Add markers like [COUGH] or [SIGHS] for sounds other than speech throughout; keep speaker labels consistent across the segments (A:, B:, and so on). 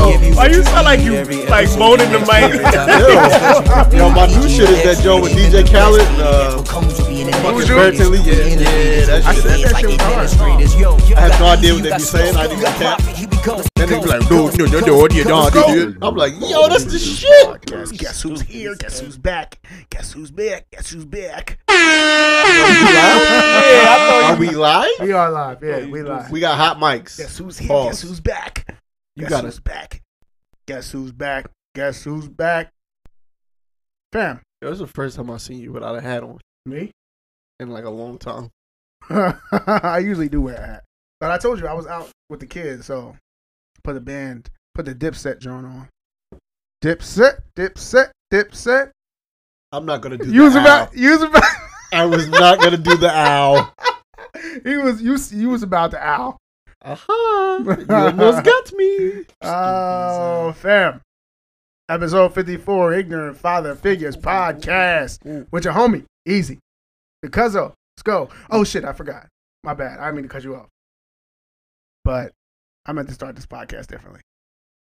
A: Why you sound like you like moaning the mic?
B: [LAUGHS] Yo, yo, my new shit is that Joe with DJ Khaled. Uh,
A: you?
B: Burton Lee, yeah. Yeah, that
C: I
B: shit.
C: said that shit was hard.
B: I have no idea what they be saying. I didn't cap.
D: That nigga be like, no, no, no, no, yeah, nah,
B: Let's go.
D: dude.
B: I'm like, yo, that's the shit.
C: Guess, guess who's here? Guess who's back? Guess who's back? Guess who's back?
B: Are we live?
C: We are live. Yeah, we live.
B: We got hot mics.
C: Guess who's here?
B: Pause.
C: Guess who's back?
B: You
C: Guess
B: got
C: who's back? Guess who's back? Guess who's back? Fam,
B: Yo, this is the first time I seen you without a hat on
C: me.
B: in like a long time.
C: [LAUGHS] I usually do wear a hat, but I told you I was out with the kids, so put the band, put the Dipset joint on. Dipset, Dipset, Dipset.
B: I'm not gonna do
C: Use
B: the owl.
C: about, use about. [LAUGHS]
B: I was not gonna do the owl.
C: He was you. You was about to owl.
B: Aha! You almost got me.
C: Oh, fam. Episode 54 Ignorant Father Figures Podcast with your homie, Easy. The Cuzzo. Let's go. Oh, shit, I forgot. My bad. I didn't mean to cut you off. But I meant to start this podcast differently.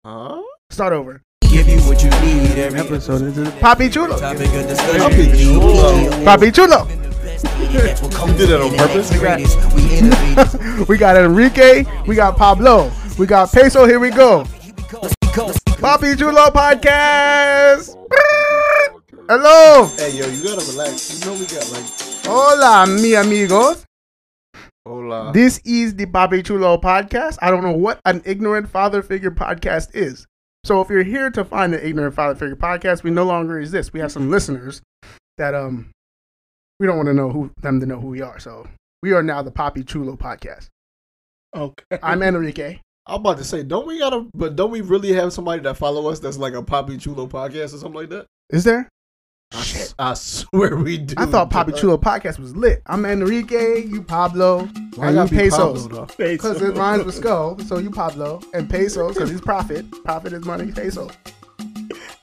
B: Huh?
C: Start over.
E: Give you what you need every episode.
C: Papi Chulo.
E: Topic of discussion.
B: Papi Chulo.
C: Papi Chulo.
B: You did that on purpose?
E: We innovators.
C: We got Enrique. We got Pablo. We got Peso. Here we go. Papi Chulo Podcast. Hello.
B: Hey, yo, you gotta relax. You know we got like.
C: Hola, mi amigos.
B: Hola.
C: This is the Bobby Chulo podcast. I don't know what an ignorant father figure podcast is. So if you're here to find an ignorant father figure podcast, we no longer exist. We have some listeners that um we don't want to know who them to know who we are. So we are now the Poppy Chulo podcast.
B: Okay.
A: [LAUGHS]
C: I'm Enrique.
B: I'm about to say, don't we gotta, but don't we really have somebody that follow us that's like a Poppy Chulo podcast or something like that?
C: Is there?
B: I s- [LAUGHS] I, swear we do.
C: I thought
B: uh,
C: Poppy Chulo podcast was lit. I'm Enrique, you Pablo,
B: Why
C: and
B: gotta
C: you
B: be
C: Pesos.
B: Pablo, though?
C: Because
A: [LAUGHS]
C: it rhymes with skull, so you Pablo, and Pesos, because he's profit. Profit is money, [LAUGHS] Peso.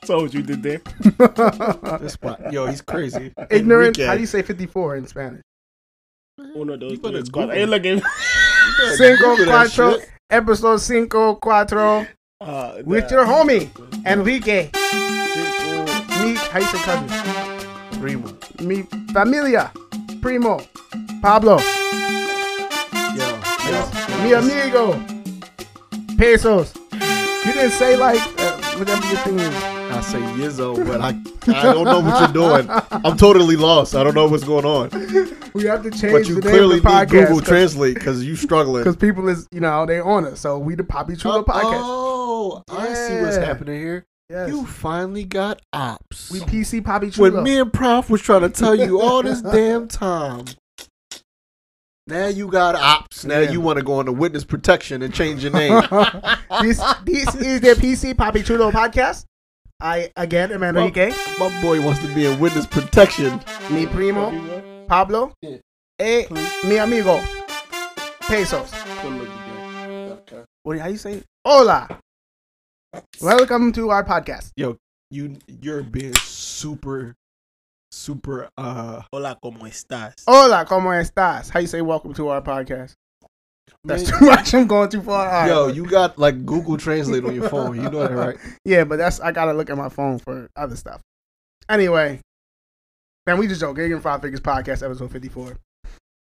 A: Told you did that.
B: This spot. Yo, he's
C: [LAUGHS]
B: crazy.
C: Ignorant,
B: Enrique.
C: how do you say 54 in Spanish?
A: Uno, dos,
B: You better
A: tres,
B: Google.
A: cuatro. Hey, look [LAUGHS] at
B: Yeah,
C: Cinco
B: Google that
C: Cuatro,
B: shit.
C: episode Cinco Cuatro,
A: uh,
C: with
A: the-
C: your homie Enrique,
A: Cinco-
F: [LAUGHS]
C: mi how you say cousin, mi familia, primo, Pablo,
B: Yo, yo.
C: mi amigo, pesos. You didn't say like uh, whatever your thing is.
B: I say
C: [LAUGHS]
B: Yizzo, but I, I don't know what you're doing. I'm totally lost. I don't know what's going on.
C: We have to change
B: But you
C: the name of
B: clearly
C: the
B: need Google
C: podcast
B: Translate because you
C: [LAUGHS]
B: struggling.
C: because people is you know they on us, so we the Poppy Chulo podcast.
B: Oh, I see what's
C: Yeah.
B: happening here.
C: Yes.
B: You finally got ops.
C: We PC Poppy Chulo.
B: when me and Prof was trying to tell you all this damn time. Now you got ops. Now
C: Yeah.
B: you want to go into witness protection and change your
C: [LAUGHS]
B: name.
C: this this is the PC Poppy Chulo podcast. I again am Enrique.
B: My boy wants to be in witness protection.
C: mi primo Pablo e mi amigo Pesos. What how you say? it? Hola. Welcome to our podcast.
B: You you're being super, super uh.
A: Hola, ¿cómo estás?
C: Hola, cómo estás? How you say welcome to our podcast? That's
B: man,
C: too much. I'm going too far. All right.
B: yo, you got like Google Translate on your phone. You know that,
C: [LAUGHS]
B: right?
C: Yeah, but that's I gotta look at my phone for other stuff. Anyway, man, we just joke. Gigan Five Figures Podcast, episode fifty-four,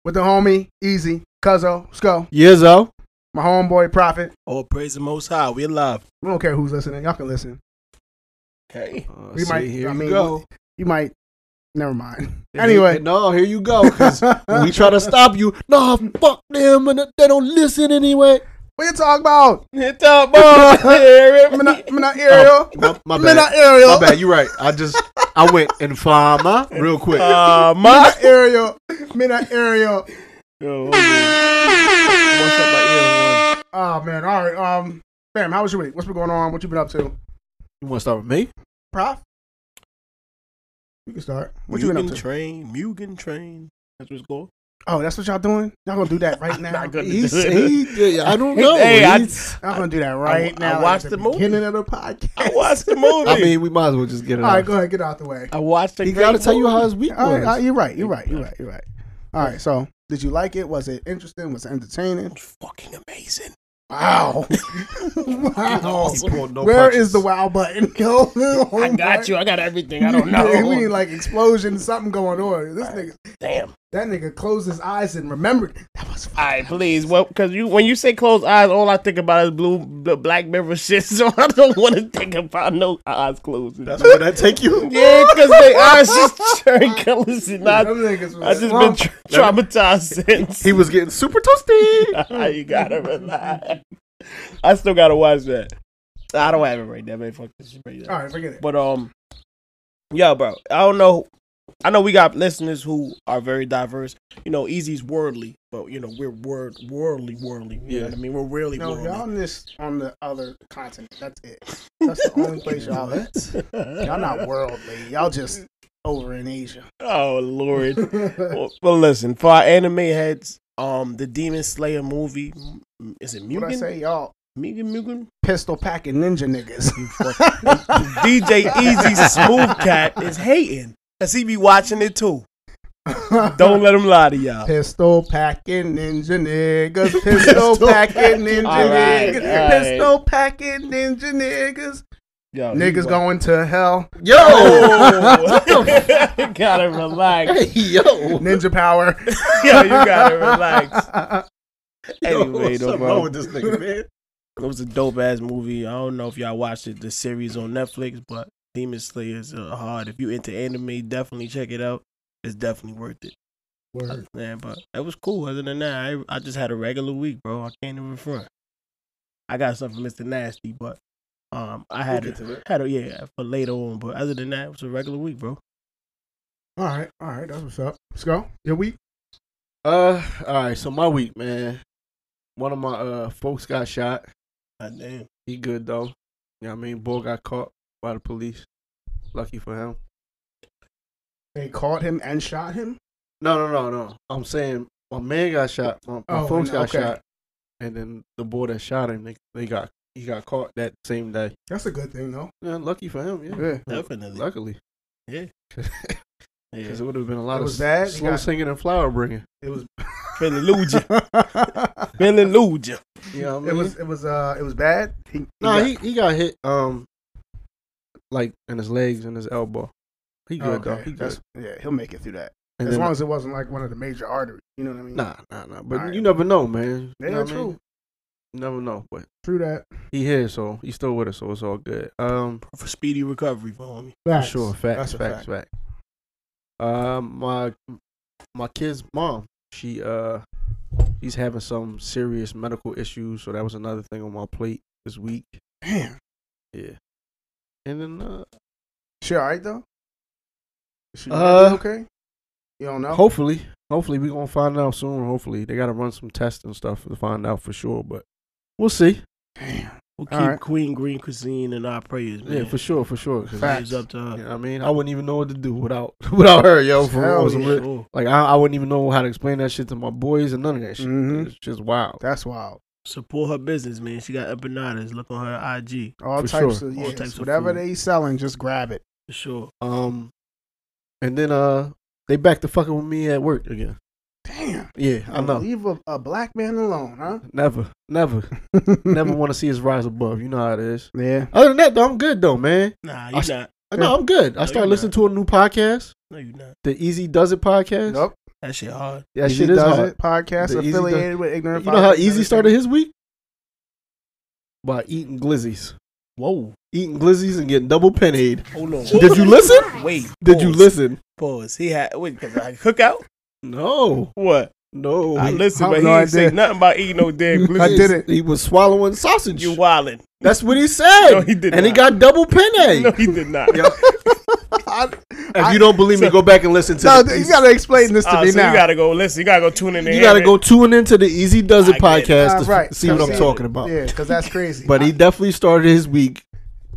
C: with the homie Easy Cuzzo Sco,
B: Yizzo.
C: my homeboy Prophet.
A: Oh, praise the Most High. We love.
C: We don't care who's listening. Y'all can listen.
A: Okay.
B: Uh,
C: We
B: see,
C: might-
B: Here
C: I
B: you
C: mean,
B: go.
C: You might. Never mind. Anyway,
B: no, here you go. 'cause we try to stop you. No, fuck them, and they don't listen anyway.
C: [LAUGHS] what you talking about?
A: Hit that ball,
C: I'm
A: Eric.
C: not, I'm not Ariel.
B: My, my
C: I'm not
B: bad. My
C: Ariel.
B: bad. You're right. I just I went and farmer real quick.
A: Uh,
B: [LAUGHS]
C: I'm
A: my.
C: not Ariel. I'm not Ariel.
A: Yo,
B: Oh,
A: hold on. What's up, my
C: Oh man. All right. Um, fam, how was your week? What's been going on? What you been up to?
B: You want to start with me?
C: Prof. You can start. What you
A: ear one?
C: been up
A: Mugen
C: to?
A: train, Mugen train. That's what's going.
C: Oh, that's what y'all doing? Y'all gonna do
A: [LAUGHS]
C: that right now?
A: Not gonna
F: [LAUGHS]
B: He's,
A: do it.
B: he, yeah, I don't know.
A: Hey, I-
B: He's-
C: Y'all gonna do that right
A: I
C: now?
A: watched
C: at
A: the movie.
C: Beginning of the podcast.
A: I watched the movie.
B: I mean, we might as well just get it.
C: All right,
B: Out.
C: go ahead. Get out the way.
A: I watched the.
B: He
A: great
B: got to tell you
A: movie.
B: how his week
C: All right, all right,
B: was.
C: Uh, you're right. You're right. You're right. You're right. All right. So, did you like it? Was it interesting? Was it entertaining?
A: fucking amazing.
F: [LAUGHS]
C: Wow. wow.
B: He pulled no
C: Where is
B: punches.
C: the
B: [LAUGHS]
C: wow button? [LAUGHS] Yo,
F: I got you. I got everything. [LAUGHS] I
C: [LAUGHS]
F: don't
C: we need
F: know.
C: like explosion, something going on. This nigga,
F: Damn.
C: that nigga closed his eyes and remembered that was
F: All right, please. Well, because you when you say closed eyes, all I think about is blue, the black mirror shit. [LAUGHS] So I don't want to think about no eyes closed.
B: That's
F: [LAUGHS]
B: where that take you.
F: Yeah, because they eyes
C: [LAUGHS]
F: just turn colors and I,
C: Them niggas
F: I
C: was
F: just been
C: slumped.
F: tra-
C: [LAUGHS]
F: traumatized since. [LAUGHS]
B: He was getting super toasty.
F: you gotta relax. I still gotta watch that. I don't have it right now, man. Fuck this. Right now.
C: All right, forget it.
F: But um, yeah, bro. I don't know. I know we got listeners who are very diverse. You know, Easy's worldly, but you know we're word worldly, worldly. You know what I mean? We're really
C: No,
F: worldly.
C: y'all missed on the other continent. That's it.
F: [LAUGHS]
C: That's the only place y'all at. Y'all not worldly. Y'all just over in Asia. [LAUGHS]
F: Oh Lord. well, well, listen for our anime heads. Um, the Demon Slayer movie. m- Is it
C: What I
F: Mugen?
C: say, y'all
F: Mugen Mugen?
C: pistol packing ninja niggas.
F: DJ Easy Smooth Cat is hating. Cause he be watching it too. Don't let him lie to y'all.
C: Pistol packing ninja
B: [LAUGHS]
C: niggas. Pistol packing ninja
F: All right,
C: niggas.
F: all right. Oh,
C: Pistol packing ninja niggas.
F: Yo,
C: Niggas going
F: [LAUGHS]
C: to hell.
B: Yo,
F: you gotta relax.
B: hey, yo.
C: Ninja power.
F: [LAUGHS] Yo, [LAUGHS] you gotta relax. Anyway,
B: Anyway,
F: though,
B: what's wrong
F: bro,
B: with
F: it
B: this nigga, man?
F: was a dope ass movie. I don't know if y'all watched it, the series on Netflix, but Demon Slayer is uh, hard. If you into anime, definitely check it out. It's definitely worth it.
C: [LAUGHS] Word.
F: Yeah, but it was cool. Other than that, I, I just had a regular week, bro. I can't even front. I got something, Mister Nasty, but um, I had
B: get
F: it.
B: to that.
F: Had a yeah for later on, but other than that, it was a regular week, bro.
C: All right, all right, that's what's up. Let's go. Your week.
B: Uh, all right. So my week, man. One of my uh folks got shot.
F: God damn.
B: He good though. You know what I mean? Boy got caught by the police. Lucky for him.
C: They called him and shot him.
B: No, no, no, no. I'm saying my man got shot. My, my
C: Oh,
B: folks
C: no,
B: got
C: okay.
B: shot, and then the boy that shot him, they, they got he got caught that same day.
C: That's a good thing, though.
B: Yeah, lucky for him. Yeah,
C: Yeah.
F: Definitely.
B: luckily,
F: Yeah.
B: because it would have been a lot
C: It
B: of
C: was bad. He
B: slow
C: got-
B: singing and flower bringing.
F: [LAUGHS]
C: It was. [LAUGHS]
F: Hallelujah.
C: it
F: Hallelujah.
B: You know what I mean?
C: was. It was. Uh. It was bad. He, he
B: no,
C: got-
B: he, he got hit um like in his legs and his elbow. He
C: Oh,
B: good though.
C: okay.
B: He good.
C: That's- Yeah, he'll make it through that.
B: And
C: as
B: then-
C: long as it wasn't like one of the major arteries. You know what I mean?
B: nah, nah, nah. But
C: Alright.
B: you never know, man. You
C: Yeah,
B: know what I
C: true.
B: mean? You never know, but
C: Through that.
B: he here, so he's still with us, so it's all good. Um,
F: For speedy recovery, for me.
B: For sure, facts,
C: That's a
B: facts, facts. Um, my my kid's mom, she uh, she's having some serious medical issues, so that was another thing on my plate this week.
C: Damn.
B: Yeah, and then uh,
C: She all right though? Is she
B: Uh,
C: gonna be okay? You don't know.
B: hopefully, hopefully we gonna find out soon. Hopefully they gotta run some tests and stuff to find out for sure, but we'll see.
C: Damn.
F: We'll keep
C: All right.
F: Queen Green Cuisine in our prayers, man.
B: Yeah, for sure, for sure. 'cause,
C: Fact.
F: It's up to
B: you
F: her.
B: know what I mean, I wouldn't even know what to do without [LAUGHS] without her, yo. For
C: Hell
B: real, some
C: yeah.
B: real-
F: Sure.
B: like I, I wouldn't even know how to explain that shit to my boys and none of that shit.
C: Mhm.
B: It's just wild.
C: That's wild.
F: Support her business, man. She got empanadas. Look on her IG.
C: All
B: For
C: types
B: sure.
C: of
F: All
C: yes,
F: types of
C: whatever
F: food.
C: they selling, just grab it.
F: For sure.
B: Um, and then uh, they back to fucking with me at work again.
C: Damn.
B: Yeah, I know.
C: Leave a, a black man alone, huh?
B: Never,
C: [LAUGHS]
B: never, [LAUGHS] never want to see us rise above. You know how it is.
C: Yeah.
B: Other than that, though, I'm good though, man.
F: Nah, you are
B: I s-
F: not.
B: No, I'm good. I
F: No,
B: started
F: you're
B: listening to a new podcast,
F: No, you not.
B: the Easy Does It podcast.
C: Nope.
F: That shit hard.
B: That
C: Easy
B: shit is
C: does
B: hard.
C: it podcast
B: The Easy Does-
C: affiliated with ignorant.
B: You know how
C: Fathers and
B: Easy
C: everything.
B: started his week by eating glizzies,
F: Whoa.
B: eating glizzies and getting double pennied.
F: Hold on.
B: Did you listen?
F: Wait.
B: Did you
F: pause,
B: listen?
F: Pause. He had wait because I cookout.
B: No,
F: What?
B: no.
F: I
B: He-
F: listened,
C: I
F: but
C: have
F: he
C: no
F: ain't say
C: idea.
F: nothing about eating no
B: [LAUGHS]
F: damn
C: I
F: gluten.
C: did it.
B: He was swallowing sausage.
F: You wildin'.
B: That's what he said.
F: No, he did
B: and he
F: not.
B: got double penne.
F: No, he did not.
B: Yo, if you don't believe me, go back and listen to.
C: No,
B: the,
C: you gotta explain this to
F: Ah,
C: me
F: so
C: now.
F: you gotta go listen. You gotta go tune in. and
B: you
F: hear
B: gotta
F: it.
B: go tune into the Easy Does It
F: I get it.
B: podcast
C: Ah,
B: to
C: right.
B: see what
C: Come
B: I'm
C: see.
B: talking about.
C: Yeah, because that's crazy.
B: But he definitely started his week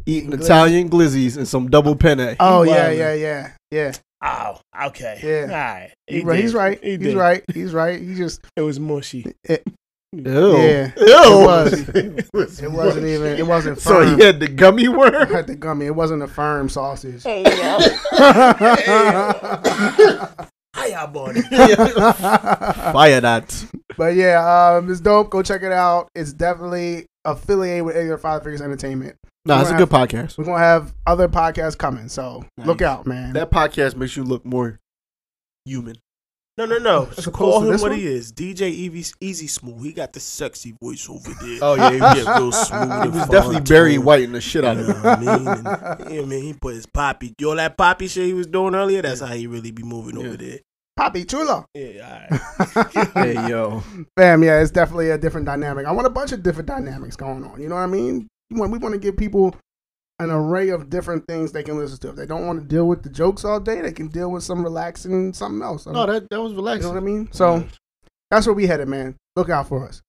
B: eating
C: Glizzy.
B: Italian glizzies and some double penne.
C: oh
F: he
C: yeah,
F: wildin'.
C: yeah, yeah, yeah.
F: Oh, okay.
C: Yeah.
F: All right.
C: He right, he's
F: did.
C: right.
F: He
C: he's
F: did.
C: right. He's right. He just
B: [LAUGHS]
F: It was mushy.
B: Ew.
C: Yeah,
B: Ew. [LAUGHS]
C: was.
B: It was
C: it wasn't
B: mush.
C: even it wasn't
B: So
C: firm.
B: he had the gummy
C: I
B: [LAUGHS] worm.
C: had the gummy. It wasn't a firm sausage.
F: [LAUGHS] Hi, y'all, buddy. [LAUGHS]
B: Fire that.
C: [LAUGHS] But yeah, um, it's dope. Go check it out. It's definitely affiliated with Ignorant Father Figures Entertainment.
B: Nah, it's a good podcast.
C: We're gonna have other podcasts coming, so look
F: Nice.
C: out, man.
B: That podcast makes you look more human.
F: No, no, no.
C: As opposed
F: Call
C: to
F: him
C: this
F: what
C: one?
F: he is. DJ Easy, Easy Smooth. He got the sexy voice over there.
B: Oh, [LAUGHS] yeah, he
F: he
B: was-
F: get [LAUGHS] real smooth.
B: It was definitely Barry White and the shit out of
F: You
B: it.
F: know what I mean? And, yeah, man, he put his poppy. Yo, that poppy shit he was doing earlier. That's how he really be moving
B: Yeah.
F: over there.
C: Poppy Chulo.
F: Yeah, all right.
B: [LAUGHS] Hey yo,
C: [LAUGHS] Bam, yeah, it's definitely a different dynamic. I want a bunch of different dynamics going on. You know what I mean? You want- We want to give people an array of different things they can listen to. If they don't want to deal with the jokes all day, they can deal with some relaxing, something else.
B: no, that that was
C: you know
B: relaxing.
C: what I mean? So that's where we headed, man. Look out for us.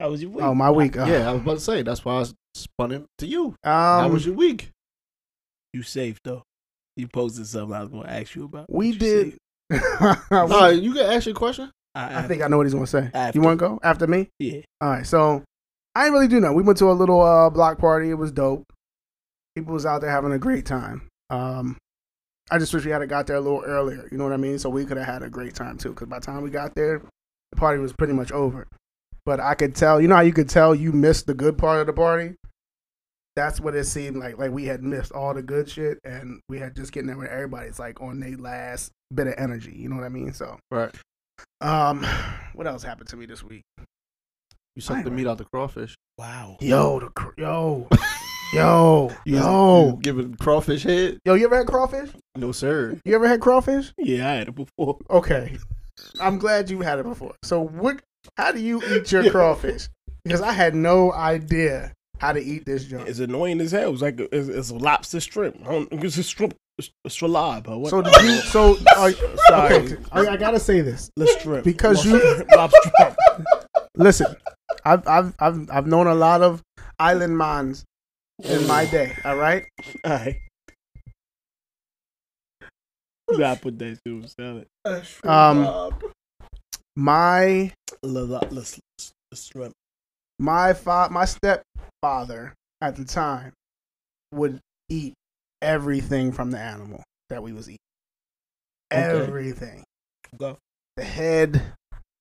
F: How was your week?
C: Oh, my week. Uh,
B: Yeah, I was about to say that's why I spun it to you. How
C: Um,
B: was your week?
F: You safe, though. You posted something I was going to ask you about.
C: we
F: You
C: did.
F: safe?
B: Nah,
C: [LAUGHS] I
B: you can ask your question.
F: I,
C: think I know what he's going to say.
F: After.
C: You want to go after me?
F: Yeah.
C: All right, so I didn't really do nothing. We went to a little uh, block party. It was dope. People was out there having a great time. Um, I just wish we had got there a little earlier. You know what I mean? So we could have had a great time too. Because by the time we got there, the party was pretty much over. But I could tell. You know how you could tell you missed the good part of the party. That's what it seemed like. Like we had missed all the good shit, and we had just getting there where everybody's like on their last bit of energy. You know what I mean? So
B: Right.
C: Um, [SIGHS] what else happened to me this week?
B: You sucked the meat out the crawfish.
F: Wow.
C: Yo, the cr- yo,
F: [LAUGHS]
C: yo,
B: You
C: yo,
B: you giving crawfish head?
C: yo. You ever had crawfish?
B: No sir.
C: You ever had crawfish?
F: Yeah, I had it before.
C: Okay, I'm glad you had it before. So what? How do you eat your
F: [LAUGHS]
B: Yeah.
C: crawfish? Because I had no idea how to eat this junk.
F: It's annoying as hell. It's like a, it's, it's a lobster shrimp. I don't, it's a strip, a stralab or what? [LAUGHS]
C: So did you? So are,
F: Sorry.
C: okay, I, I gotta say this
F: Let's strip
C: because you
F: [LAUGHS] lobster. shrimp.
C: listen. I've I've I've I've known a lot of island mons in my day. All right.
F: All right. You gotta put that through salad.
C: Um, my
F: Let's shrimp.
C: my fa- my stepfather at the time would eat everything from the animal that we was eating.
F: Okay.
C: Everything.
F: Okay.
C: The head,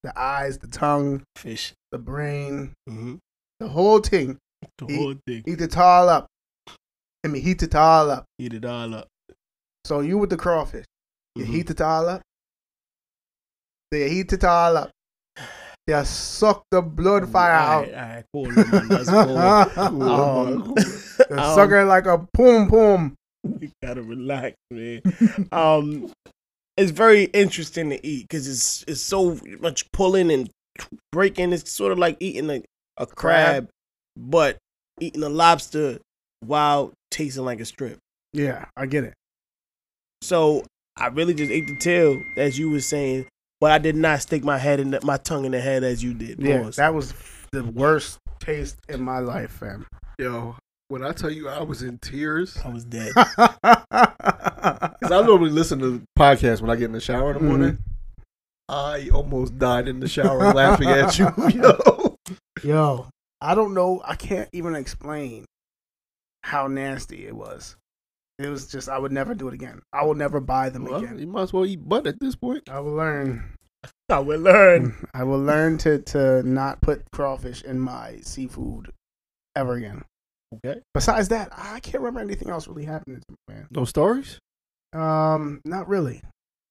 C: the eyes, the tongue,
F: Fish.
C: the brain,
F: Mm-hmm.
C: the whole thing.
F: The
C: Eat-
F: whole thing.
C: Eat it all up. I mean, heat it all up.
F: Eat it all up.
C: So you with the crawfish, you
F: Mhm.
C: heat it all up. They heat it all up. They suck the blood fire out.
F: All right, all right, cool. man. That's [LAUGHS] cool.
C: [LAUGHS] Oh,
F: Um,
C: they suck it like a poom poom.
F: [LAUGHS] You gotta relax,
C: [LAUGHS]
F: man. um, it's very interesting to eat because it's it's so much pulling and breaking. It's sort of like eating a, a crab, but eating a lobster while tasting like a strip.
C: Yeah, I get it.
F: So I really just ate the tail, as you were saying, but I did not stick my head in the, my tongue in the head as you did.
C: Yeah,
F: Pause.
C: that was the worst taste in my life, fam. [LAUGHS]
B: Yo, when I tell you I was in tears,
F: I was
C: [LAUGHS]
F: dead.
B: because [LAUGHS] I normally listen to podcasts when I get in the shower in the
C: Mhm.
B: morning. I almost died in the shower laughing at you, [LAUGHS] yo.
C: Yo, I don't know. I can't even explain how nasty it was. It was just I would never do it again. I will never buy them
B: Well,
C: again.
B: you might as well eat butt at this point.
C: I will learn.
F: I will learn.
C: Mm, I will learn to to not put crawfish in my seafood ever again.
F: Okay.
C: Besides that, I can't remember anything else really happening to me, man.
B: No stories?
C: Um, not really.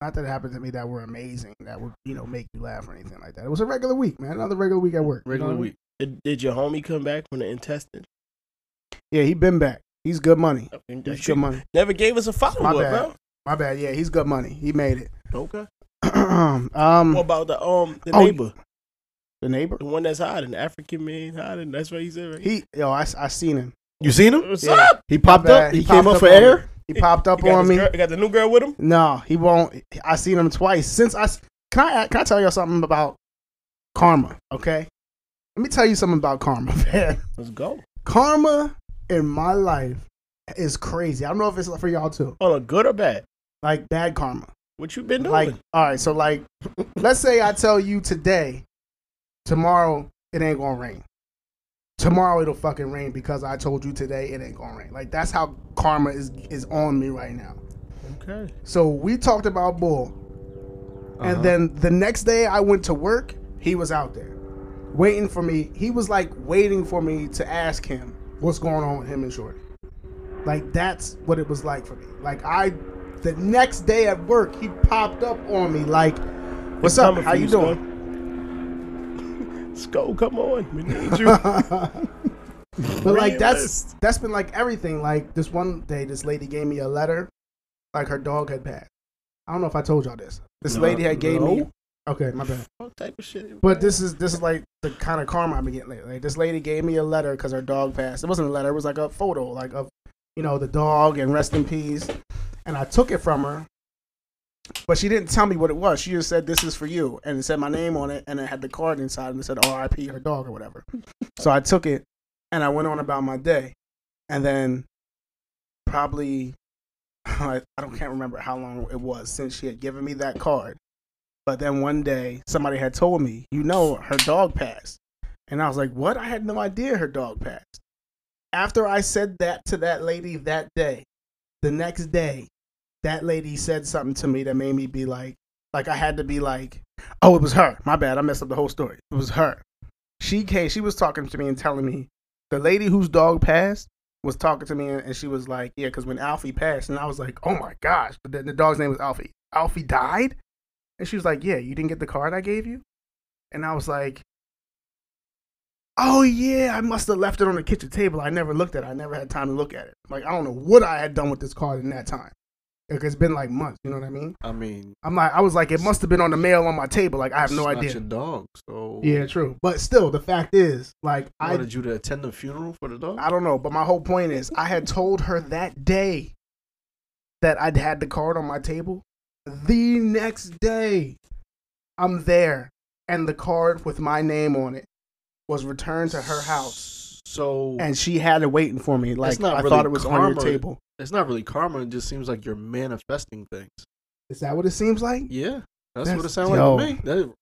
C: Not that it happened to me that were amazing that would you know make you laugh or anything like that. It was a regular week, man. Another regular week at work. you know
B: Regular
C: what I
B: week.
F: Did, did your homie come back from the intestines?
C: mean? Yeah, he been back. He's good money. He's good
F: Never
C: money.
F: gave us a follow
C: My
F: up,
C: bad.
F: bro.
C: My bad. Yeah, he's good money. He made it. [CLEARS THROAT]
F: Okay.
C: um,
F: What about the um the
C: Oh,
F: neighbor,
C: the neighbor.
F: the one that's hiding, the African man hiding? That's what he said. Right?
C: He yo, I, s- I seen him.
B: You seen him?
F: What's
C: Yeah.
F: up?
B: He popped
C: My bad.
B: up. He,
C: popped
B: came up for
C: on me.
B: air.
C: He popped up
B: [LAUGHS]
F: He got
C: on
F: this
C: me.
F: girl- he got the new girl with him.
C: No, he won't. I seen him twice since I. s- Can I can I tell y'all something about karma? Okay, let me tell you something about karma, [LAUGHS] man.
F: Let's go.
C: karma in my life is crazy. I don't know if it's for y'all too.
F: On a good or bad?
C: Like bad karma.
F: What you been doing?
C: Like all right, so like let's say I tell you today, tomorrow it ain't gonna rain. Tomorrow it'll fucking rain because I told you today it ain't gonna rain. Like that's how karma is is on me right now.
F: okay. Uh-huh.
C: So we talked about bull, and then the next day I went to work he was out there waiting for me. He was like waiting for me to ask him what's going on with him and Shorty. Like that's what it was like for me. Like I, the next day at work, he popped up on me like, "What's up?
F: coming
C: How
F: for
C: you
F: you, Skull.
C: doing?"
F: [LAUGHS] Skull, come on, we need
C: [LAUGHS]
F: you.
C: But like that's
F: Realist.
C: that's been like everything. Like this one day, this lady gave me a letter, like her dog had passed. I don't know if I told y'all this. This lady had gave me. Okay, my bad.
F: what type of shit?
C: But this is this is like the kind of karma I've been getting lately. Like this lady gave me a letter because her dog passed. It wasn't a letter. It was like a photo, like of you know the dog and rest in peace. And I took it from her, but she didn't tell me what it was. She just said this is for you, and it said my name on it, and it had the card inside, and it said R.I.P. her dog or whatever. so I took it, and I went on about my day, and then probably [SIGHS] I, I don't can't remember how long it was since she had given me that card. But then one day, somebody had told me, you know, her dog passed. And I was like, what? I had no idea her dog passed. After I said that to that lady that day, the next day, that lady said something to me that made me be like, like I had to be like, oh, it was her. My bad. I messed up the whole story. It was her. She came, she was talking to me and telling me, the lady whose dog passed was talking to me and and she was like, yeah, because when Alfie passed, and I was like, oh my gosh, but then the dog's name was Alfie. Alfie died? And she was like, Yeah, you didn't get the card I gave you? And I was like, Oh, yeah, I must have left it on the kitchen table. I never looked at it. I never had time to look at it. Like, I don't know what I had done with this card in that time. Like, it's been like months. You know what I mean?
B: I mean,
C: I'm like, I was like, it must have been on the mail on my table. Like, I have no
B: it's Not
C: idea.
B: your dog. So
C: Yeah, true. But still, the fact is, like, I
B: wanted you to attend the funeral for the dog.
C: I don't know, but my whole point is I had told her that day that I'd had the card on my table. The next day, I'm there, and the card with my name on it was returned to her house,
B: So
C: and she had it waiting for me. Like
B: not
C: I
B: really
C: thought it was on your
B: karma.
C: table.
B: it's not really karma. It just seems like you're manifesting things.
C: Is that what it seems like?
B: Yeah, that's, what it
C: That's-
B: sounds like
C: yo.
B: to me. That-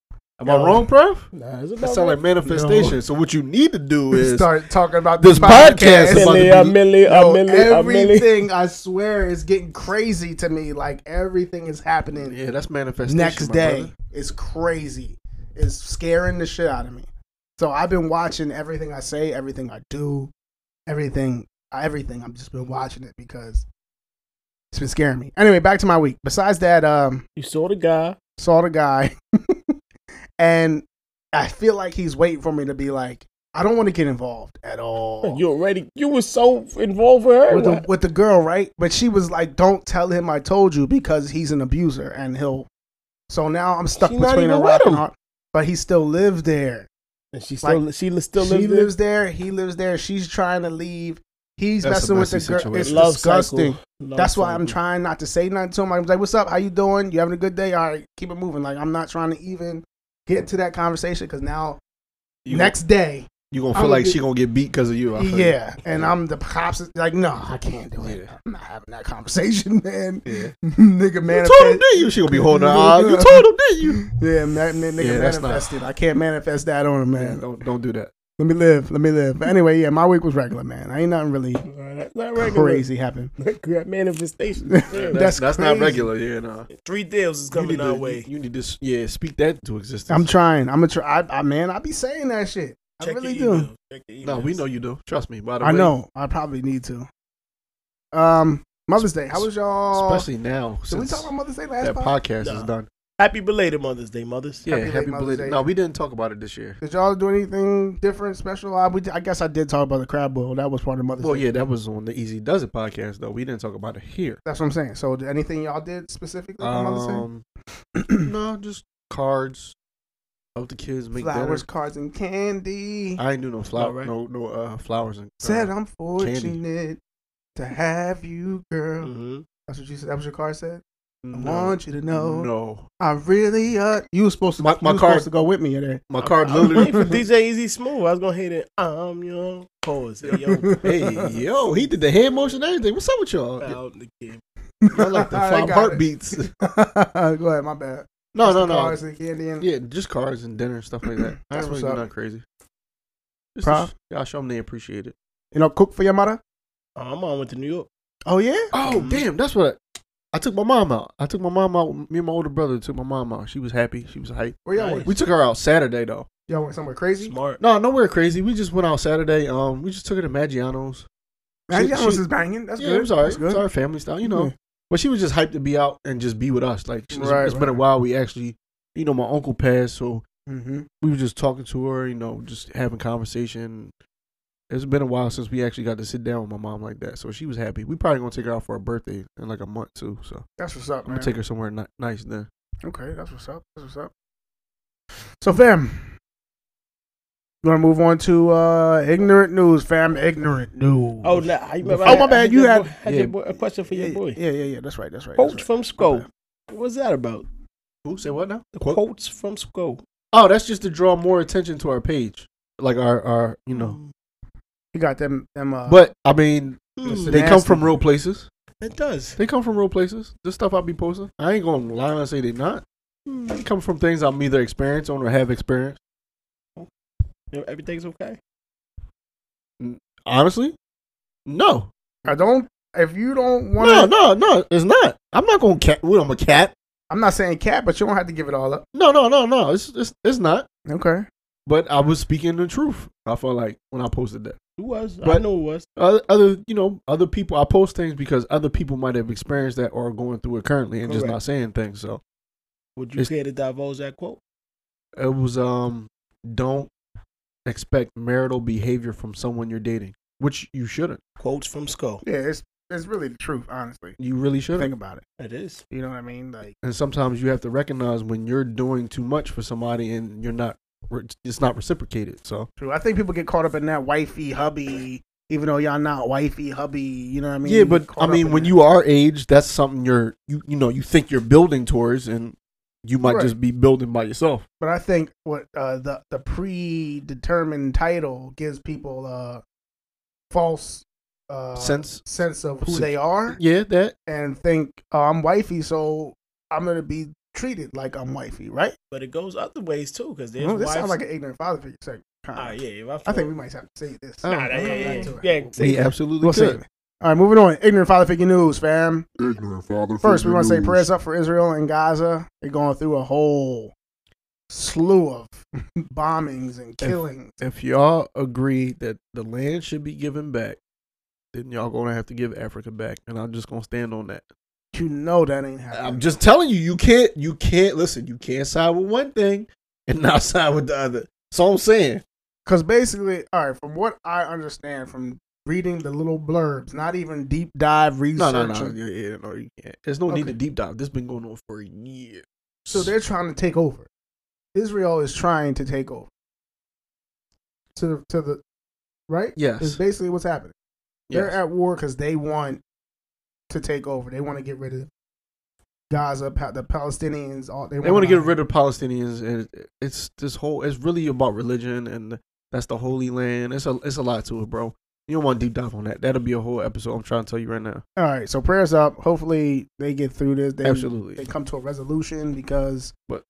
B: am
F: Yo.
B: I wrong, Prof?
F: Nah, it's
B: That
F: about
B: sounds like manifestation. So what you need to do is
C: Start talking about
B: This podcast is
F: a
B: about to
F: milli,
B: be-
F: a milli, a
C: Yo,
F: milli, a milli.
C: everything I swear is getting crazy to me. Like everything is happening.
B: yeah, that's manifestation.
C: next
B: my
C: day
B: brother.
C: is crazy. It's scaring the shit out of me. So I've been watching everything I say, everything I do, everything, everything. I've just been watching it because it's been scaring me. Anyway, back to my week. Besides that, um,
F: You saw the guy.
C: saw the guy, [LAUGHS] and I feel like he's waiting for me to be like, I don't want to get involved at
B: [LAUGHS]
C: all
F: You already. You was so involved with her.
C: with the,
F: Why-
C: with the girl, right? But she was like, "Don't tell him I told you because he's an abuser and he'll." So now I'm stuck
F: She not
C: between a
F: even
C: rock
F: with
C: and
F: him.
C: hard. But he still lived there.
F: and she still. she li- still
C: she
F: lives. there?
C: lives there. He lives there. She's trying to leave. He's
B: That's a
C: messing with the
B: messy
C: girl. It's
B: situation.
F: Love
C: disgusting.
F: cycle. Love
C: That's why I'm
F: cycle.
C: trying not to say nothing to him. I'm like, "What's up? How you doing? You having a good day? All right, keep it moving." Like I'm not trying to even get to that conversation because now
B: You,
C: next day,
B: you gonna
C: I
B: feel
C: would
B: like
C: get-
B: she gonna get beat because of you. I feel you.
C: yeah, and I'm the cops. is Like, no, I can't do it.
B: Yeah.
C: I'm not having that conversation, [LAUGHS] man.
B: Yeah.
C: nigga
B: You
C: manifest.
B: told him, did you? She gonna be holding her eye. You told him, did you?
C: Yeah, ma- ma- nigga
B: Yeah, that's not-
C: manifested. I can't manifest that on him,
B: Man,
C: man.
B: don't don't do that.
C: Let me live. Let me live. But anyway, yeah, my week was regular, man. Ain't nothing really
F: Nah, That's not regular.
C: crazy happened.
B: [LAUGHS]
F: Grab manifestation.
C: [LAUGHS]
B: That's
F: Yeah.
B: that's,
C: That's
B: not
C: crazy.
B: regular. Yeah, nah.
F: Three deals is
B: you
F: coming
B: need
F: our
B: to,
F: way.
B: You need to s- yeah speak that to existence.
C: I'm trying. I'm gonna try. I, I man, I be saying that shit. I
F: Check
C: really
F: your
C: do.
F: email. Check your
B: no, we
F: emails.
B: know you do. Trust me. By the
C: I
B: way,
C: know. I probably need to. Um, Mother's Day. How was y'all?
B: Especially now.
C: Did we
B: Since
C: talk about Mother's Day last
B: that
C: time?
B: podcast
F: Nah.
B: is done.
F: Happy belated Mother's Day, mothers.
B: Yeah,
C: Happy
B: happy,
C: late Mother's Day.
B: belated. No, we didn't talk about it this year.
C: Did y'all do anything different, special? I, we, I guess I did talk about the crab boil. That was part of Mother's
B: Well,
C: Day.
B: yeah, that was on the Easy Does It podcast though. We didn't talk about it here.
C: That's what I'm saying. So, did anything y'all did specifically for Mother's
B: Um,
C: [CLEARS THROAT] Day?
B: no, just cards. Help the kids make
C: Flowers,
B: flowers.
C: cards, and candy.
B: I ain't do no flower.
F: Alright.
B: No, no uh, flowers and.
C: Said
B: uh,
C: I'm fortunate to have you, girl.
F: Mm-hmm.
B: mhm.
C: That's what you said. That was your card said. I
B: No.
C: want you to know.
B: No,
C: I really uh. You were supposed to.
B: My- my
C: you were
B: card-
C: supposed to go with me today. [LAUGHS]
B: my card
F: I was waiting
B: [LAUGHS] literally.
F: for DJ Easy Smooth. I was gonna hit it. I'm your pause. Hey, yo,
B: [LAUGHS] hey, yo, he did the hand motion. and Everything. What's up with y'all?
F: out the kid.
B: Y'all like [LAUGHS] the
C: I
B: five
C: got
B: heartbeats.
C: it. go ahead. My bad.
B: [LAUGHS] No,
C: Just
B: no,
C: the
B: no.
C: Cards and candy. And...
B: Yeah, just cards and dinner and stuff like that. I
C: That's
B: don't really
C: what's
B: do
C: up.
B: nothing crazy. Just
C: Prof?
B: to sh- y'all show them they appreciate it.
C: You know, cook for your mother.
F: Uh, Oh, I'm on with the New York.
C: Oh yeah.
B: Mm-hmm. Oh damn, that's what. I took my mom out. I took my mom out. Me and my older brother took my mom out. She was happy. She was hyped.
C: Where y'all
F: Nice.
C: went?
B: We took her out Saturday though.
C: Y'all went somewhere crazy?
F: Smart.
B: No, nowhere crazy. We just went out Saturday. Um, we just took her to Maggiano's.
C: Man,
B: She-
C: y'all was
B: she-
C: just banging. That's
B: yeah,
C: good.
B: it was all right.
C: That's
B: It was
C: good.
B: all right, family style, you know.
C: Yeah.
B: But she was just hyped to be out and just be with us. Like it's
C: Right,
B: it's been a
C: right.
B: while. We actually, you know, my uncle passed, so
C: Mm-hmm.
B: we were just talking to her. You know, just having conversation. It's been a while since we actually got to sit down with my mom like that. So she was happy. We probably gonna take her out for her birthday in like a month too. So
C: That's what's up,
B: I'm
C: man.
B: gonna take her somewhere ni- nice then.
C: okay, that's what's up. That's what's up. So, fam, you want to move on to uh, ignorant news, fam? Ignorant news.
F: Oh, nah, I remember
C: Oh,
F: I-
C: my
F: I
C: bad, you
F: your
C: had-
F: boy- had
B: yeah.
F: your boy, a question for your
C: yeah,
F: boy.
C: Yeah, yeah, yeah. That's right. That's right.
F: Quotes
C: that's
F: from SCO.
C: bad.
F: What's that about?
B: Who said what now?
F: The quotes from SCO.
B: Oh, that's just to draw more attention to our page, like our our you know.
C: right. You got them. them uh,
B: But I mean,
F: Hmm,
B: they come
C: nasty.
B: from real places.
F: it does.
B: They come from real places. This stuff I be posting, I ain't gonna lie and say they not.
F: Hmm.
B: They come from things I'm either experienced on or have experienced.
F: Everything's okay.
B: Honestly, no,
C: I don't. If you don't want
B: no,
C: to,
B: no, no. It's not. I'm not gonna cat. Well, I'm a cat.
C: I'm not saying cat, but you don't have to give it all up.
B: No, no, no, no. It's it's it's not.
C: Okay.
B: But I was speaking the truth. I felt like when I posted that.
F: It was. I
B: But-
F: know it was.
B: Other, other, you know, other people. I post things because other people might have experienced that or are going through it currently and just
F: Correct.
B: not saying things. So
F: Would you
B: It's-
F: care to divulge that quote?
B: It was um don't expect marital behavior from someone you're dating, which you shouldn't.
F: Quotes from SCO.
C: Yeah, it's it's really the truth, honestly.
B: You really shouldn't.
C: Think about it.
F: It is.
C: You know what I mean? Like,
B: And sometimes you have to recognize when you're doing too much for somebody and you're not re- it's not reciprocated. So
C: true. I think people get caught up in that wifey hubby, even though y'all not wifey hubby. You know what I mean?
B: yeah, but
C: Caught
B: I
C: up
B: mean
C: in
B: when
C: that.
B: you are age, that's something you're you you know you think you're building towards, and you might
C: Right.
B: just be building by yourself.
C: But I think what uh, the the predetermined title gives people a false uh,
B: Sense,
C: sense of who
B: Sen-
C: they are,
B: yeah, that
C: and think oh, I'm wifey, so I'm gonna be treated like I'm wifey, right?
F: But it goes other ways too, because there's
C: No, this
F: wives.
C: sounds like an ignorant father figure. Segment, kind of.
F: ah, yeah. if
C: I think we might have to say this.
B: Oh,
F: Nah, that-
C: We'll come
F: yeah,
C: back
F: yeah,
C: to
F: yeah.
C: it.
F: yeah. say
B: we
F: that.
B: absolutely
C: We'll save
B: could.
C: it. All right, moving on. Ignorant father figure news, fam.
D: Ignorant father.
C: First, we want to say
D: news.
C: prayers up for Israel and Gaza. They're going through a whole slew of [LAUGHS] bombings and killings.
B: If y'all agree that the land should be given back, then y'all gonna have to give Africa back, and I'm just gonna stand on that.
C: You know that ain't happening.
B: I'm just telling you, you can't, you can't listen. You can't side with one thing and [LAUGHS] not side with the other. So I'm saying,
C: Because basically, all right, from what I understand from reading the little blurbs, not even deep dive
B: no,
C: research.
B: no, no, yeah, yeah, no, you can't. There's no need
C: Okay.
B: to deep dive. This been going on for years.
C: So they're trying to take over. Israel is trying to take over. To to the right?
B: Yes.
C: Is basically what's happening. They're
B: Yes.
C: at war because they want to take over. They want to get rid of Gaza, pa- the Palestinians. All they,
B: they want to get rid of Palestinians, and it- it's this whole. It's really about religion, and that's the Holy Land. It's a, it's a lot to it, bro. You don't want to deep dive on that. That'll be a whole episode. I'm trying to tell you right now.
C: All right, so prayers up. Hopefully they get through this. They,
B: Absolutely.
C: they come to a resolution because
B: But-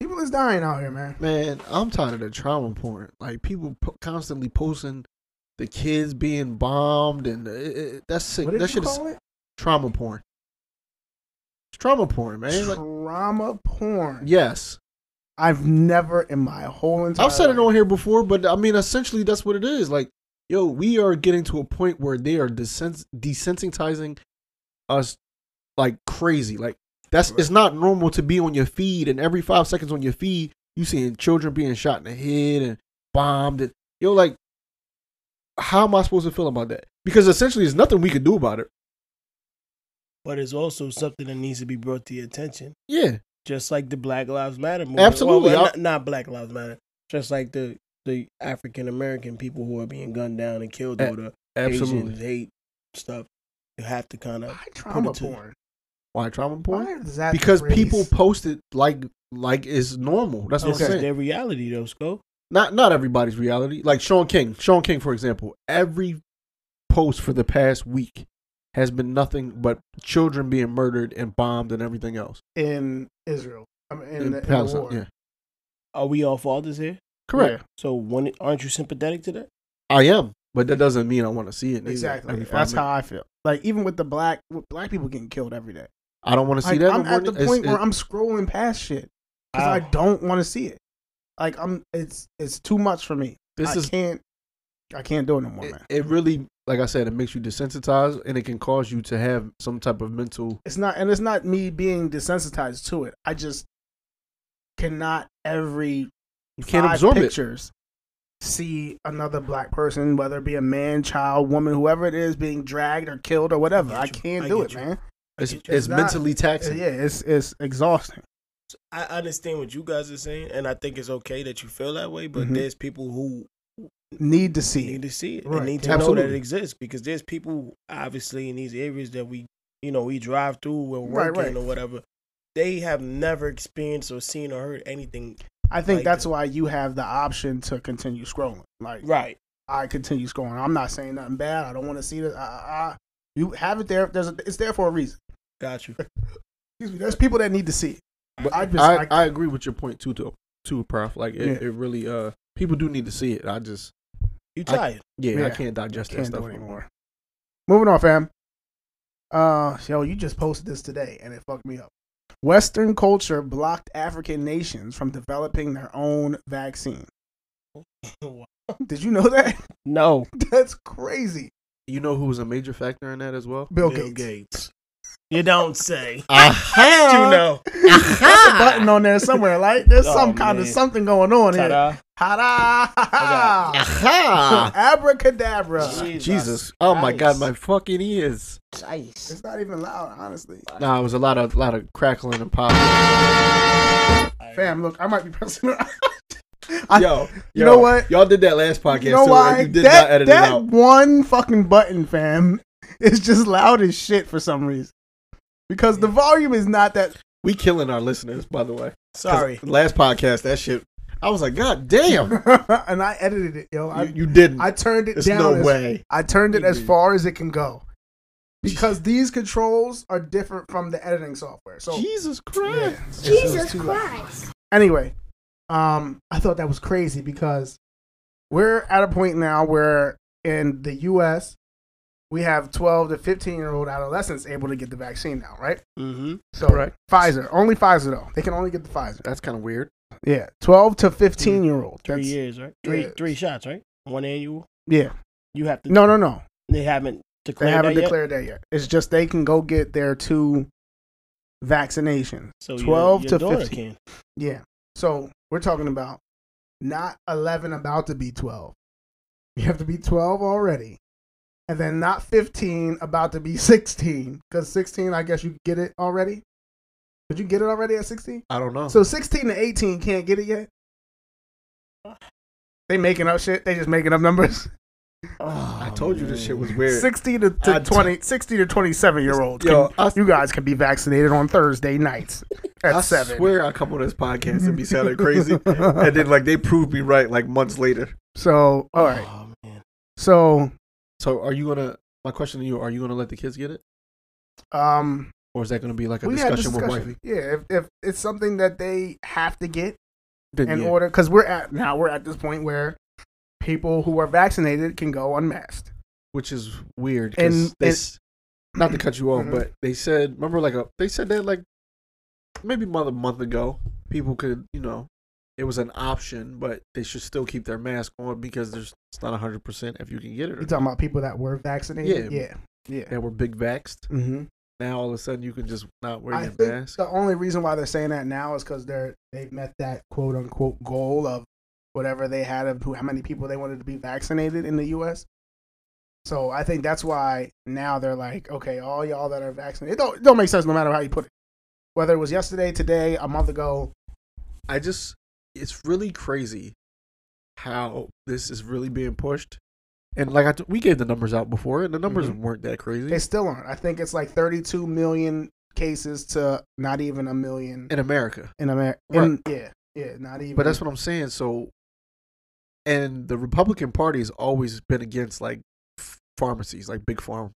C: people is dying out here, man.
B: Man, I'm tired of the trauma porn. Like people po- constantly posting the kids being bombed, and it, it, that's sick.
C: What did
B: That
C: you
B: shit is
C: call it?
B: trauma porn. It's trauma porn, man. Like,
C: Trauma porn.
B: yes,
C: I've never in my whole entire.
B: I've said it
C: life-
B: on here before, but I mean, essentially, that's what it is. Like, yo, we are getting to a point where they are desens- desensitizing us like crazy. Like, that's it's not normal to be on your feed, and every five seconds on your feed, you seeing children being shot in the head and bombed. And, yo, like, how am I supposed to feel about that? Because essentially, there's nothing we could do about it.
F: But it's also something that needs to be brought to your attention,
B: Yeah,
F: just like the Black Lives Matter movement.
B: Absolutely,
F: Well, well,
B: I-
F: not, not Black Lives Matter. Just like the the African American people who are being gunned down and killed,
B: A-
F: or the
B: absolutely.
F: Asians hate stuff. You have to kind of
C: Why trauma
F: Put it to-
C: porn?
B: Why trauma porn?
C: Why is that?
B: Because
C: the
B: people
C: phrase?
B: post it like like it's normal. That's what
F: this
B: I'm saying.
F: is their reality though, Sco.
B: not not everybody's reality. Like Sean King, Sean King, for example, every post for the past week has been nothing but children being murdered and bombed and everything else
C: in Israel, I mean, in,
B: in
C: the, in the
B: Palestine.
C: war.
B: yeah,
F: Are we all fathers here?
B: correct.
F: So, one, aren't you sympathetic to that?
B: I am, but that doesn't mean I want to see it. neither.
C: Exactly.
B: Every five
C: That's
B: minutes.
C: how I feel. Like even with the black with black people getting killed every day.
B: I don't want to see
C: Like,
B: that.
C: I'm
B: no more.
C: at the
B: It's-
C: point where
B: it-
C: I'm scrolling past shit because I
F: Ow.
C: don't want to see it. Like I'm, it's it's too much for me.
B: this
C: I
B: is
C: can't, I can't do it no more,
B: it,
C: man.
B: it really like I said, it makes you desensitized and it can cause you to have some type of mental
C: It's not, and it's not me being desensitized to it. I just cannot every
B: you can't
C: five
B: absorb it.
C: pictures see another black person, whether it be a man, child, woman, whoever it is, being dragged or killed or whatever. I,
F: I get you.
C: can't
F: I
C: do
F: get
C: it,
F: you.
C: man.
B: It's,
F: It's
B: it's
C: not-
B: mentally taxing.
C: Yeah, it's it's exhausting.
F: I understand what you guys are saying, and I think it's okay that you feel that way. But
C: Mhm.
F: there's people who
C: Need to see
F: need
C: it.
F: to see it
C: Right.
F: and need to know that
B: Absolutely.
F: it exists because there's people obviously in these areas that we, you know, we drive through or
C: Right,
F: work
C: right.
F: in or whatever. They have never experienced or seen or heard anything.
C: I think
F: like
C: that's
F: it.
C: why you have the option to continue scrolling. Like
F: Right.
C: I continue scrolling. I'm not saying nothing bad. I don't want to see this. I, I, I- you have it there. There's a, it's there for a reason.
F: Got you. [LAUGHS]
C: Excuse me. There's people that need to see. But
B: But
C: I
B: I,
C: just-
B: I,
C: I-
B: agree with your point too, though. Too, Prof. Like it,
C: Yeah.
B: it really uh people do need to see it. I just
F: You
B: I-
F: tired.
B: yeah,
C: Yeah.
B: I can't digest
C: Can't
B: that stuff
C: do it
B: anymore.
C: anymore. Moving on, fam. Uh, yo, you just posted this today, and it fucked me up. Western culture blocked African nations from developing their own vaccine. [LAUGHS] Did you know that?
F: [LAUGHS]
C: [LAUGHS]
F: no.
C: That's crazy.
B: You know who was a major factor in that as well?
C: Bill,
F: Bill
C: Gates.
F: Gates. You don't [LAUGHS] say.
C: Ah,
B: Aha!
F: you know.
C: That's a button on there somewhere. Like there's
F: Oh,
C: some kind of
F: man.
C: something going on here.
F: [LAUGHS] Ta-da.
C: Ha
B: [LAUGHS]
C: da!
B: Aha!
C: Abracadabra.
B: Jesus! Oh my God,
F: Christ.
B: my fucking ears!
C: It's not even loud, honestly.
B: Nah, it was a lot of lot of crackling and popping.
C: Fam, look, I might be pressing. I,
B: yo, yo,
C: you know what?
B: Y'all did that last podcast.
C: [LAUGHS] you know
B: too,
C: why?
B: and You did
C: that
B: not edit
C: that
B: it out.
C: one fucking button, fam, [LAUGHS] is just loud as shit for some reason. Because the volume is not that. [LAUGHS]
B: We killing our listeners, by the way. 'Cause
F: Sorry.
B: Last podcast, that shit. I was like, God damn!
C: and I edited it, yo. I,
B: you, you didn't.
C: I turned it
B: There's
C: down.
B: no
C: as-
B: way.
C: I turned it
B: You
C: as
B: did.
C: far as it can go. Because these controls are different from the editing software. So
B: Jesus Christ!
G: Jesus Christ.
C: anyway, um, I thought that was crazy because we're at a point now where in the U.S. we have 12 to 15 year old adolescents able to get the vaccine now, right?
F: Mm-hmm.
C: So
B: Correct.
C: Pfizer, only Pfizer though. They can only get the Pfizer.
B: That's kind of weird.
C: Yeah, 12 to 15 year old.
F: Three
C: That's-
F: years, right? Three
C: yeah.
F: three shots, right? One annual.
C: Yeah.
F: You have to.
C: No, no, no.
F: They haven't
C: They
F: declared.
C: haven't
F: that yet?
C: declared that yet. It's just they can go get their two vaccinations.
F: So your-
C: 12
F: your
C: to
F: daughter
C: 15.
F: Can.
C: Yeah. So we're talking about not 11 about to be 12. You have to be 12 already. And then not 15 about to be 16. Because 16, I guess you get it already. Did you get it already at 16?
B: I don't know.
C: So 16 to 18 can't get it yet? They making up shit. They just making up numbers. Oh,
B: I told you this shit was weird.
C: 60 to,
B: I
C: to
B: t-
C: 20, 60 to 27 year olds.
B: Yo,
C: can-
B: I-
C: you guys can be vaccinated on Thursday nights at
B: I
C: 7.
B: swear I come on this podcast and be sounding crazy, and then like they proved me right like months later.
C: [LAUGHS] So, all right.
F: Oh, man.
C: So,
B: So are you gonna? My question to you: Are you gonna let the kids get it,
C: um,
B: or is that gonna be like a
C: We had
B: discussion, with wifey?
C: Yeah, if, if it's something that they have to get
B: Then
C: in
B: yeah.
C: order, because we're at now we're at this point where people who are vaccinated can go unmasked.
B: which is weird.
C: And-
B: And
C: and-
B: this, not to cut you off,
C: Mhm.
B: but they said remember like a they said that like maybe about a month ago people could you know it was an option, but they should still keep their mask on because there's it's not hundred percent if you can get it. Or
C: You
B: not.
C: talking about people that were vaccinated?
B: Yeah.
C: yeah, yeah.
B: They were big vaxxed.
C: Mm-hmm.
B: Now all of a sudden you can just not wear
C: I
B: your
C: think
B: mask.
C: the only reason why they're saying that now is because they're they've met that quote unquote goal of whatever they had of who, how many people they wanted to be vaccinated in the U.S. So I think that's why now they're like, okay, all y'all that are vaccinated, it don't it don't make sense no matter how you put it. Whether it was yesterday, today, a month ago,
B: I just it's really crazy how this is really being pushed. And like I t- we gave the numbers out before, and the numbers
C: Mhm.
B: weren't that crazy.
C: They still aren't. I think it's like 32 million cases to not even a million
B: in America.
C: in America.
B: Right.
C: Yeah, yeah, not even.
B: But that's what I'm saying. So, and the Republican Party has always been against like f- pharmacies, like big farm,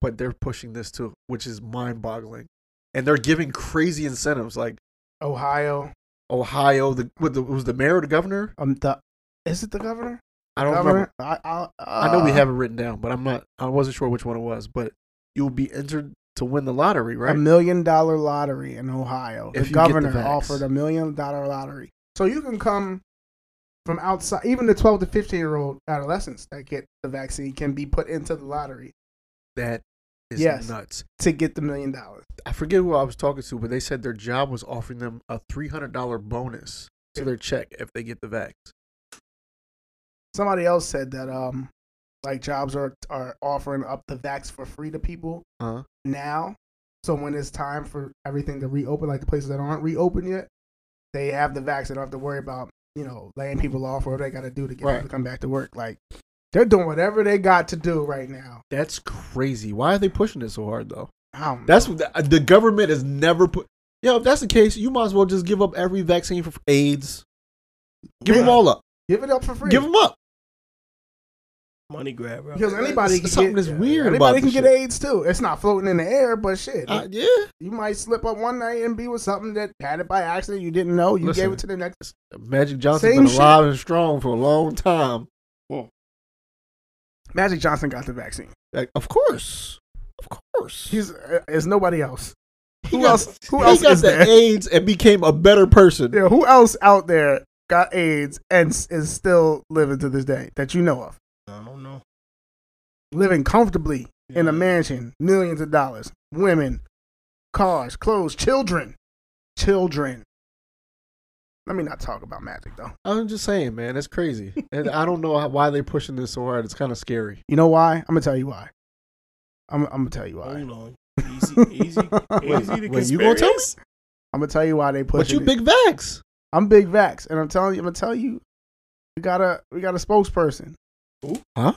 B: but they're pushing this too, which is mind-boggling. And they're giving crazy incentives, like
C: Ohio.
B: Ohio. The, what the was the mayor, or the governor?
C: Um, the is it the governor?
B: I don't remember.
C: governor? I, I, uh,
B: I know we have it written down, but I'm not. I wasn't sure which one it was. But you'll be entered to win the lottery,
C: a
B: right?
C: million dollar lottery in Ohio.
B: If
C: the
B: you get the
C: governor
B: vax.
C: offered a million dollar lottery. So you can come from outside, even the 12 to 15 year old adolescents that get the vaccine can be put into the lottery
B: that is
C: Yes.
B: nuts.
C: to get the million dollars.
B: I forget who I was talking to, but they said their job was offering them a three hundred dollar bonus to their check if they get the vax.
C: Somebody else said that, um, like jobs are, are offering up the vax for free to people
B: Huh?
C: now. So when it's time for everything to reopen, like the places that aren't reopened yet, they have the vax. They don't have to worry about you know laying people off or whatever they got to do to get
B: Right.
C: people to come back to work. Like they're doing whatever they got to do right now.
B: That's crazy. Why are they pushing it so hard though?
C: I don't
B: That's what the, uh, the government has never put. Yo, if that's the case, you might as well just give up every vaccine for for AIDS. Give them
C: Yeah.
B: all up.
C: give it up for free.
B: Give them up.
F: Money grab, bro.
C: because anybody
B: It's-
C: can
B: something
C: get,
B: that's weird
C: Anybody
B: about
C: can
B: this
C: get
B: shit.
C: AIDS too. It's not floating in the air, but shit,
B: Uh, yeah,
C: you might slip up one night and be with something that had it by accident. You didn't know. You
B: Listen.
C: gave it to the next.
B: Magic Johnson
C: Same
B: been
C: shit.
B: alive and strong for a long time.
C: Magic Johnson got the vaccine.
B: Like, of course, of course.
C: He's uh, is nobody else. Who
B: got-
C: else? Who
B: he
C: else
B: got
C: is
B: the
C: there?
B: AIDS and became a better person.
C: Yeah, who else out there got AIDS and s- is still living to this day that you know of?
F: I don't know.
C: Living comfortably in a
F: Yeah.
C: mansion, millions of dollars, women, cars, clothes, children. Children. Let me not talk about magic though.
B: I'm just saying, man, it's crazy, and I don't know how, why they're pushing this so hard. It's kind of scary.
C: You know why? I'm gonna tell you why. I'm, I'm gonna tell you why.
F: Hold on.
B: [LAUGHS]
F: Easy, easy, easy to
B: wait, you gonna tell me?
F: conspiracy?
C: I'm gonna tell you why they push
B: but you
C: it.
B: big vax.
C: I'm big vax, and I'm telling you, I'm gonna tell you, we got a we got a spokesperson.
B: Huh?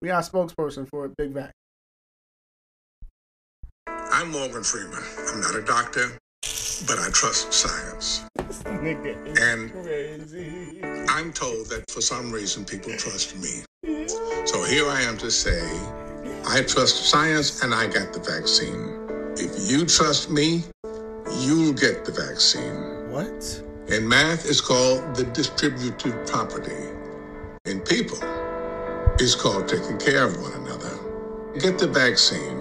C: We got a spokesperson for big [LAUGHS] vax.
G: I'm Morgan Freeman. I'm not a doctor, but I trust science.
F: Nigga,
G: And
F: crazy.
G: I'm told that for some reason people trust me. So here I am to say, I trust science and I got the vaccine. If you trust me, you'll get the vaccine.
B: What?
G: In math, it's called the distributive property. In people, it's called taking care of one another. Get the vaccine.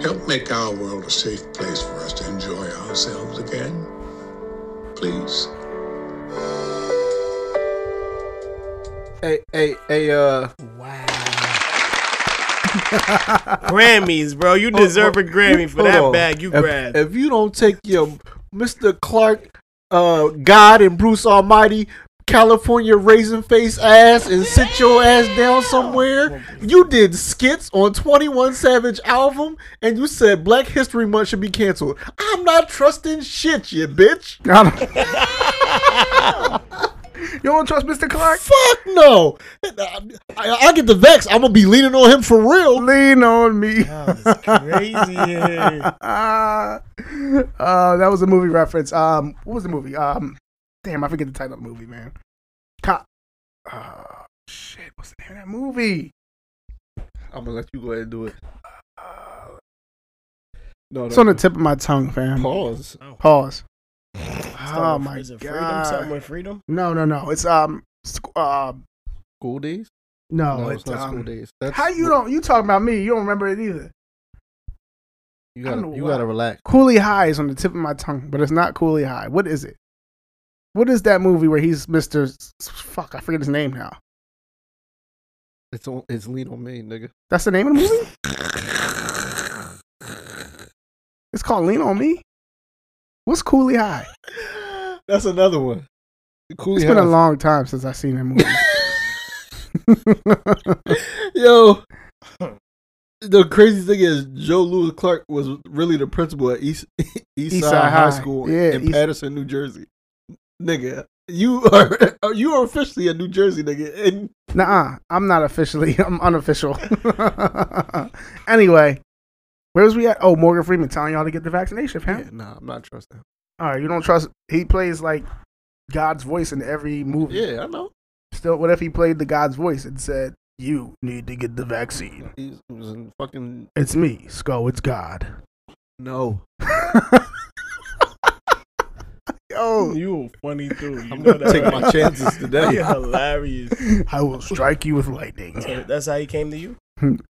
G: Help make our world a safe place for us to enjoy ourselves again. Please.
B: Hey, hey, hey, uh,
F: Grammys, bro. You deserve a Grammy for
B: Oh, hold
F: that
B: on.
F: bag you
B: If-
F: grabbed.
B: If you don't take your Mr. Clark, uh, God and Bruce Almighty, California raisin face ass, and sit your ass down somewhere, you did skits on Twenty One Savage album, and you said Black History Month should be canceled. I'm not trusting shit, you bitch.
C: I don't- you don't [LAUGHS] trust Mr. Clark?
B: Fuck no. I, I get the vex. I'm gonna be leaning on him for real.
C: Lean on me.
F: crazy.
B: [LAUGHS]
F: yeah.
C: [LAUGHS] uh, that was a movie reference. Um, what was the movie? Um, damn, I forget the title of the movie, man. Cop. Oh shit, what's the name of that movie?
B: I'm gonna let you go ahead and do it. No,
C: Uh, It's on the tip of my tongue, fam.
B: pause.
C: Pause.
F: Start
C: Oh
F: with-
C: my
F: Oh, is it Freedom, something
C: god.
F: with freedom.
C: No, no, no. It's um, squ- uh,
B: School days.
C: no.
B: No,
C: it's,
B: it's not school
C: um,
B: days. That's
C: How you don't? You talking about me? You don't remember it either.
B: You
C: I
B: gotta,
C: don't know
B: you
C: why.
B: gotta relax.
C: Cooley High is on the tip of my tongue, but it's not Cooley High. What is it? What is that movie where he's Mister? Fuck, I forget his name now.
B: It's on, it's lean on me, nigga.
C: That's the name of the movie. It's called Lean on Me. What's Cooley High?
B: That's another one. Cool.
C: It's been a long time since I've seen that
B: [LAUGHS]
C: movie. [LAUGHS]
B: Yo. The crazy thing is, Joe Louis Clark was really the principal at East [LAUGHS] Eastside
C: Eastside High.
B: High School
C: Yeah,
B: in
C: East-
B: Patterson, New Jersey. Nigga, you are [LAUGHS] oh, you are officially a New Jersey nigga, and
C: Nuh-uh, I'm not officially. [LAUGHS] I'm unofficial. anyway, where's we at? Oh, Morgan Freeman telling y'all to get the vaccination, fam.
B: Yeah, nah, I'm not trusting. him.
C: All right, you don't trust. He plays like God's voice in every movie.
B: Yeah, I know.
C: Still, what if he played the God's voice and said, "You need to get the vaccine.
B: He's, he was in fucking
C: It's me, Skull. It's God."
B: no.
C: Yo, old.
F: You a funny dude. You
B: I'm
F: know
B: gonna
F: that.
B: take
F: right?
B: my chances
F: [LAUGHS]
B: today.
F: You're hilarious.
B: [LAUGHS]
C: I will strike you with lightning. [LAUGHS]
F: So that's how he came to you.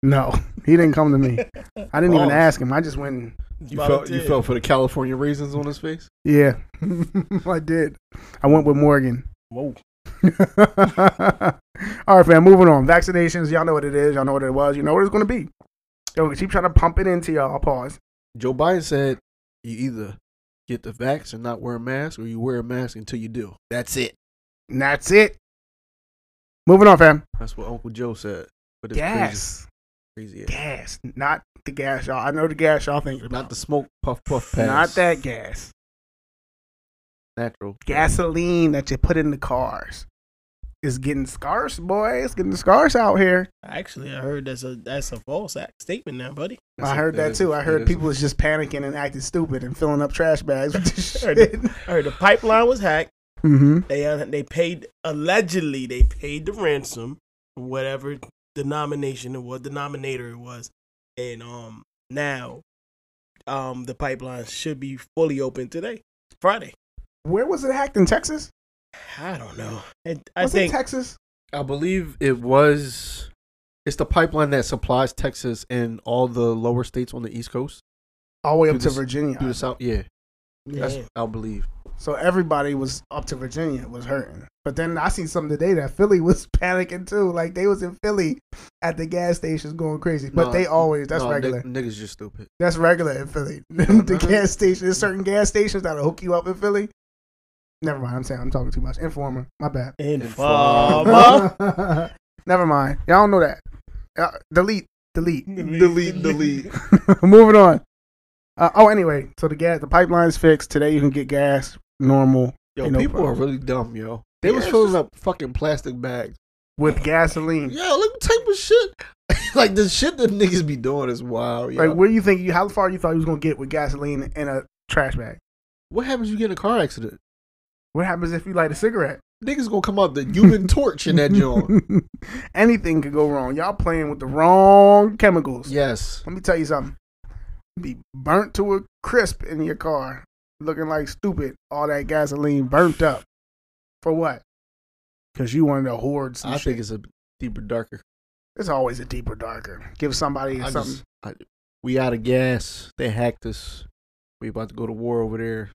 C: No, he didn't come to me. I didn't even
B: Oh.
C: ask him. I just went. and-
B: You felt you
F: volunteered.
B: fell for the California raisins on his face.
C: Yeah, [LAUGHS] I did. I went with Morgan. [LAUGHS]
F: Whoa.
C: All right, fam. Moving on. Vaccinations. Y'all know what it is. Y'all know what it was. You know what it's gonna be. Yo, we keep trying to pump it into y'all. Pause.
B: Joe Biden said, "You either get the vax and not wear a mask, or you wear a mask until you do." That's it.
C: And that's it. Moving on, fam.
B: That's what Uncle Joe said. But it's
C: Gas.
B: crazy, crazy. ass.
C: Gas. Not the gas, y'all. I know the gas y'all thinking
B: Not
C: about.
B: the smoke puff puff pass.
C: Not that gas.
B: natural.
C: Gasoline that you put in the cars is getting scarce, boy. It's getting scarce out here.
F: Actually, I heard that's a that's a false act statement now, buddy.
C: I heard that too. I heard people was just panicking and acting stupid and filling up trash bags with this shit.
F: I heard the pipeline was hacked.
C: [LAUGHS] mm-hmm.
F: They uh, they paid allegedly they paid the ransom, whatever denomination it was, denominator it was, and um now, um the pipeline should be fully open today, Friday.
C: Where was it hacked in Texas?
F: I don't know. I, I
C: Was
F: think
C: it Texas?
B: I believe it was. It's the pipeline that supplies Texas and all the lower states on the East Coast
C: All the way up
B: Through
C: to
B: the-
C: Virginia.
B: through the South. Yeah, that's
F: Yeah.
B: I believe.
C: So everybody was up to Virginia was hurting. But then I seen something today that Philly [LAUGHS] was panicking too. Like they was in Philly at the gas stations going crazy. But
B: No,
C: they always that's
B: no,
C: regular.
B: N- niggas just stupid.
C: that's regular in Philly. [LAUGHS] the
B: Mhm.
C: gas station there's certain gas stations that'll hook you up in Philly. Never mind, I'm saying I'm talking too much. Informer. My bad.
F: Informer.
B: Uh-huh.
C: [LAUGHS] Never mind. Y'all don't know that. Uh, delete. Delete.
B: Delete, delete.
C: [LAUGHS] Moving on. Uh, oh, anyway, so the gas, the pipeline's fixed. Today you can get gas normal
B: Yo,
C: Ain't no
B: people are
C: problem.
B: really dumb, yo. They was
C: Yeah,
B: filling up fucking plastic bags.
C: with gasoline.
B: Yo, look what type of shit. [LAUGHS] like the shit that niggas be doing is wild. Yo.
C: Like, where you think you, how far you thought you was gonna get with gasoline in a trash bag?
B: what happens if you get in a car accident?
C: What happens if you light a cigarette?
B: Niggas gonna come out the human torch in
C: [LAUGHS]
B: that joint.
C: Anything could go wrong. Y'all playing with the wrong chemicals.
B: Yes.
C: Let me tell you something. Be burnt to a crisp in your car, looking like stupid. All that gasoline burnt up for what? Because you wanted to hoard some
B: I
C: shit.
B: think it's a deeper, darker.
C: It's always a deeper, darker. Give somebody
B: I
C: something.
B: just, I, we out of gas. They hacked us. We about to go to war over there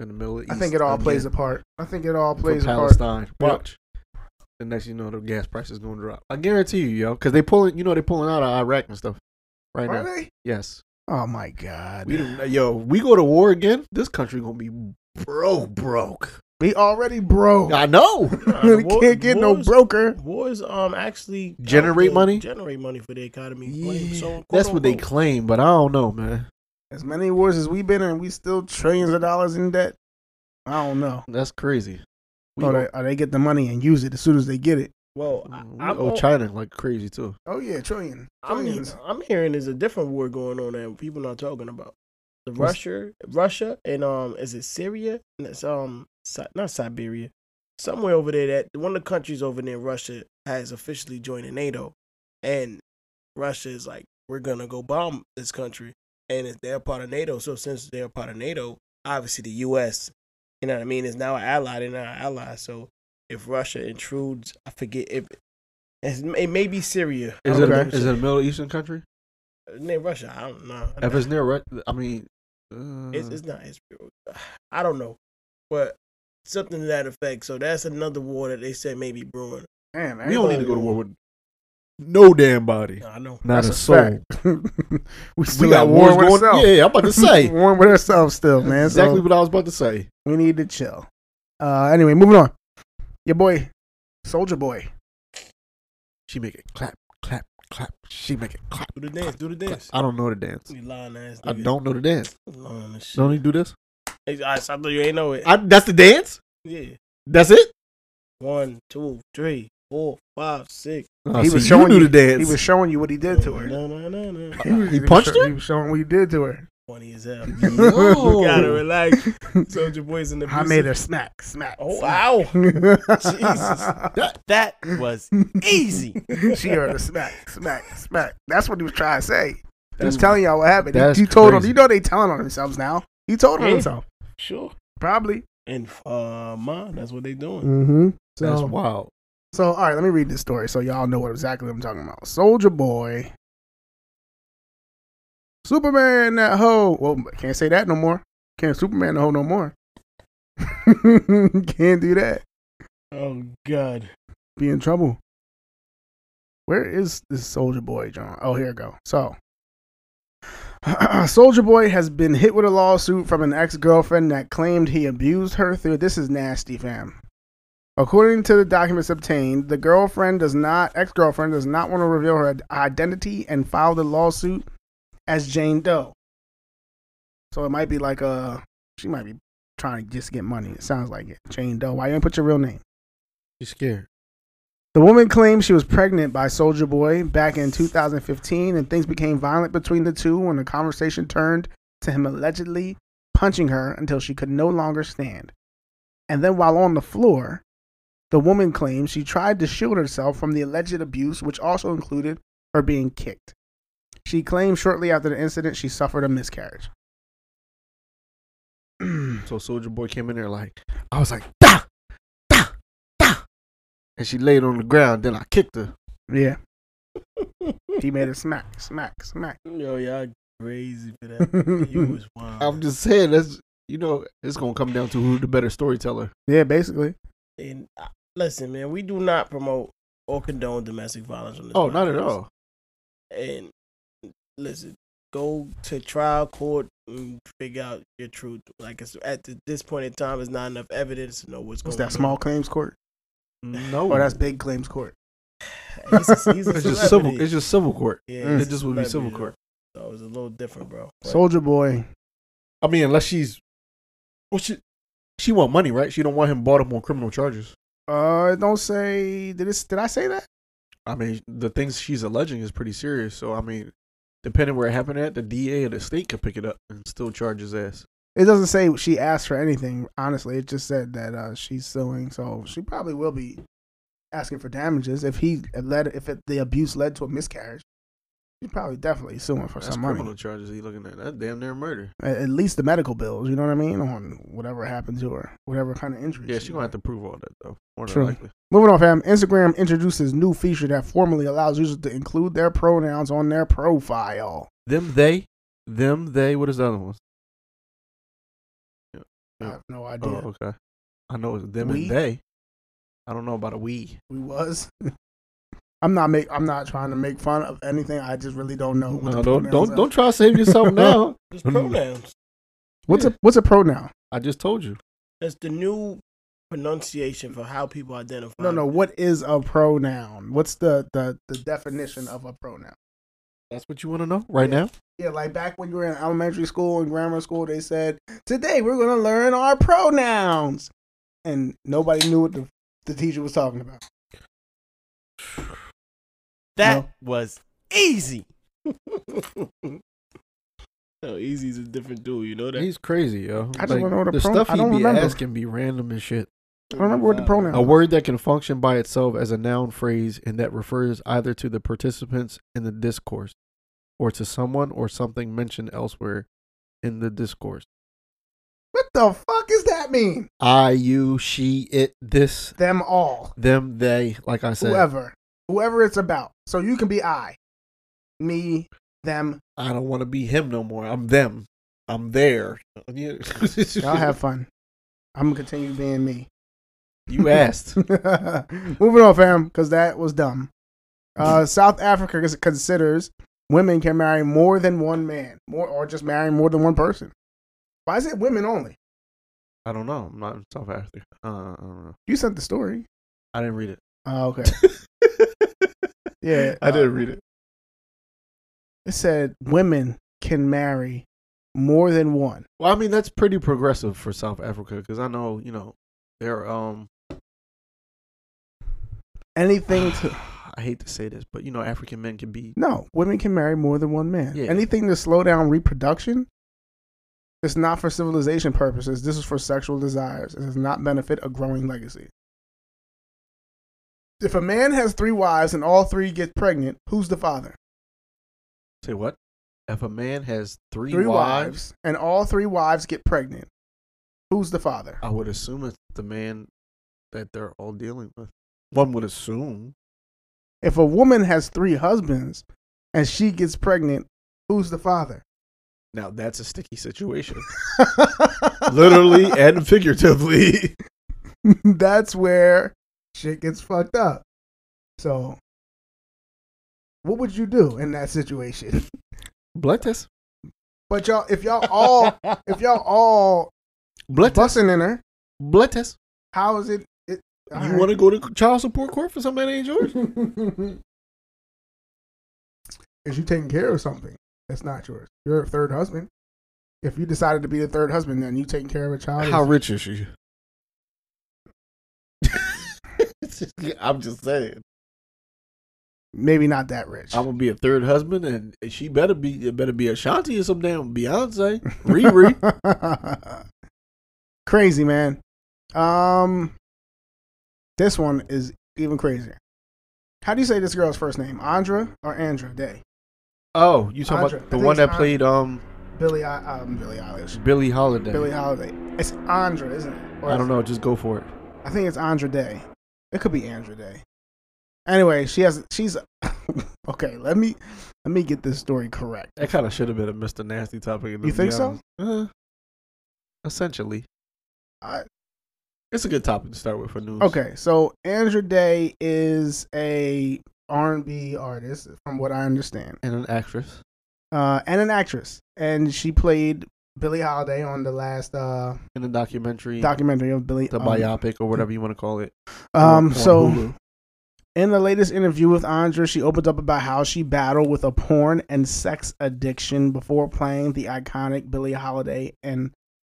B: in the middle of
C: I
B: East
C: think it all
B: again
C: plays a part. I think it all
B: for
C: plays a part.
B: Palestine. Watch. The next you know the gas price is gonna drop. I guarantee you, yo, because they pulling you know they pulling out of Iraq and stuff. Right
C: Are
B: now.
C: they?
B: Yes.
C: Oh my god.
B: We
C: We,
B: do, yo, we go to war again. This country gonna be broke, broke.
C: already broke.
B: I know.
F: [LAUGHS]
C: [LAUGHS] we
F: War-
C: can't get no
F: wars-
C: broker.
F: Wars um actually
B: Generate
F: help to
B: money?
F: Generate money for the economy.
B: Yeah,
F: Like, so,
B: That's what they
F: quote-unquote,
B: claim, but I don't know, man.
C: As many wars as we've been in, we still trillions of dollars in debt. I don't know.
B: That's crazy. We
C: Or
B: owe-
C: they, or they get the money and use it as soon as they get it.
F: Well, I,
B: we
F: I'm,
B: owe
F: on-
B: China like crazy too.
C: Oh yeah, trillion.
F: I'm, he-
C: Trillions.
F: I'm hearing there's a different war going on that people not talking about. The
C: What's-
F: Russia, Russia, and um, is it Syria? And It's um, Si- not Siberia, somewhere over there. That one of the countries over there, Russia has officially joined NATO, and Russia is like, we're gonna go bomb this country, and if they're part of NATO, so since they're part of NATO, obviously the U.S. You know what I mean? Is now an ally. They're not an ally. So if Russia intrudes, I forget if it's, it may be Syria.
B: Is
C: Okay.
B: it a, is it a Middle Eastern country?
F: Name Russia. I don't know.
B: If it's near, Ru- I mean, uh,
F: It's, it's not Israel. I don't know, but something to that effect. So that's another war that they said may be brewing.
C: Man,
B: we don't
C: everybody-
B: need to go to war with no damn body,
F: I know.
B: not
C: That's
B: a soul.
C: fact. [LAUGHS] we still
B: We
C: got
B: got
C: war
B: wars
C: with
B: going.
C: ourselves.
B: Yeah, yeah, I'm about to [LAUGHS] say
C: [LAUGHS] war with ourselves still, man.
B: exactly
C: So
B: what I was about to say.
C: we need to chill. Uh, anyway, moving on. Your boy, Soldier Boy.
B: She make it clap, clap, clap. She make it clap.
F: Do the dance. Do the
B: clap.
F: dance.
B: I don't know the dance.
F: You lying ass.
B: I
F: nigga.
B: don't know the dance.
F: Lying as shit.
B: Don't he do this?
F: I, I thought you ain't know it.
B: I, that's the dance.
F: yeah.
B: That's it.
F: One, two, three, four, five, six.
B: he was showing Oh, you, the dance.
C: He was showing you what he did to her.
F: No, no, no, no.
B: [LAUGHS] He was- he
C: was
B: punched
C: show-
B: her?
C: He was showing what he did to her.
F: Funny as
B: [LAUGHS]
F: hell. You
B: Yo.
F: gotta
B: [LAUGHS]
F: relax. Soldier boys in the.
C: [LAUGHS] I made her smack, smack.
F: Oh
B: [LAUGHS]
C: smack.
F: wow.
C: Jesus.
F: That, that was
B: [LAUGHS]
F: easy.
C: [LAUGHS] she heard a smack, smack, smack. That's what he was trying to say. He
B: That's-
C: was telling y'all what happened. He,
B: that's
C: he told him.
B: crazy.
C: You know they telling on themselves now. He told on
F: Yeah.
C: himself.
F: Sure.
C: Probably.
F: and uh, ma. That's what they doing.
C: Mm-hmm. So
B: That's wild.
C: So, all right, let me read this story so y'all know what exactly I'm talking about. Soldier Boy. Superman that hoe. Well, I can't say that no more. Can't Superman the hoe no more. [LAUGHS] can't do that.
F: Oh God. [LAUGHS]
C: Be in trouble. Where is this Soldier Boy, John? Oh, here we go. So, [CLEARS THROAT] Soldier Boy has been hit with a lawsuit from an ex girlfriend that claimed he abused her through. This is nasty, fam. According to the documents obtained, the girlfriend does not, ex girlfriend does not want to reveal her ad- identity and filed a lawsuit as Jane Doe. So it might be like a, she might be trying to just get money. It sounds like it. Jane Doe. Why you didn't put your real name?
B: You scared?
C: The woman claimed she was pregnant by Soldier Boy back in 2015, and things became violent between the two when the conversation turned to him allegedly punching her until she could no longer stand. And then, while on the floor, the woman claimed she tried to shield herself from the alleged abuse, which also included her being kicked. She claimed shortly after the incident she suffered a miscarriage. [CLEARS THROAT]
B: So Soldier Boy came in there like I was like da da da, and she laid on the ground. Then I kicked her.
C: Yeah. he made a smack, smack, smack.
F: Yo, y'all crazy for that. [LAUGHS] you was wild.
B: I'm just saying that's you know it's gonna come down to who the better storyteller.
C: Yeah, basically.
F: And uh, listen, man, we do not promote or condone domestic violence on this.
B: Oh, not at
F: podcast.
B: all.
F: And listen, go to trial court and figure out your truth. Like it's, at th- this point in time, it's not enough evidence to know what's
C: What's
F: going
C: that
F: [LAUGHS] on.
C: small claims court?
B: No,
C: Oh, that's big claims court.
F: He's a- he's a
B: it's
F: celebrity.
B: just civil. It's just civil court.
F: yeah,
B: It
F: he's a
B: just would be
F: celebrity,
B: civil court.
F: So it was a little different, bro. But
C: Soldier Boy.
B: I mean, unless she's well, she she want money, right? She don't want him bought up on criminal charges.
C: Uh, don't say. Did it, Did I say that?
B: I mean, the things she's alleging is pretty serious. So I mean, depending where it happened at, the DA or the state could pick it up and still charge his ass.
C: It doesn't say she asked for anything. Honestly, it just said that uh, she's suing, so she probably will be asking for damages if he it led if it, the abuse led to a miscarriage. She's probably definitely suing for
B: That's
C: some
B: criminal
C: money.
B: charges. He looking at that damn near murder.
C: At, at least the medical bills. You know what I mean on whatever happened to her, whatever kind of injury.
B: Yeah,
C: she
B: she gonna have
C: got.
B: to prove all that though. More than
C: True.
B: likely.
C: Moving on, fam. Instagram introduces new feature that formally allows users to include their pronouns on their profile.
B: Them they, them they. What is the other one?
C: I have no idea.
B: Oh, okay. I know it's them
C: Uh, We?
B: and they. I don't know about a we.
C: we was. [LAUGHS] I'm not make. I'm not trying to make fun of anything. I just really don't know. what
B: No,
C: the
B: don't
C: pronouns
B: don't
C: are.
B: don't try to save
C: [LAUGHS]
B: yourself now.
F: Just
B: [LAUGHS]
F: pronouns.
C: What's a what's a pronoun?
B: I just told you.
F: That's the new pronunciation for how people identify.
C: No, no. What is a pronoun? What's the the the definition of a pronoun?
B: That's what you want to know right
C: Yeah.
B: now.
C: Yeah, like back when you were in elementary school and grammar school, they said today we're gonna learn our pronouns, and nobody knew what the the teacher was talking about.
F: That
C: No.
F: was easy. [LAUGHS] no, easy's a different dude. You know that.
B: He's crazy, yo.
C: I just wanna know what a
B: the
C: pro-
B: stuff
C: I
B: he
C: don't
B: be
C: remember.
B: asking be random and shit.
C: I don't remember what the pronoun.
B: A word that can function by itself as a noun phrase and that refers either to the participants in the discourse or to someone or something mentioned elsewhere in the discourse.
C: What the fuck does that mean?
B: I, you, she, it, this,
C: Them all.
B: them, they, like I said.
C: whoever, whoever it's about. So you can be I, me, them.
B: I don't want to be him no more. I'm them. I'm there. [LAUGHS] you
C: Y'all have fun. I'm gonna continue being me. [LAUGHS]
B: you asked.
C: Moving on, fam, because that was dumb. Uh, South Africa cons- considers women can marry more than one man, more or just marry more than one person. Why is it women only?
B: I don't know. I'm not in South Africa. Uh, I don't know.
C: You sent the story.
B: I didn't read it.
C: Oh,
B: [LAUGHS]
C: okay. Yeah,
B: I
C: uh,
B: didn't read it.
C: It said women can marry more than one.
B: Well, I mean that's pretty progressive for South Africa because I know you know they're um [SIGHS]
C: Anything to
B: I hate to say this, but you know African men can be
C: No, women can marry more than one man.
B: Yeah.
C: Anything to slow down reproduction, it's not for civilization purposes. This is for sexual desires. It does not benefit a growing legacy. If a man has three wives and all three get pregnant, who's the father?
B: say what? If a man has three,
C: Three
B: wives,
C: wives and all three wives get pregnant, Who's the father?
B: I would assume it's the man that they're all dealing with. One would assume.
C: If a woman has three husbands and she gets pregnant, who's
B: [LAUGHS]
C: the father?
B: Now that's a sticky situation, [LAUGHS] literally and figuratively.
C: [LAUGHS] That's where shit gets fucked up. So, what would you do in that situation?
B: [LAUGHS]
C: [LAUGHS]
B: Blood test.
C: But y'all, if y'all
B: [LAUGHS]
C: all, if y'all all
B: Blood test.
C: busting in her,
B: Blood test.
C: how is it? it all
B: You
C: right.
B: want to go to child support court for something that ain't yours?
C: [LAUGHS] is you taking care of something that's not yours? You're a third husband. If you decided to be the third husband, then you taking care of a child.
B: How
C: is-
B: rich is she? [LAUGHS] I'm just saying.
C: maybe not that rich.
B: I'm gonna be a third husband, and she better be it better be Ashanti or some damn Beyonce, Riri.
C: [LAUGHS] Crazy man. Um, this one is even crazier. How do you say this girl's first name? Andra or Andra Day?
B: [LAUGHS] oh, you talking
C: Andre.
B: about the
C: I think
B: one
C: it's
B: that
C: Andre.
B: played um
C: Billy, I- um, Billie Eilish.
B: Billie Holiday?
C: Billie Holiday. It's Andra, isn't it? Or
B: I
C: is
B: don't know. Just go for it.
C: I think it's Andra Day. It could be Andra Day. Anyway, she has she's [LAUGHS] okay. Let me let me get this story correct.
B: That kind of should have been a Mr. Nasty topic.
C: You think so?
B: so? Uh, essentially,
C: I,
B: it's a good topic to start with for news.
C: okay, so Andra Day is a R and B artist, from what I understand,
B: and an actress.
C: uh, and an actress, and she played Billie Holiday on the last uh,
B: In a documentary,
C: documentary of Billie.
B: the
C: um,
B: biopic, or whatever you want to call it.
C: Um,
B: on
C: so.
B: Hulu.
C: In the latest interview with Andra, she opened up about how she battled with a porn and sex addiction before playing the iconic Billie Holiday and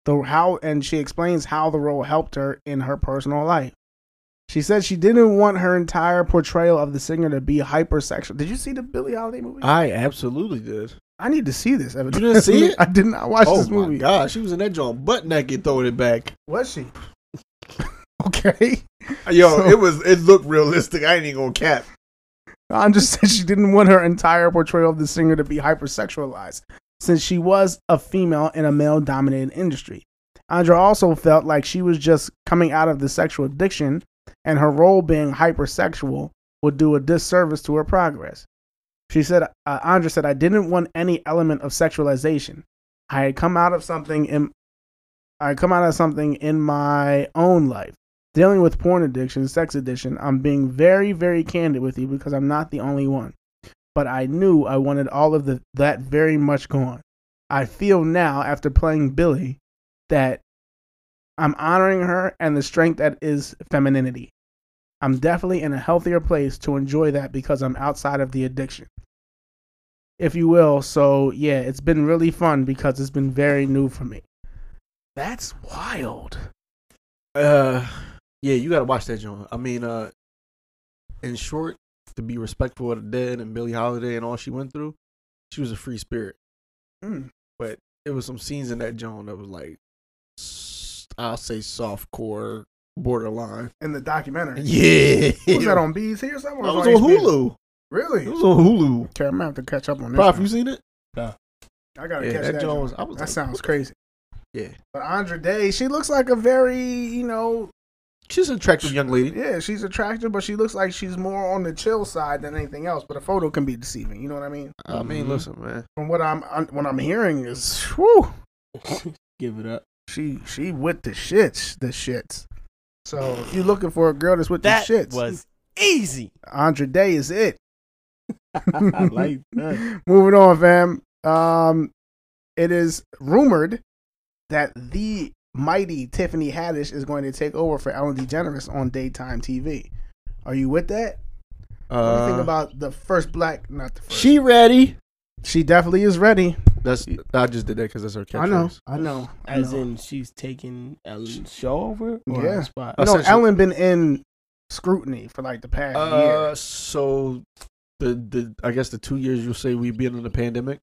C: the how and she explains how the role helped her in her personal life. She said she didn't want her entire portrayal of the singer to be hypersexual. Did you see the Billie Holiday movie? I,
B: I absolutely did.
C: need to see this. You
B: didn't see it?
C: [LAUGHS] I did not watch
B: oh
C: this
B: my
C: movie.
B: god, she was in that joint butt naked throwing it back.
C: Was she? [LAUGHS] okay.
B: Yo,
C: So-
B: it was it looked realistic. I ain't even gonna cap.
C: Andra said she didn't want her entire portrayal of the singer to be hypersexualized, since she was a female in a male dominated industry. Andra also felt like she was just coming out of the sexual addiction, and her role being hypersexual would do a disservice to her progress. She said, uh, Andra said, I didn't want any element of sexualization. I had come out of something in, I had come out of something in my own life dealing with porn addiction, sex addiction, I'm being very, very candid with you because I'm not the only one. But I knew I wanted all of the, that very much gone. I feel now, after playing Billy, that I'm honoring her and the strength that is femininity. I'm definitely in a healthier place to enjoy that because I'm outside of the addiction. If you will, so yeah, it's been really fun because it's been very new for me. That's wild.
B: Uh yeah, you gotta watch that joint. I mean, uh in short, to be respectful of the dead and Billie Holiday and all she went through, she was a free spirit.
C: Mm.
B: But it was some scenes in that joint that was like s- I'll say soft core borderline. [LAUGHS]
C: In the documentary.
B: Yeah.
C: Was that on BET or something?
B: That
C: Or
B: was on
C: HBO?
B: Hulu.
C: Really?
B: It was on Hulu.
C: Okay, I'm gonna have to catch up on this.
B: Prof,
C: one.
B: you seen it?
C: I gotta
B: Yeah,
C: catch
B: that
C: that.
B: joint was-
C: joint.
B: I was
C: that
B: like,
C: sounds
B: what the-
C: crazy.
B: Yeah.
C: But Andra Day, she looks like a very, you know,
B: [LAUGHS] She's an attractive young lady.
C: yeah, she's attractive, but she looks like she's more on the chill side than anything else. But a photo can be deceiving. You know what I mean?
B: I mean, listen, man.
C: From what I'm, I'm what I'm hearing is, whew,
F: [LAUGHS] Give it up.
C: she she with the shits, the shits. So if you're looking for a girl that's with
F: That
C: the shits,
F: was easy.
C: Andre Day
B: [LAUGHS]
C: is it.
F: I like that.
C: [LAUGHS] Moving on, fam. Um, it is rumored that the mighty Tiffany Haddish is going to take over for Ellen DeGeneres on daytime TV. Are you with that? what do you
B: Uh,
C: think about the first black? Not the first.
B: she ready.
C: she definitely is ready.
B: That's I just did that because that's her catchphrase.
C: I know. I know. I
F: As
C: know.
F: in, she's taking Ellen's show over. Or
C: Yeah.
F: yeah.
C: [LAUGHS]
F: Spot.
C: no,
B: essentially-
C: Ellen been in scrutiny for like the past year.
B: Uh, so the the I guess the two years you'll say we've been in the pandemic,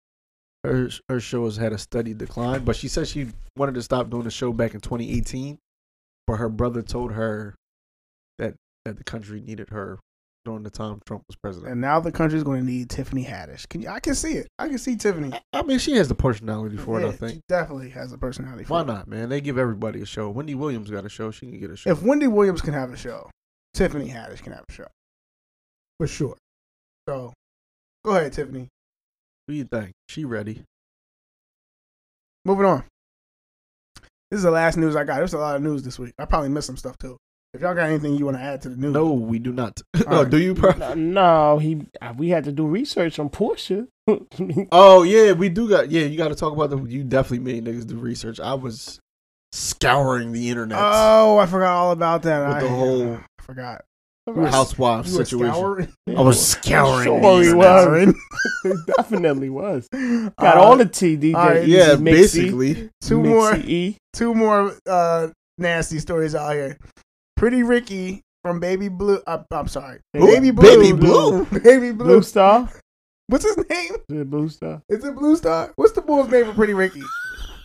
B: her her show has had a steady decline. But she said she wanted to stop doing the show back in 2018, but her brother told her that that the country needed her during the time Trump was president.
C: And now the country's going to need Tiffany Haddish. Can you, I can see it. I can see Tiffany.
B: I mean, she has the personality for it. I
C: Yeah,
B: think.
C: She definitely has a personality. for
B: Why
C: it.
B: not, man? They give everybody a show. Wendy Williams got a show. She can get a show.
C: If Wendy Williams can have a show, Tiffany Haddish can have a show. For sure. So go ahead, Tiffany.
B: Who you think? She ready?
C: Moving on. This is the last news I got. There's a lot of news this week. I probably missed some stuff too. If y'all got anything you want to add to the news,
B: No, we do not. [LAUGHS]
C: All
B: oh,
C: right.
B: do you? Bro?
F: No, no, he. uh, We had to do research on Portia. [LAUGHS]
B: Oh yeah, we do got. Yeah, you got to talk about the. You definitely made niggas do research. I was scouring the internet
C: Oh, I forgot all about that.
B: With
C: I,
B: the whole
C: I forgot.
B: housewives
C: You [LAUGHS] were
B: situation.
C: scouring?
B: I was scouring.
F: Sure
B: the
F: he
B: internet.
C: [LAUGHS]
F: was. [LAUGHS] he definitely was. Got all the T D J.
C: all right,
B: Yeah,
F: Mixy,
B: basically.
C: Uh, Two
F: Mixy
C: more.
F: E.
C: two more uh, nasty stories out here. Pretty Ricky from Baby Blue. Uh, I'm sorry,
F: Ooh,
C: Baby Blue.
B: Baby Blue?
C: Baby Blue.
F: Blue Star.
C: What's his name?
F: Is it Blue Star?
C: Is it Blue Star? What's the bull's name for Pretty Ricky?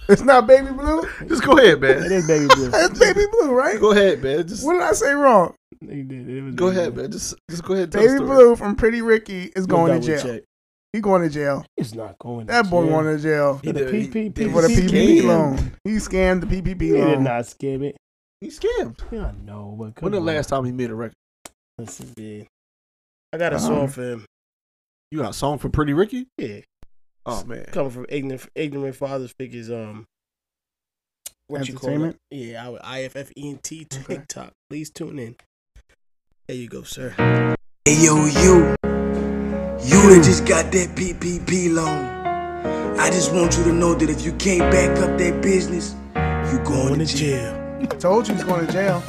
C: It's not Baby Blue.
B: Just go ahead,
F: It
B: man.
F: is Baby Blue.
B: [LAUGHS]
C: It's Baby Blue, right?
B: Go ahead, man. Just
C: What did I say wrong?
F: He did. It was
B: go
F: Baby
B: ahead,
F: Blue.
B: man. Just just go ahead. and tell the
C: Baby
B: story.
C: Blue from Pretty Ricky
F: We'll
C: is going to
F: double
C: jail.
F: check.
C: He going to jail.
F: It's not going.
C: That
F: to
C: boy
F: jail.
C: going to jail
F: For the
B: did- he
F: PPP.
B: did-
C: for the
B: he
C: PPP
B: scammed.
C: loan. He scammed the
F: He
C: PPP
F: did
C: loan.
F: not skip it.
B: He scammed.
F: Yeah, I know. But
B: When
F: come
B: the
F: on.
B: last time he made a record?
F: This is it. I got a
C: Um,
F: song for him.
B: You got a song for Pretty Ricky?
F: Yeah,
B: Oh man.
F: coming from ignorant, ignorant fathers figures. Um, what you call it?
C: Entertainment?
F: Yeah, our IFFENT
C: Okay.
F: E TikTok. Please tune in. There you go, sir.
E: Hey yo, you. You that just got that PPP loan. I just want you to know that if you can't back up that business, you going to jail.
C: Told you he's going to jail.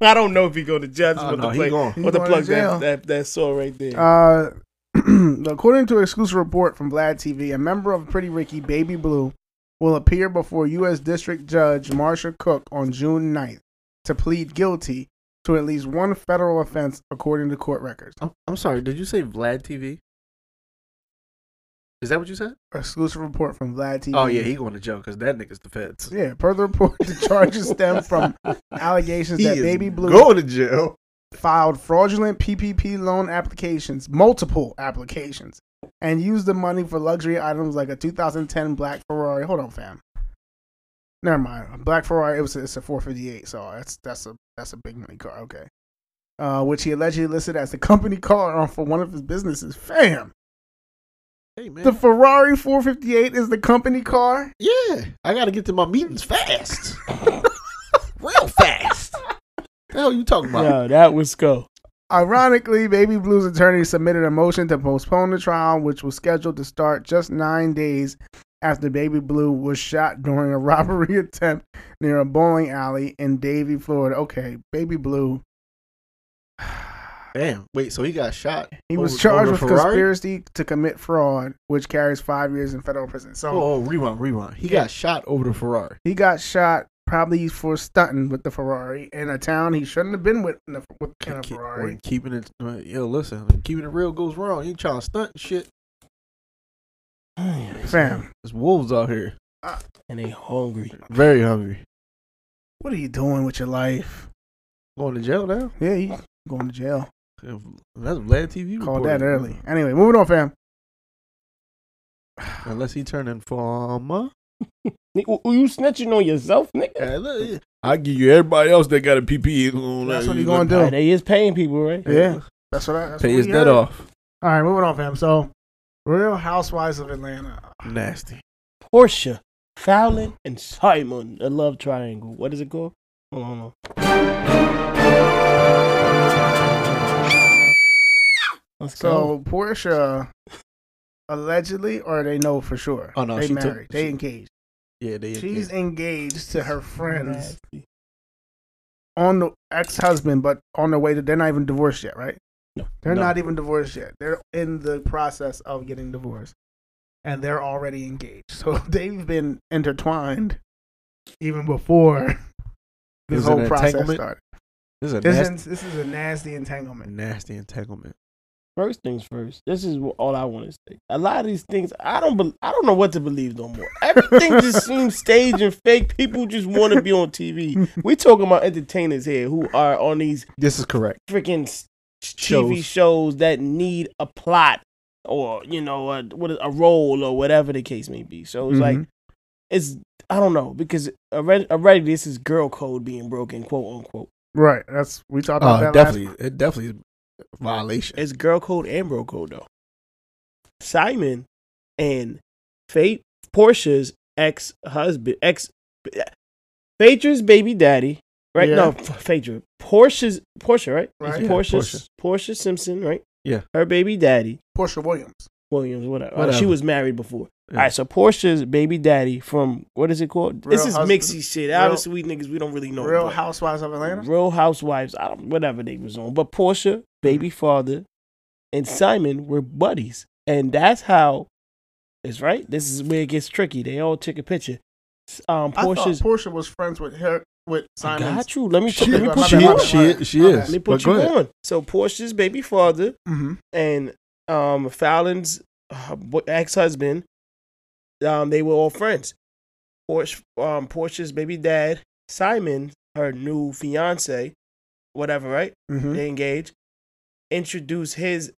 F: I don't know if he go to jail. I just
B: Oh,
F: want
B: no,
F: to
B: he
F: play.
B: gone.
C: He
F: Want to
C: going to
F: plug
C: jail.
F: that, that that song right there.
C: Uh, [CLEARS THROAT] according to an exclusive report from Vlad TV, a member of Pretty Ricky, Baby Blue, will appear before U.S. District Judge Marsha Cook on June 9th to plead guilty to at least one federal offense, according to court records.
B: I'm, I'm sorry. Did you say Vlad TV? Is that what you said?
C: Exclusive report from Vlad TV.
B: Oh yeah, he going to jail because that nigga's the feds.
C: yeah, per the report, the charges
B: [LAUGHS]
C: stem from allegations
B: He
C: that
B: is
C: Baby Blue
B: going to jail.
C: filed fraudulent PPP loan applications, multiple applications, and used the money for luxury items like a 2010 black Ferrari. Hold on, fam. Never mind. A Black Ferrari. It was a, it's a 458, so that's that's a that's a big money car. Okay. Uh, which he allegedly listed as the company car on for one of his businesses. Fam,
B: Hey man.
C: the Ferrari 458 is the company car.
B: yeah, I got to get to my meetings fast, [LAUGHS] real fast. the hell you talking about?
F: no, that was go. [SIGHS]
C: Ironically, Baby Blue's attorney submitted a motion to postpone the trial, which was scheduled to start just nine days after Baby Blue was shot during a [LAUGHS] robbery attempt near a bowling alley in Davie, Florida. Okay, Baby Blue,
B: Damn. Wait. So he got shot.
C: he
B: over-
C: was charged
B: over
C: with
B: Ferrari?
C: conspiracy to commit fraud, which carries five years in federal prison. So
B: Oh, oh, rewind, rewind. He got shot over the Ferrari.
C: he got shot probably for stunting with the Ferrari in a town he shouldn't have been with in a, with in a
B: Keep-
C: Ferrari.
B: when keeping it, uh, yo, listen, when keeping it real goes wrong. You trying to stunt and shit.
C: Fam,
B: There's wolves out here.
F: And they hungry.
B: Very hungry.
C: what are you doing with your life?
B: Going to jail now.
C: Yeah, you going to jail.
B: That's Vlad TV.
C: Called
B: reported.
C: that early. Anyway, moving on, fam.
B: Unless he turn informer.
F: Nigga, who you snitching on yourself, nigga?
B: Yeah, look, yeah.
A: I give you everybody else that got a
B: E
A: PPE. loan.
C: That's what
A: Like,
C: he gonna
F: Nah,
C: do.
F: they is paying people, right?
C: Yeah, that's what I. That's
B: Pay
C: what
B: his
C: we
B: debt
C: heard.
B: off.
C: All right, moving on, fam. So, Real Housewives of Atlanta.
B: Nasty.
F: Portia, Fallon, and Simon, a love triangle. What is it called? Hold on, hold on. Let's go.
C: So Portia, allegedly, or they know for sure.
B: Oh, no,
C: they
B: she took-
C: married. they
B: she-
C: engaged.
B: Yeah, they.
C: She's engaged to her friends
F: Nasty.
C: on the ex-husband, but on their way to. They're not even divorced yet, right?
F: No.
C: They're
B: No.
C: not even divorced yet. They're in the process of getting divorced. And they're already engaged. [LAUGHS] So they've been intertwined even before [LAUGHS] this
B: Is it
C: whole
B: an
C: process
B: entanglement?
C: started.
B: this is a
C: This,
B: nasty,
C: is, this is a nasty entanglement.
B: nasty entanglement.
F: First things first. This is wh- all I want to say. A lot of these things, I don't, bel I don't know what to believe no more. Everything
C: [LAUGHS]
F: just seems staged and fake. People just want
C: [LAUGHS]
F: to be on TV. We talking about entertainers here who are on these
B: This is correct.
F: freaking s- TV
B: Shows.
F: shows that need a plot or you know a, what is- a role or whatever the case may be. So it's like
B: Mm-hmm.
F: it's I don't know because already already this is girl code being broken, quote unquote.
C: Right. That's we talked about
B: Uh,
C: that
B: definitely, it definitely is a violation.
F: It's girl code and bro code though. Simon and Fate Portia's ex husband, ex Phaedra's baby daddy, right? No, Phaedra. Portia's Portia, right?
C: Right.
F: It's
B: Yeah,
F: Portia's
B: Portia.
F: Portia. Simpson, right?
B: Yeah.
F: Her baby daddy,
C: Portia Williams.
F: Williams, whatever. Uh,
B: Whatever.
F: she was married before.
B: Yeah.
F: All right, so Portia's baby daddy from what is it called?
C: Real
F: this is
C: Husband-
F: mixy shit.
C: Real-
F: Obviously, we niggas we don't really know.
C: Real
F: but-
C: Housewives of Atlanta.
F: Real Housewives, I don't, whatever they was on. But Portia, baby father, and Simon were buddies, and that's how. It's right. This is where it gets tricky. They all took a picture. S- Um,
C: I thought
F: Portia's.
C: Portia was friends with her with
F: I
C: Simon.
F: got you. Let me put,
B: she,
F: let me
C: my
F: put
C: bad,
F: you
C: my
F: on.
C: bad.
B: she, she, she
C: My bad.
B: is.
F: Let me
B: but
F: put
B: go
F: you
B: ahead.
F: on. So Portia's baby father
C: Mm-hmm.
F: and um Fallon's uh, ex husband, um, they were all friends. Porsche, um, Portia's baby dad, Simon, her new fiance, whatever, right?
C: Mm-hmm.
F: They engaged, introduced his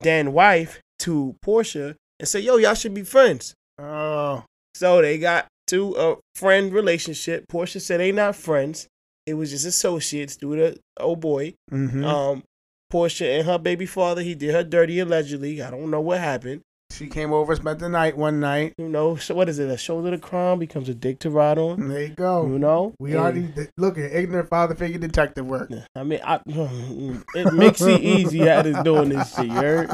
F: then wife to Portia and said, "Yo, y'all should be friends."
C: Oh,
F: So they got to a friend relationship. Portia said they not friends. It was just associates through the old boy.
C: mm-hmm.
F: Um, Portia and her baby father, he did her dirty allegedly. I don't know what happened.
C: she came over, spent the night one night.
F: You know, so what is it? A shoulder to crime becomes a dick to ride on.
C: And there you go.
F: You know,
C: We
F: And-
C: already did, look at ignorant father figure detective work.
F: I mean, I, [LAUGHS] it makes it easy how this doing this shit. You [LAUGHS] heard?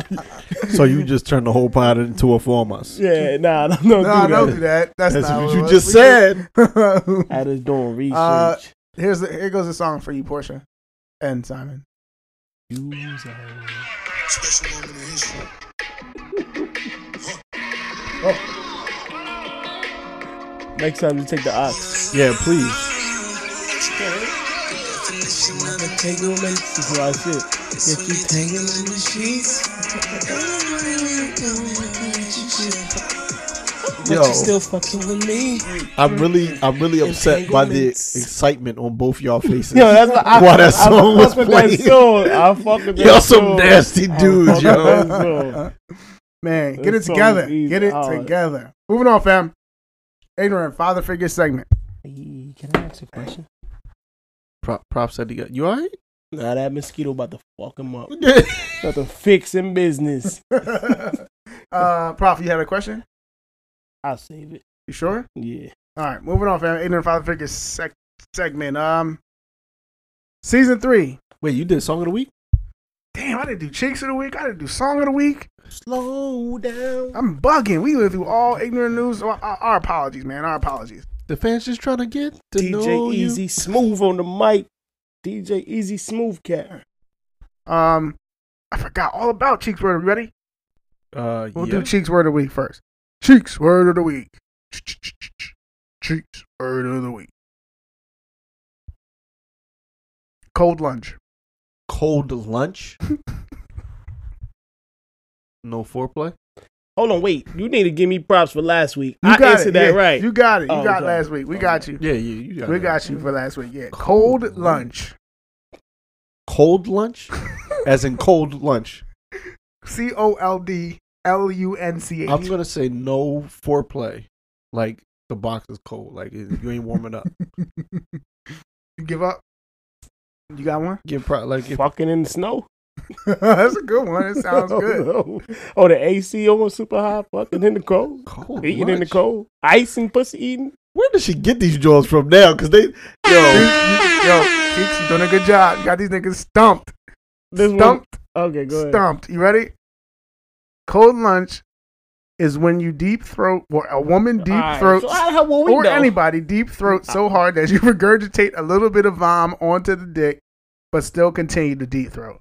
B: So you just turned the whole pod into a form us.
F: Yeah, nah, don't, don't
C: No,
F: do that.
C: don't do that. That's,
B: That's
C: not
B: what
C: what
B: you
C: it
B: just
C: was.
B: said.
C: We just-
F: I just doing research.
C: Uh, [LAUGHS] Here's the, here goes a song for you, Portia, and Simon.
G: Special moment in history.
F: Next time you take the ox.
B: Yeah, please.
F: This is my shit.
B: Yo, I'm really, I'm really upset by the
F: Entanglements.
B: excitement on both y'all faces.
F: Yo, that's the
B: Why that
F: I
B: song was
F: fuck with that
B: playing.
F: song. I fuck with that
B: Y'all some
F: song.
B: nasty dudes,
F: fuck with
B: yo.
C: [LAUGHS]
F: that [LAUGHS] song.
C: Man,
F: That
C: get it
F: song
C: together.
F: is
C: Get it
F: out.
C: together. Moving on, fam. Ignorant father figure segment. [LAUGHS]
F: Hey, Can I ask a question?
B: Prop, prop said he got you. All [LAUGHS] right?
F: Nah, that mosquito about to fuck him up. About to fix him business.
C: uh, Prof, you had a question?
F: I'll save it.
C: You sure?
F: Yeah.
C: All right, moving on, fam. Ignorant father figure sec- segment. Um, season three.
B: Wait, you did song of the week?
C: Damn, I didn't do cheeks of the week. I didn't do song of the week.
F: Slow down.
C: I'm bugging. We went through all ignorant news. Our, our- our apologies, man. Our apologies.
B: The fans just trying to get to know
F: DJ Easy Smooth on the mic. DJ Easy Smooth Cat.
C: Um, I forgot all about cheeks word. You ready?
B: you. Uh,
C: We'll
B: yeah.
C: do cheeks word of the week first. Cheeks word of the week. Ch-ch-ch-ch-ch. Cheeks word of the week. Cold lunge.
B: cold lunch. [LAUGHS] no foreplay.
F: Hold on, wait. You need to give me props for last week.
C: You
F: I
C: got
F: answered
C: it.
F: that
C: yeah.
F: right.
C: You got it. You
F: Oh,
C: got
F: okay.
C: last week. We got you.
B: Yeah, yeah, you got
C: We
B: it.
C: got you for last week. Yeah. Cold,
B: Cold
C: lunge.
B: cold lunch, as in cold lunch.
C: [LAUGHS] C O L D L U N C H.
B: [LAUGHS] I'm gonna say no foreplay. Like the box is cold. Like it- you ain't warming [LAUGHS] up.
C: [LAUGHS] You give up. You got one?
B: Get pro- like if,
F: Fucking in the snow.
C: [LAUGHS] That's a good one. It
F: [LAUGHS]
C: sounds
F: Oh,
C: good.
F: no. Oh, the AC on super hot. Fucking in the cold.
B: cold
F: Eating in the
B: lunch?
F: cold. Ice and pussy eating.
B: Where does she get these jaws from now? Cause they [LAUGHS]
C: You-
B: yo
C: you- Yo, Cheeks, you doing a good job. You got these niggas stumped.
F: This
C: Stumped.
F: one. Okay, go ahead.
C: Stumped. You ready? Cold lunch is when you deep throat or a woman deep
F: All right,
C: throats
F: So how will we
C: or
F: know?
C: anybody deep throat so hard that you [LAUGHS] regurgitate a little bit of vom onto the dick, but still continue to deep throat.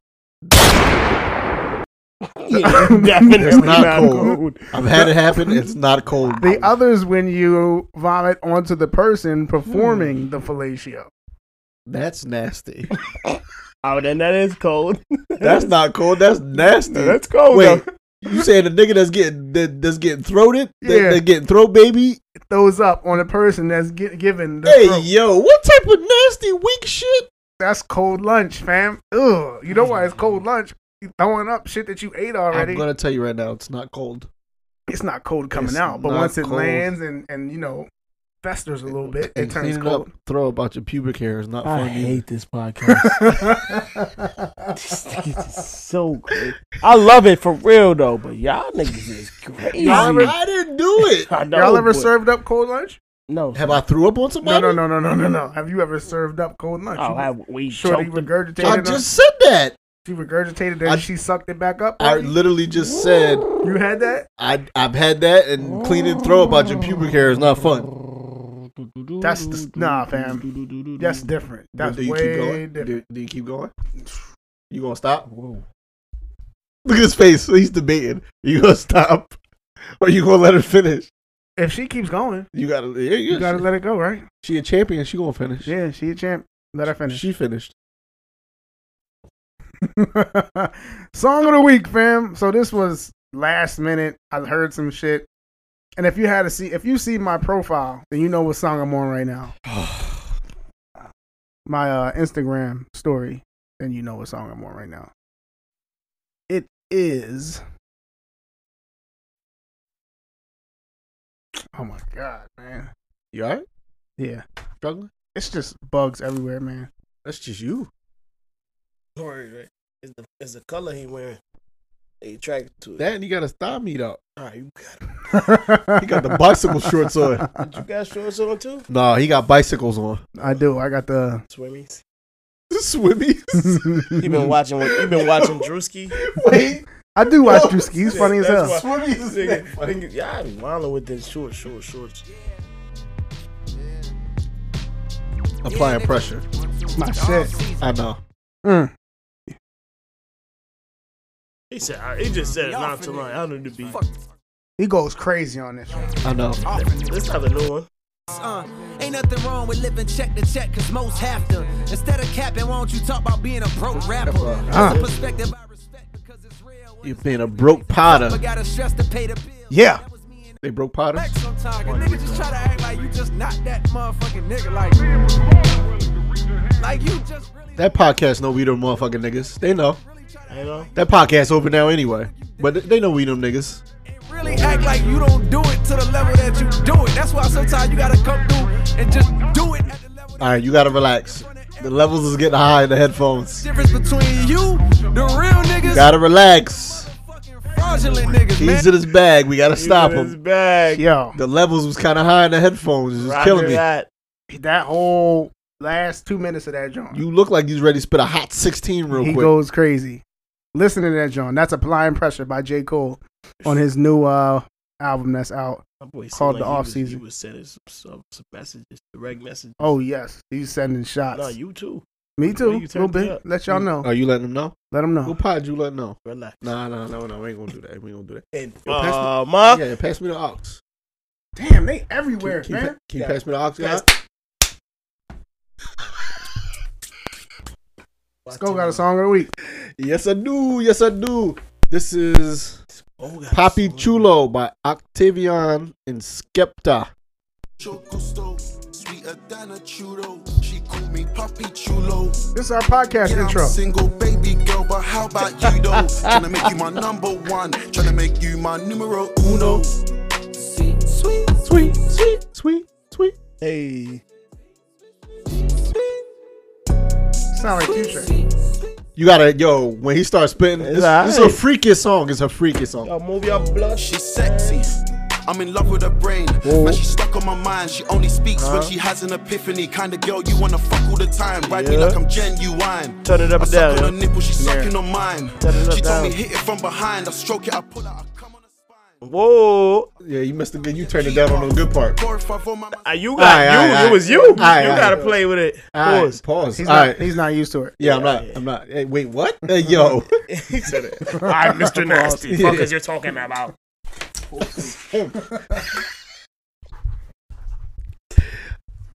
F: Yeah, [LAUGHS] definitely
B: It's
F: not,
B: not
F: cold.
B: cold. I've had it happen. It's not cold.
C: The other is when you vomit onto the person
F: Hmm.
C: performing the fellatio.
B: That's
C: [LAUGHS]
B: nasty.
F: Oh, then that is cold. [LAUGHS]
B: That's not cold. That's nasty.
F: No, that's cold.
B: Wait,
F: though.
B: you saying the nigga that's getting that, that's getting throated? That,
C: Yeah.
B: that getting throat baby?
C: Throws up on a person that's gi- given the
B: Hey
C: throat.
B: yo, what type of nasty weak shit?
C: that's cold lunch, fam. Ugh. You know why it's cold lunch? You throwing up shit that you ate already.
B: I'm gonna tell you right now, it's not cold.
C: it's not cold coming
B: It's
C: out, but
B: not
C: once it
B: cold.
C: lands and and you know festers a little bit, it
B: And
C: turns
B: cleaning
C: cold.
B: up, throw up out your pubic hair is not
F: I
B: fun. either.
F: hate this podcast. This niggas is so great. I love it for real though, but y'all niggas is crazy.
B: I didn't do
F: [LAUGHS]
B: it.
F: I know,
C: Y'all ever
F: but-
C: served up cold lunch?
F: No.
B: Have I threw up on
C: No,
B: somebody?
C: no, no, no, no, no, no. Have you ever served up cold lunch?
F: Oh,
C: You-
F: have we
C: Shorty
F: choked them?
C: regurgitated.
B: I
C: on-
B: just said that.
C: she regurgitated, then
B: I-
C: she sucked it back up.
B: I
C: already?
B: literally just said
C: you had that?
B: I I've had that, and cleaning throw up out your pubic hair is not fun.
C: That's the, nah, fam. That's different. That's
B: do you
C: way
B: keep going?
C: different.
B: Do, do you keep going? You gonna stop? Look at his face. He's debating. You gonna stop, or you gonna let her finish?
C: If she keeps going,
B: You gotta. Yeah,
C: you gotta let it go, right?
B: she a champion. She gonna finish.
C: Yeah, she a champ. Let her finish.
B: She finished.
C: [LAUGHS] Song of the week, fam. So this was last minute. I heard some shit, and if you had to see, if you see my profile, then you know what song I'm on
B: [SIGHS]
C: right now.
B: Ah.
C: my uh, Instagram story, then you know what song I'm on right now. It is. Oh my god, man.
B: You alright?
C: Yeah,
B: Struggling?
C: it's just bugs everywhere, man.
B: That's just you.
F: Sorry, right?
D: Is the, is the color he wearing? They attracted to it.
B: That and you got his thigh meat out.
D: Alright, you got
B: He
C: [LAUGHS]
B: got the bicycle shorts on.
D: You got shorts on too?
B: Nah, he got bicycles
C: [LAUGHS]
B: on.
C: I do. I got the.
D: Swimmies.
B: Swimmies.
D: You been watching what you been watching Drewski?
B: Wait,
C: I do watch Drewski. He's funny as hell.
B: Swimmies. is
C: [LAUGHS]
D: Nigga,
B: that funny.
D: nigga, y'all be wildin' with them short, short shorts.
B: Applying pressure.
C: My shit.
B: I know.
C: Mm.
D: He said I- he just said it nonchalant. I don't need to be
C: He goes crazy on this.
B: I know.
D: let's have a new one.
H: Uh, ain't nothing wrong with living check to check, cause most have to. Instead of capping, why don't you talk about being a broke rapper? That's a perspective I respect because it's real.
B: You being a broke potter.
H: But gotta stress to pay the bills.
C: Yeah.
H: That was me and
B: They broke potters.
H: Max on target. Nigga just try to act like you just not that motherfucking nigga. Like, like you just really,
B: That podcast know we them motherfucking niggas. They know.
H: really try to
D: You know?
B: That podcast open now anyway. But th- they know we them niggas.
H: really act like you don't do it to the level that you do it. That's why sometimes you gotta come through and just do it at the level that
B: All right, you gotta relax. The levels is getting high in the headphones.
H: difference between you, the real niggas,
B: Gotta relax.
H: fucking fraudulent niggas, man.
B: He's in his bag. We gotta stop
D: His
B: him.
D: bag.
C: Yo,
B: The levels was kind of high in the headphones. It's
D: Roger
B: killing me.
D: that.
C: that whole last two minutes of that joint,
B: You look like he's ready to spit a hot 16 real
C: he
B: quick.
C: goes crazy. Listen to that joint. That's applying pressure by J. Cole on his new uh album that's out.
D: My boy seemed
C: Called the
D: he was-
C: off-season.
D: He was sending some, some, some messages, direct messages.
C: Oh yes, he's sending shots.
D: No, you too.
C: Me
D: you
C: too. A little
D: turned it
C: bit.
D: up.
C: Let y'all know.
B: Are you letting him know?
C: Let them
B: Who
C: know.
B: pod you letting know?
D: Relax.
B: Nah, nah, no, no. We ain't gonna do that. We ain't gonna do that.
D: And
B: Yo, pass me-
D: uh, Mark,
B: Yeah, pass me the ox.
C: Damn, they
B: Can,
C: everywhere,
B: you- can you, pa- can you pass me the ox, guys?
C: Go got a song of the week.
B: Yes, I do. Yes, I do. This is
D: Oh, we got
B: Papi
D: some-
B: Chulo by Octavian and Skepta.
I: Choco stove, sweeter than a churro. She call me Papi Chulo.
C: This is our podcast
I: Yeah,
C: intro.
I: I'm single, baby girl, but how about you though? Tryna make you my number one, tryna make you my numero uno.
H: Sweet, sweet,
B: Sweet, sweet, sweet, sweet.
F: Hey.
C: Sound like Future.
B: You gotta, yo, when he starts spitting, it's, it's a
D: alright.
B: freakiest song. It's a freakiest song.
D: Yo, move your blood.
I: She's sexy. I'm in love with her brain. Man, she's stuck on my mind. She only speaks when she has an epiphany. Kind of girl you wanna fuck all the time. Ride me
D: Yeah.
I: like I'm genuine.
D: Turn it up
I: I
D: and
I: suck
D: down,
I: on
D: yo.
I: her nipple, she's sucking on mine.
D: Turn it up
I: she told
D: down.
I: me hit it from behind. I stroke it, I pull out, I come on the spine.
D: Whoa.
B: Yeah, you missed the good. You turned it down on the good part.
I: Glorify for my
D: Ah, you got
B: Aye,
D: you.
B: aye, aye.
D: It was you.
B: Aye,
D: you
B: aye.
D: gotta play with [LAUGHS] it.
B: All right,
D: Pause.
B: pause.
C: He's
B: All
C: not,
B: right.
C: he's not used to it.
B: Yeah, I'm not. I'm not. Hey, wait, what? Hey, [LAUGHS] yo. [LAUGHS]
F: Hi, Mr. Nasty.
B: Yeah.
F: Fuckers, you're talking about.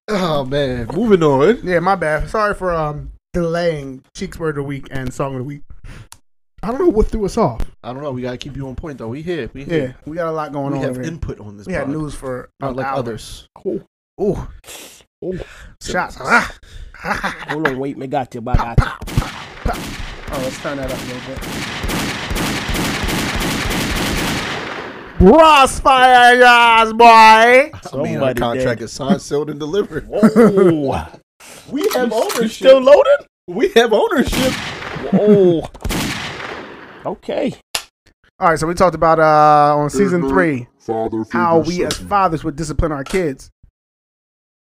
B: oh man. Moving on.
C: Yeah, my bad. Sorry for um delaying Cheeks Word of the Week and Song of the Week. I don't know what threw us off.
B: I don't know. We gotta keep you on point though. We here. We
C: Yeah,
B: here.
C: we got a lot going
B: We
C: on.
B: have
C: over here.
B: input on this.
C: We had
B: pod.
C: news for
B: not like
C: hours.
B: others.
C: Ooh, Shots. Ah!
F: Hold on, wait, me got you, but I got
B: [LAUGHS]
F: you.
C: Oh, let's turn that up a little bit. fire, guys, boy.
B: I mean, our
F: Somebody
B: contract is signed, sealed, and delivered. [LAUGHS]
F: Oh,
B: We have
F: you still loaded?
B: We have [LAUGHS] ownership.
F: Oh, okay.
C: All right, so we talked about uh on season three how we as fathers would discipline our kids.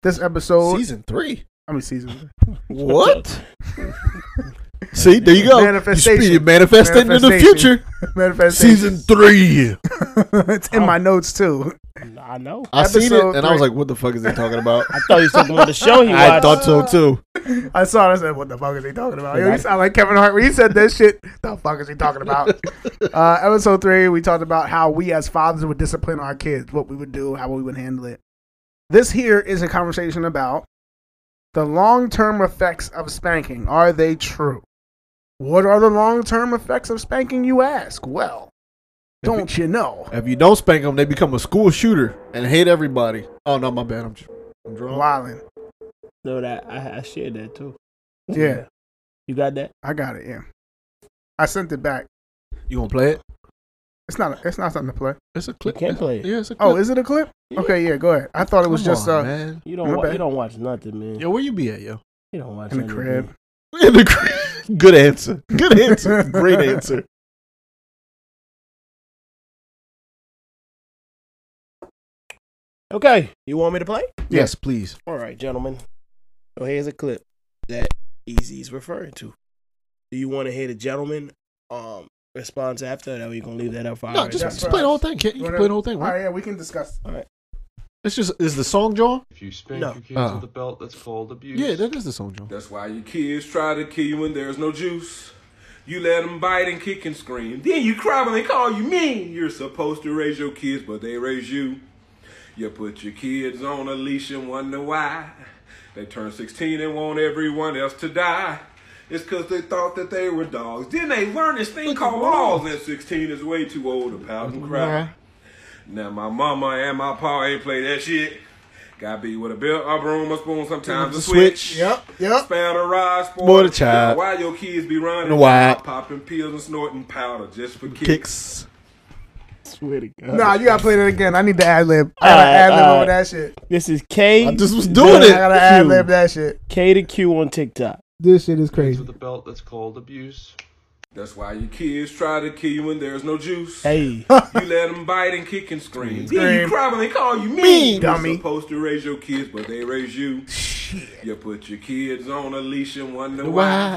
C: This episode,
B: Season three.
C: I mean season,
B: What? [LAUGHS] See, there you go.
C: Manifestation.
B: You manifested into the
C: Manifestation.
B: future.
C: [LAUGHS] manifestation.
B: Season three.
C: it's in my notes too.
F: I know.
B: I seen it,
C: Episode
B: and I was
C: three.
B: like, "What the fuck is they talking about?"
F: I thought you was talking about the show he
B: [LAUGHS] I
F: watched.
B: thought so too.
C: I saw it. I said, "What the fuck is he talking about?" Yo, you sound like Kevin Hart when he said that shit. [LAUGHS] The fuck is he talking about? uh, episode three, we talked about how we as fathers would discipline our kids, what we would do, how we would handle it. This here is a conversation about the long-term effects of spanking. Are they true? What are the long-term effects of spanking? You ask. Well, don't you know?
B: If you don't spank them, they become a school shooter and hate everybody. Oh no, my bad. I'm, I'm drunk.
C: Wilding.
F: No, that I, I shared that too.
C: Yeah,
F: You got that?
C: I got it. Yeah, I sent it back.
B: You gonna play it?
C: It's not. A, it's not something to play.
B: It's a
F: You
B: clip.
F: can't play. it.
B: Yeah, it's a clip.
C: Oh, is it a clip? Okay, yeah. Go ahead. I thought it was
B: Come
C: just
B: on,
C: uh,
B: man.
F: You don't.
C: My
F: Wa-
C: bad.
F: you don't watch nothing, man.
B: Yo, where you be at, yo?
F: You don't watch
C: in the
F: nothing,
C: crib.
B: [LAUGHS] In the crib. Good answer. Good answer. Great answer.
F: man. Okay, you want me to play?
B: Yes, please.
F: All right, gentlemen. So here's a clip that Easy is referring to. Do you want to hear the gentleman um response after that? Or you gonna leave that up for
B: No,
F: our
B: just,
C: that's
B: just
C: right.
B: play the whole thing. Can't you can play the whole thing,
C: All
B: right?
C: right, yeah, we can discuss.
B: It's just is the song John?
J: If you spank
F: No.
J: your kids
B: Oh.
J: with a belt, that's called abuse.
B: Yeah, that is the song John.
K: That's why your kids try to kill you when there's no juice. You let them bite and kick and scream. Then you cry when they call you mean. You're supposed to raise your kids, but they raise you. You put your kids on a leash and wonder why. They turn 16 and want everyone else to die. It's because they thought that they were dogs. Then they learn this thing called laws, and 16 is way too old to pout and cry. Now, my mama and my pa ain't play that shit. Gotta be with a belt, a broom, a spoon, sometimes a switch.
C: Yep, yep.
K: Spare the rod,
B: Boy,
K: spoil
B: the child.
K: Why your kids be running
B: Wild.
K: wild, popping pills and snorting powder just for kicks.
B: Kicks.
F: Swear to God.
C: Nah, you gotta play that again. I need to ad lib. I gotta
F: Alright,
C: ad lib
F: alright.
C: over that shit.
F: This is K.
B: I just was
C: I
B: doing it.
C: gotta ad lib that shit.
F: K to Q on TikTok.
C: This shit is
J: Kids
C: crazy.
J: with a belt, that's called abuse.
K: That's why your kids try to kill you when there's no juice.
B: [LAUGHS]
K: You
F: Hey,
K: let them bite and kick and scream. Then
C: Scream.
K: you cry when they call you mean.
C: Mean,
K: You're
C: dummy.
K: supposed to raise your kids, but they raise you. You put your kids on a leash and wonder
B: Why?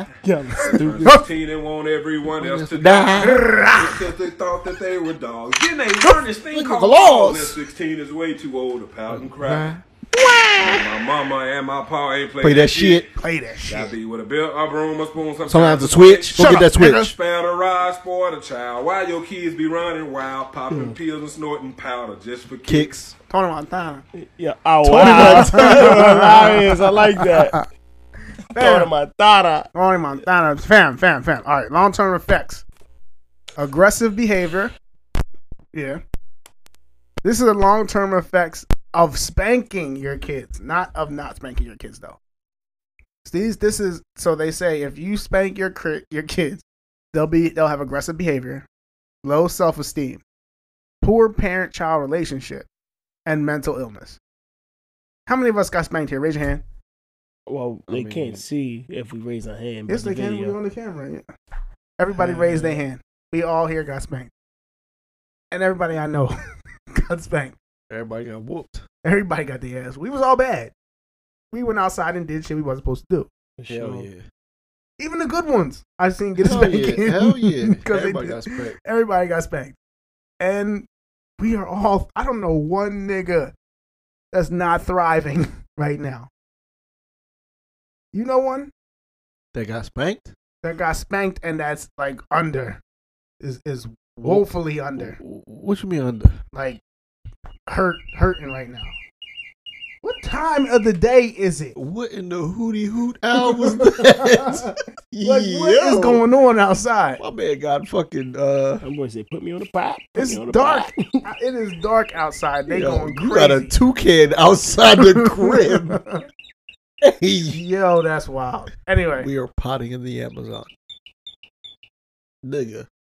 K: why.
F: young
K: Turn
F: stupid.
K: 16 and want everyone else to die. Because they thought that they were dogs. Then they learn this thing
B: Look at
K: called
B: the
K: laws.
B: laws.
K: And 16 is way too old to pout and cry. My mama and my pa ain't play,
B: Play that shit.
C: Play that shit.
K: Gotta be with a belt, a broom, a spoon, sometimes,
B: Sometimes a switch. Go
C: Shut
B: get
C: up,
B: that switch.
K: Spare the rod, spoil the child. Why your kids be running wild, popping pills and snorting powder just for kicks?
B: Hmm. Kicks.
C: Tony Montana.
F: Yeah. Oh wow. [LAUGHS] Hilarious. I like
B: [LAUGHS]
F: that. Thought of my thought.
C: Tony Montana. Fam, fam, fam. All right, long term effects. Aggressive behavior. Yeah. This is the long term effects of spanking your kids, not of not spanking your kids, though. These, this is so they say if you spank your cri- your kids, they'll be they'll have aggressive behavior, low self esteem, poor parent child relationship, and mental illness. How many of us got spanked here? Raise your hand.
F: Well,
B: I
F: they
B: mean-
F: can't see if we raise our hand. but
C: Yes,
F: the
C: they can.
F: video-
C: We're on the camera. Yeah. Everybody raised their hand. We all here got spanked. And everybody I know [LAUGHS] got spanked.
B: Everybody got whooped.
C: Everybody got their ass. We was all bad. We went outside and did shit we wasn't supposed to do.
F: For
B: Hell
F: sure.
B: yeah.
C: Even the good ones I've seen get
B: Hell
C: spanked. [LAUGHS]
B: yeah. Hell yeah.
C: 'Cause they
B: Everybody
C: did-
B: got spanked.
C: everybody got spanked. And we are all, I don't know one nigga that's not thriving [LAUGHS] right now. You know one
B: They got spanked.
C: that got spanked and that's like under, is, is woefully under.
B: Wh- What you mean under?
C: like hurt hurting right now. What time of the day is it? [LAUGHS]
B: What in the hootie hoot hour was that?
C: Like, what is going on outside?
B: My man got fucking. uh
F: I'm going to say, put me on the pot. put
C: It's
F: me on the
C: dark.
F: pot.
C: [LAUGHS] it is dark outside. They
B: yo,
C: going
B: You got a
C: crazy.
B: toucan outside the
C: [LAUGHS]
B: crib. Hey,
C: Yo, that's wild. Anyway,
B: we are potting in the Amazon, nigga. [LAUGHS]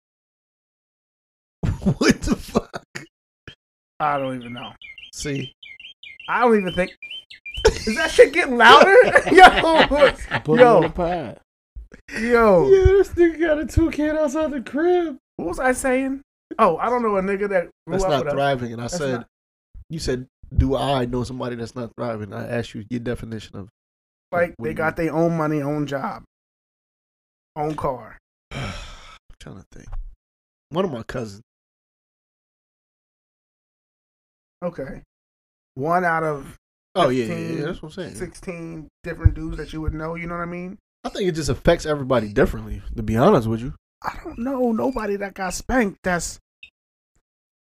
B: what the fuck?
C: I don't even know.
B: See,
C: I don't even think. Is that shit getting louder? [LAUGHS] yo,
F: Put me on the
C: yo,
F: pot.
C: yo.
B: this nigga got a toucan outside the crib.
C: What was I saying? Oh, I don't know a nigga that grew
B: That's
C: up
B: not
C: with a-
B: thriving. And I
C: That's
B: said,
C: not-
B: you said, do I know somebody that's not thriving? I asked you your definition of
C: like
B: What do
C: they
B: you
C: got their own money, own job, own car.
B: I'm trying to think. One of my cousins.
C: Okay, one out of
B: Oh yeah, yeah,
C: 15,
B: yeah, that's what I'm saying.
C: sixteen different dudes that you would know. You know what I mean?
B: I think it just affects everybody differently. To be honest with you,
C: I don't know nobody that got spanked that's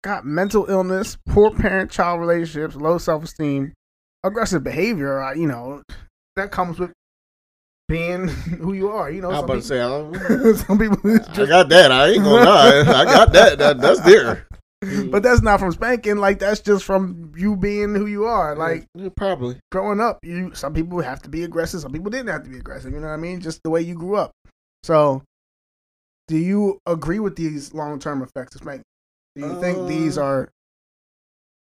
C: got mental illness, poor parent child relationships, low self esteem, aggressive behavior. uh, You know, that comes with being [LAUGHS] who you are. You know,
B: I was
C: some
B: about to
C: people,
B: say I,
C: [LAUGHS]
B: don't-
C: some people is
B: I
C: just,
B: got that. I ain't gonna
C: [LAUGHS]
B: lie. I got that. that that's there.
C: but that's not from spanking. Like that's just from you being who you are. Like
B: Yeah, probably.
C: growing up, you some people have to be aggressive, some people didn't have to be aggressive. You know what I mean? Just the way you grew up. So, do you agree with these long term effects of spanking? Do you think these are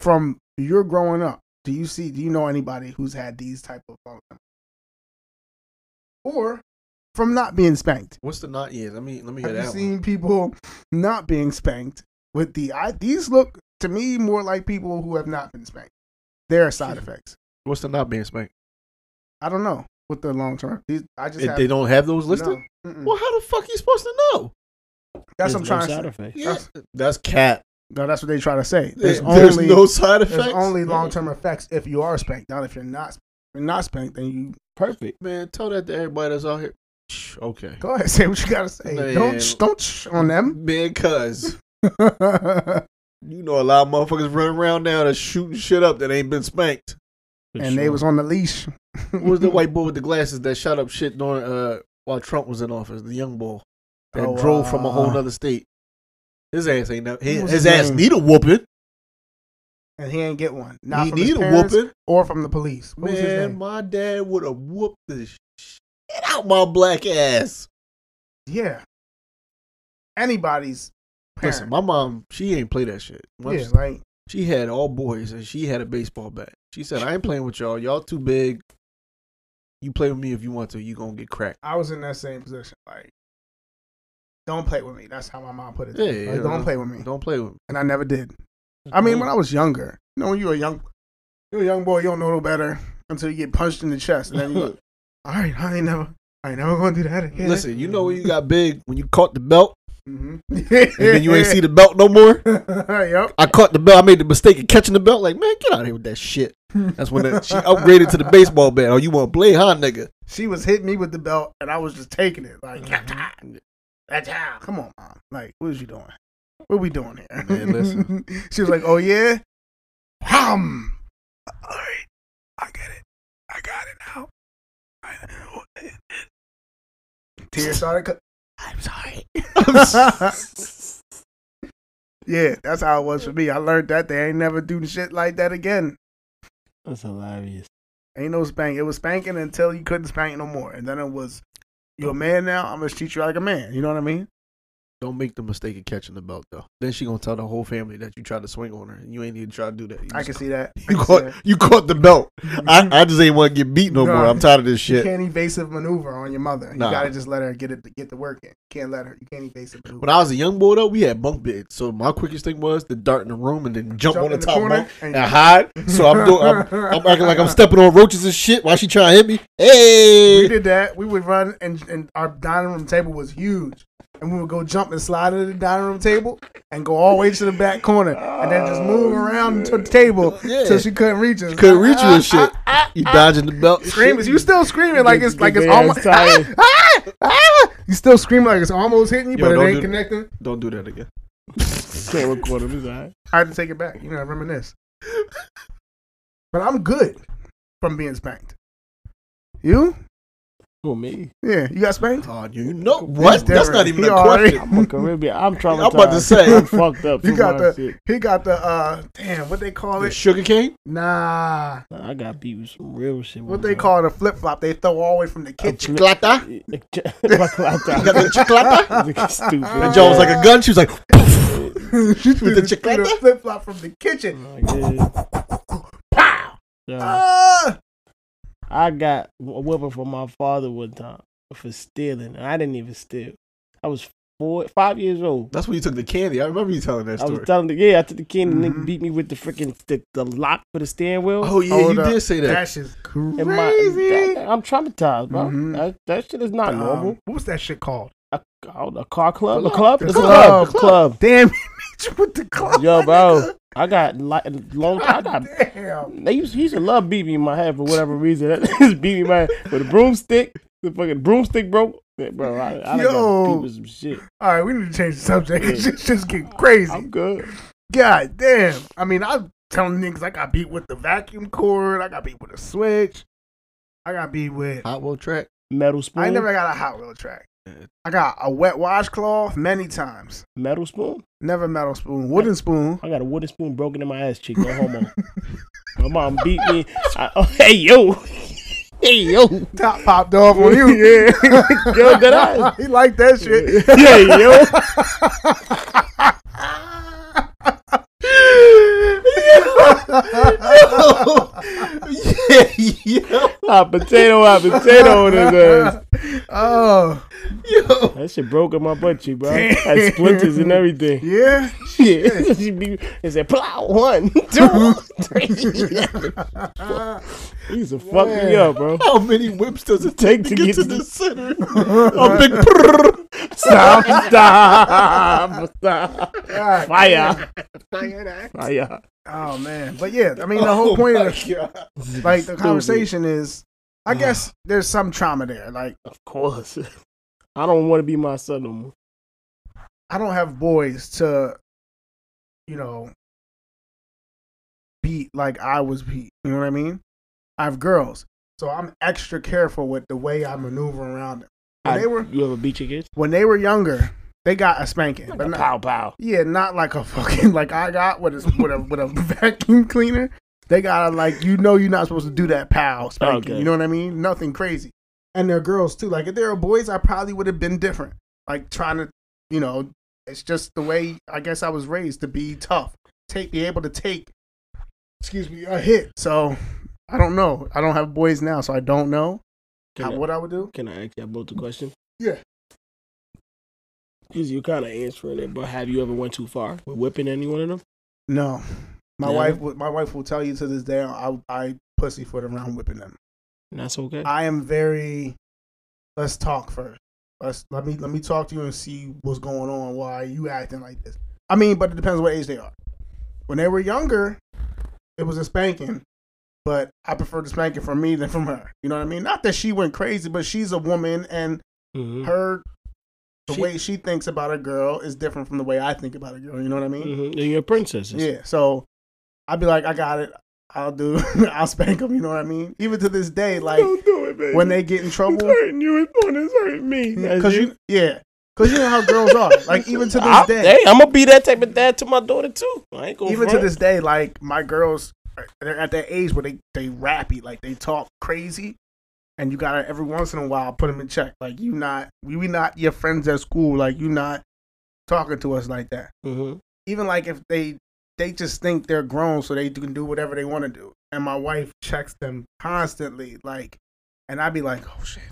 C: from your growing up? Do you see? Do you know anybody who's had these type of long term? Or from not being spanked?
B: What's the not? Yeah, let me let me hear
C: Have you
B: that
C: seen
B: one.
C: people not being spanked with the? I, these look to me more like people who have not been spanked. There are side effects.
B: What's the not being spanked?
C: I don't know what the long term. These I just
B: They-
C: have,
B: they don't have those
C: no. Mm.
B: listed.
C: Mm-mm.
B: Well, how the fuck you supposed to know?
C: That's
F: There's
C: what I'm
F: no
C: trying
F: side
C: to say.
F: effect.
B: Yeah. That's cat.
C: No, that's what they try to say. There's
B: There's,
C: only
B: no side effects.
C: there's only long term effects if you are spanked. Not if you're not. If you're not spanked, then you
F: Perfect.
B: Man, tell that to everybody that's out here. Shh, Okay.
C: go ahead [LAUGHS] say what you gotta say.
B: Man.
C: Don't sh- don't sh-
B: [LAUGHS]
C: on them.
B: Man, cuz you know a lot of motherfuckers running around now that's shooting shit up that ain't been spanked.
F: For
C: [LAUGHS] and they
F: sure.
C: was on the leash.
B: Who was the white boy with the glasses that shot up shit during uh while Trump was in office? The young boy that
C: Oh,
B: drove from a whole
C: uh,
B: nother state. His ass ain't no. His,
C: was
B: his
C: his
B: ass
C: name?
B: need a whooping.
C: [LAUGHS] And he ain't get one. Not
B: he
C: from his
B: need a
C: parents
B: whooping.
C: or from the police. What was his
B: Man,
C: name?
B: my dad would have whooped the shit out my black ass.
C: Yeah. Anybody's parent.
B: Listen, my mom, she ain't play that shit. Once
C: yeah, like
B: She had all boys and she had a baseball bat. She said, I ain't playing with y'all. Y'all too big. You play with me if you want to. You gonna get cracked.
C: I was in that same position. Like, don't play with me. That's how my mom put it.
B: Yeah,
C: Like,
B: yeah,
C: don't
B: yeah.
C: play with me.
B: Don't play with me.
C: and I never did. I mean, when I was younger, you know, when you're a young, you're a young boy, you don't know no better until you get punched in the chest, and then
B: [LAUGHS]
C: you go, all right, I ain't never, I ain't never gonna do that again.
B: Listen, you know when you got big when you caught the belt
C: hmm
B: and then you ain't
C: [LAUGHS]
B: see the belt no more.
C: yep.
B: I caught the belt. I made the mistake of catching the belt. Like, man, get out of here with that shit. That's when
C: [LAUGHS]
B: that, she upgraded to the baseball bat. Oh, you want to play, huh, nigga?
C: She was hitting me with the belt, and I was just taking it. Like, Mm-hmm. that's how. Come on, mom. Like, what is you doing? What we doing here?
B: Man, listen.
C: [LAUGHS] she was like, oh yeah, hum. All right, I get it. I got it now. I- [LAUGHS] Tears started. co- I'm sorry. [LAUGHS] yeah, that's how it was for me. I learned that they ain't never doing shit like that again.
F: That's hilarious.
C: Ain't no spank. It was spanking until you couldn't spank no more, and then it was, you're a man now. I'm gonna treat you like a man. You know what I mean?
B: Don't make the mistake of catching the belt though. Then she gonna tell the whole family that you tried to swing on her, and you ain't even try to do that. You
C: I
B: just-
C: can see that. I
B: [LAUGHS] You
C: can see
B: caught,
C: that.
B: you caught the belt. I, I just ain't want to get beat no
C: No.
B: more. I'm tired of this
C: You
B: shit.
C: can't evasive maneuver on your mother. You
B: Nah.
C: gotta just let her get it, get the work in. You can't let her. You can't evasive maneuver.
B: When I was a young boy though, we had bunk beds. So my quickest thing was to dart in the room and then jump,
C: Jump
B: on the
C: in the
B: top
C: corner
B: bunk
C: and-
B: and, hide. So I'm doing,
C: [LAUGHS]
B: I'm, I'm acting like I'm stepping on roaches and shit while she trying to hit me. Hey,
C: we did that. We would run, and, and our dining room table was huge. And we would go jump and slide into the dining room table and go all the way to the back corner and then just move around to the table
B: Oh, Yeah.
C: till she couldn't reach us.
B: couldn't reach [LAUGHS]
C: [LAUGHS]
B: you and shit. You dodging the belt.
C: Screaming, you still screaming like it's like it's
F: Big ass
C: almost.
F: tire.
C: Ah, ah! You still screaming like it's almost hitting you,
B: Yo,
C: but
B: don't
C: it ain't
B: do that.
C: connecting.
B: Don't do that again.
F: Can't record him. It's all right.
C: I had to take it back. You know, I reminisce. [LAUGHS] But I'm good. from being spanked. You?
F: Who me?
C: Yeah, you got spanked.
B: Oh, you know what? That's not even a question.
C: [LAUGHS]
F: I'm a Caribbean. I'm traumatized.
B: I'm about to
F: [LAUGHS]
B: say.
F: I'm fucked up.
C: You
F: from
C: got
F: my
C: the
F: shit.
C: he got the uh damn what they call
B: The
C: it
B: sugar cane?
C: nah
F: I got beat with some real shit.
C: what
B: Mm-hmm.
F: [LAUGHS]
C: they call it a flip flop they throw all the way from
B: Oh, [LAUGHS]
C: the kitchen.
B: Chiclata?
F: it? Baclata.
B: You
F: [LAUGHS]
B: got the chiclata?
F: Stupid.
B: And
F: [LAUGHS]
B: Joe was like a gun. She was like,
C: [LAUGHS] she threw
B: the
C: the, she threw the
B: chiclata?
C: flip flop from the
F: Oh
C: kitchen.
F: Pow!
B: Oh,
C: Ah!
F: I got a whipping from my father one time for stealing. I didn't even steal. I was four, five years old.
B: That's when you took the candy. I remember you telling that
F: I
B: story.
F: was telling the yeah, I took the kid and nigga beat me with the freaking the, the lock for the steering wheel.
B: oh, yeah,
C: Hold
B: you
C: up.
B: did say that.
C: That shit's crazy.
F: And my- that- that- I'm traumatized, bro.
C: Mhm.
F: That, that shit is not
C: Um,
F: normal.
C: what was that shit called?
F: A, a car club, a club,
C: The
F: it's
C: club.
F: a club,
C: Damn, [LAUGHS] he beat you with the club. [LAUGHS]
F: club. Yo, bro, I got like long. I got
C: Damn.
F: They used, he used to love beat me in my head for whatever reason. [LAUGHS] That just beat me in my head with a broomstick. The fucking broomstick broke. Yeah, Bro, I, I done got
C: Yo.
F: beat with some shit.
C: All right, we need to change the subject. [LAUGHS] It's just, just getting crazy.
F: I'm good.
C: God damn. I mean, I'm telling niggas I got beat with the vacuum cord. I got beat with a switch. I got beat with.
B: Hot wheel track.
F: Metal spoon.
C: I ain't never got a Hot Wheel track. I got a wet washcloth many times.
F: metal spoon.
C: Never metal spoon,
F: [LAUGHS]
C: wooden spoon. [LAUGHS]
F: I got a wooden spoon broken in my ass cheek. No homo. my mom beat me. I, oh, hey yo, hey yo,
C: Top popped off on you. yeah.
F: [LAUGHS] yo, did I?
C: [LAUGHS] he liked that shit.
F: [LAUGHS] Hey yo.
B: yeah, [LAUGHS] yeah.
F: Hot potato, hot potato on his ass.
C: oh,
F: That shit broke in my butt cheek, bro. I had splinters and everything.
C: yeah.
F: Yeah. [LAUGHS] she be, they said, pull out one, two, three. He used to fuck me up, bro.
B: How many whips does it take to get to the center? [LAUGHS] A big
F: Stop, stop, stop.
C: [LAUGHS] God.
F: Fire. [LAUGHS] Fire.
C: Oh man, but yeah, I mean
F: [LAUGHS] Oh
C: the whole point of the, like the conversation is, I guess there's some trauma there. Like
F: Of course. [LAUGHS] I don't want to be my son no more.
C: I don't have boys to, you know, beat like I was beat. You know what I mean? I have girls, so I'm extra careful with the way I maneuver around them. When
F: I-
C: they were
F: You ever beat your kids?
C: when they were younger, they got a spanking, but not,
F: Pow, pow.
C: yeah, not like a [LAUGHS] fucking like I got with a with a with a [LAUGHS] vacuum cleaner. They gotta like you know you're not supposed to do that, pal. Spanking,
F: Okay.
C: You know what I mean? Nothing crazy. And they're girls too. Like if they were boys, I probably would have been different. Like trying to, you know, it's just the way I guess I was raised to be tough, take be able to take, excuse me, a hit. So I don't know. I don't have boys now, so I don't know
F: Can
C: how,
F: I-
C: what I would do.
F: Can I ask y'all both a question?
C: Yeah.
F: Because you kind of answering it, but have you ever went too far with whipping any one of them?
C: No, my
F: Never?
C: wife. would- My wife will tell you to this day. I I pussyfoot around whipping them.
F: And that's okay.
C: I am very. Let's talk first. Let's let me let me talk to you and see what's going on. Why you acting like this? I mean, but it depends what age they are. When they were younger, it was a spanking, but I preferred the spanking from me than from her. You know what I mean? Not that she went crazy, but she's a woman, and
F: Mm-hmm.
C: her the
F: She-
C: way she thinks about a girl is different from the way I think about a girl. You know what I mean?
F: Mm-hmm. And you're princesses.
C: Yeah. So I'd be like, I got it. I'll do. [LAUGHS] I'll spank them. You know what I mean? Even to this day, like
F: Don't do it, baby.
C: when they get in
F: it's [LAUGHS]
C: trouble,
F: hurting you, it's going to hurt me.
C: because you, yeah, because you know how girls are. Like even to this
F: I'm,
C: day,
F: hey, I'm gonna be that type of dad to my daughter too. I ain't gonna
C: even to
F: front.
C: this day, like my girls, are- they're at that age where they they rappy, like they talk crazy, and you gotta every once in a while put them in check. Like you not, we, we not your friends at school. Like you not talking to us like that.
F: Mhm.
C: even like if they they just think they're grown so they can do whatever they want to do and my wife checks them constantly like and i'd be like oh shit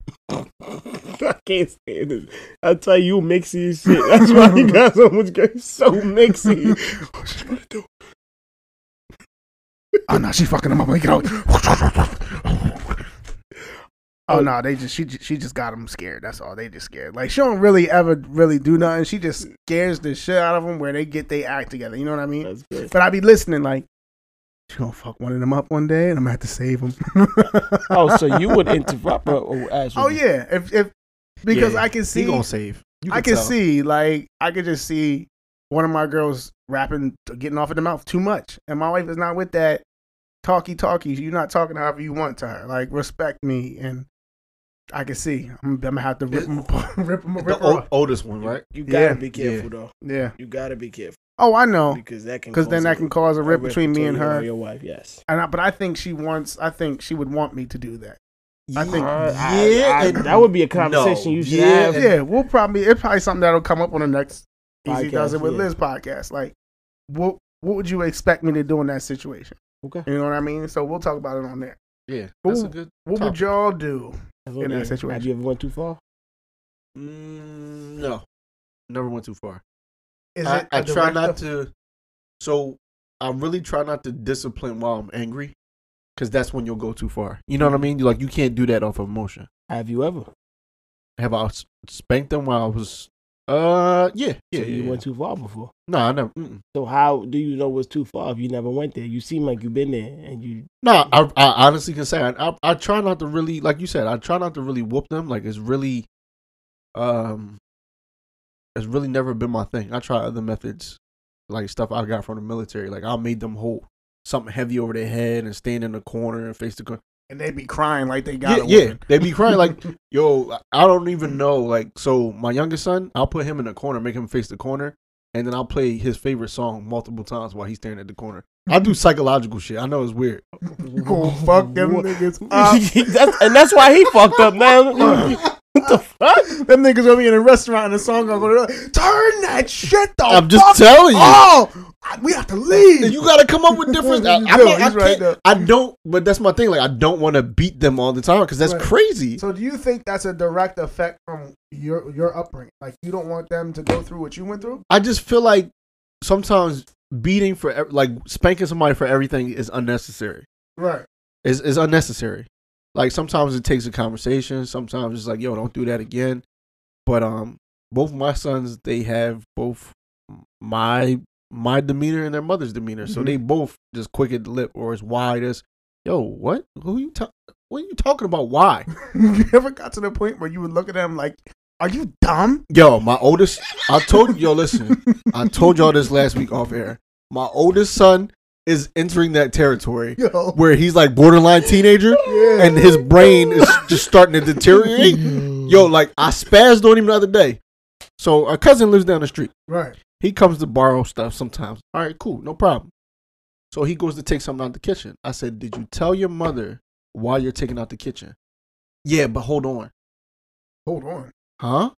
F: [LAUGHS] I can't stand it. I tell you, mixy as shit. That's why you guys almost get so mixy.
C: [LAUGHS]
F: What you gonna do?
C: oh no she fucking them up like get out oh no they just she ju- she just got them scared that's all they just scared like she don't really ever really do nothing she just scares the shit out of them where they get they act together you know what i mean
F: That's good.
C: but i'd be listening like she gonna fuck one of them up one day and i'm gonna have to save them
F: Oh, so you would interrupt her or ask?
C: oh yeah if if because
B: Yeah,
C: i can see
B: He gonna save. You
C: I can
B: tell.
C: see, like, I could just see one of my girls rapping, getting off of the mouth too much, and my wife is not with that. talky talky. You're not talking however you want to her. Like respect me, and I can see I'm, I'm gonna have to rip him [LAUGHS] apart. rip him, rip
B: The
C: her
B: old,
C: apart.
B: oldest one, right?
F: You gotta
C: Yeah,
F: be careful though.
C: Yeah.
F: You gotta be careful.
C: Oh, I know.
F: Because that can
C: because then
F: cause
C: that can cause a rip, between me and
F: you
C: her.
F: Your wife, yes.
C: And I, but I think she wants. I think she would want me to do that. I think
F: yeah, I- that would be a conversation you should
C: yeah,
F: have.
C: Yeah, we'll probably it's probably something that'll come up on the next Easy
F: Podcast,
C: Does It with
F: yeah.
C: Liz podcast. Like, what what would you expect me to do in that situation?
F: Okay,
C: you know what I mean. So we'll talk about it on there.
B: Yeah,
C: What,
B: that's a
C: would-
B: good
C: what would
B: topic.
C: y'all do
F: Have
C: in
F: you-
C: that situation?
F: Have you ever went too far?
B: Mm, no, never went too far.
C: Is
B: I,
C: it
B: I
C: a
B: try not to. So I really try not to discipline while I'm angry, because that's when you'll go too far. You know what I mean? Like you can't do that off of emotion.
F: Have you ever?
B: Have I s- spanked them while I was? Uh, yeah,
F: so
B: yeah, yeah.
F: you
B: yeah.
F: went too far before.
B: No, I never. Mm-mm.
F: So how do you know what's too far if you never went there? You seem like you've been there, and you
B: No, I, I honestly can say I, I I try not to really like you said I try not to really whoop them like it's really, um, it's really never been my thing. I try other methods, like stuff I got from the military. Like I made them hold something heavy over their head and stand in the corner and face the corner.
C: And they be crying like they got
B: Yeah,
C: a
B: yeah,
C: woman. [LAUGHS]
B: they be crying [LAUGHS] like, yo, I- I don't even know. Like, so my youngest son, I'll put him in the corner, make him face the corner, and then I'll play his favorite song multiple times while he's staring at the corner. I do psychological shit. I know it's [CLEARS THROAT] weird.
C: Go fuck
B: [LAUGHS]
C: them
F: What?
C: niggas up.
F: [LAUGHS] That's- and that's why he fucked up
C: [LAUGHS]
F: now. what the fuck?
C: them niggas gonna be in a restaurant and the song gonna go. Turn that shit the
B: I'm just
C: Oh, fuck
B: telling you.
C: off. we have to leave.
B: You gotta come up with
C: [LAUGHS]
B: different. I, I'm
C: No,
B: not- I,
C: he's right
B: can't-
C: though.
B: I don't. But that's my thing. Like I don't want to beat them all the time because that's
C: Right.
B: crazy.
C: So do you think that's a direct effect from your your upbringing? Like you don't want them to go through what you went through?
B: I just feel like sometimes beating for ev- like spanking somebody for everything is unnecessary.
C: Right.
B: Is is unnecessary. Like sometimes it takes a conversation. Sometimes it's like, yo, don't do that again. But um, both my sons they have both my my demeanor and their mother's demeanor, so
C: Mhm.
B: they both just quick at the lip or as wide as, yo, what? Who you ta- What are you talking about? Why?
C: [LAUGHS] you ever got to the point where you would look at them like, "Are you dumb?" [LAUGHS]
B: Yo, my oldest. I told yo. Listen, I told y'all this last week off air. My oldest son is entering that territory
C: Yo.
B: where he's like borderline teenager,
C: Yeah.
B: and his brain
C: [LAUGHS]
B: is just starting to deteriorate. Yo,
C: Mm-hmm.
B: like I spazzed on him the other day. So our cousin lives down the street.
C: Right.
B: He comes to borrow stuff sometimes. All right, cool, no problem. So he goes to take something out the kitchen. I said, "Did you tell your mother why you're taking out the kitchen?" Yeah, but hold on,
C: Hold on.
B: huh?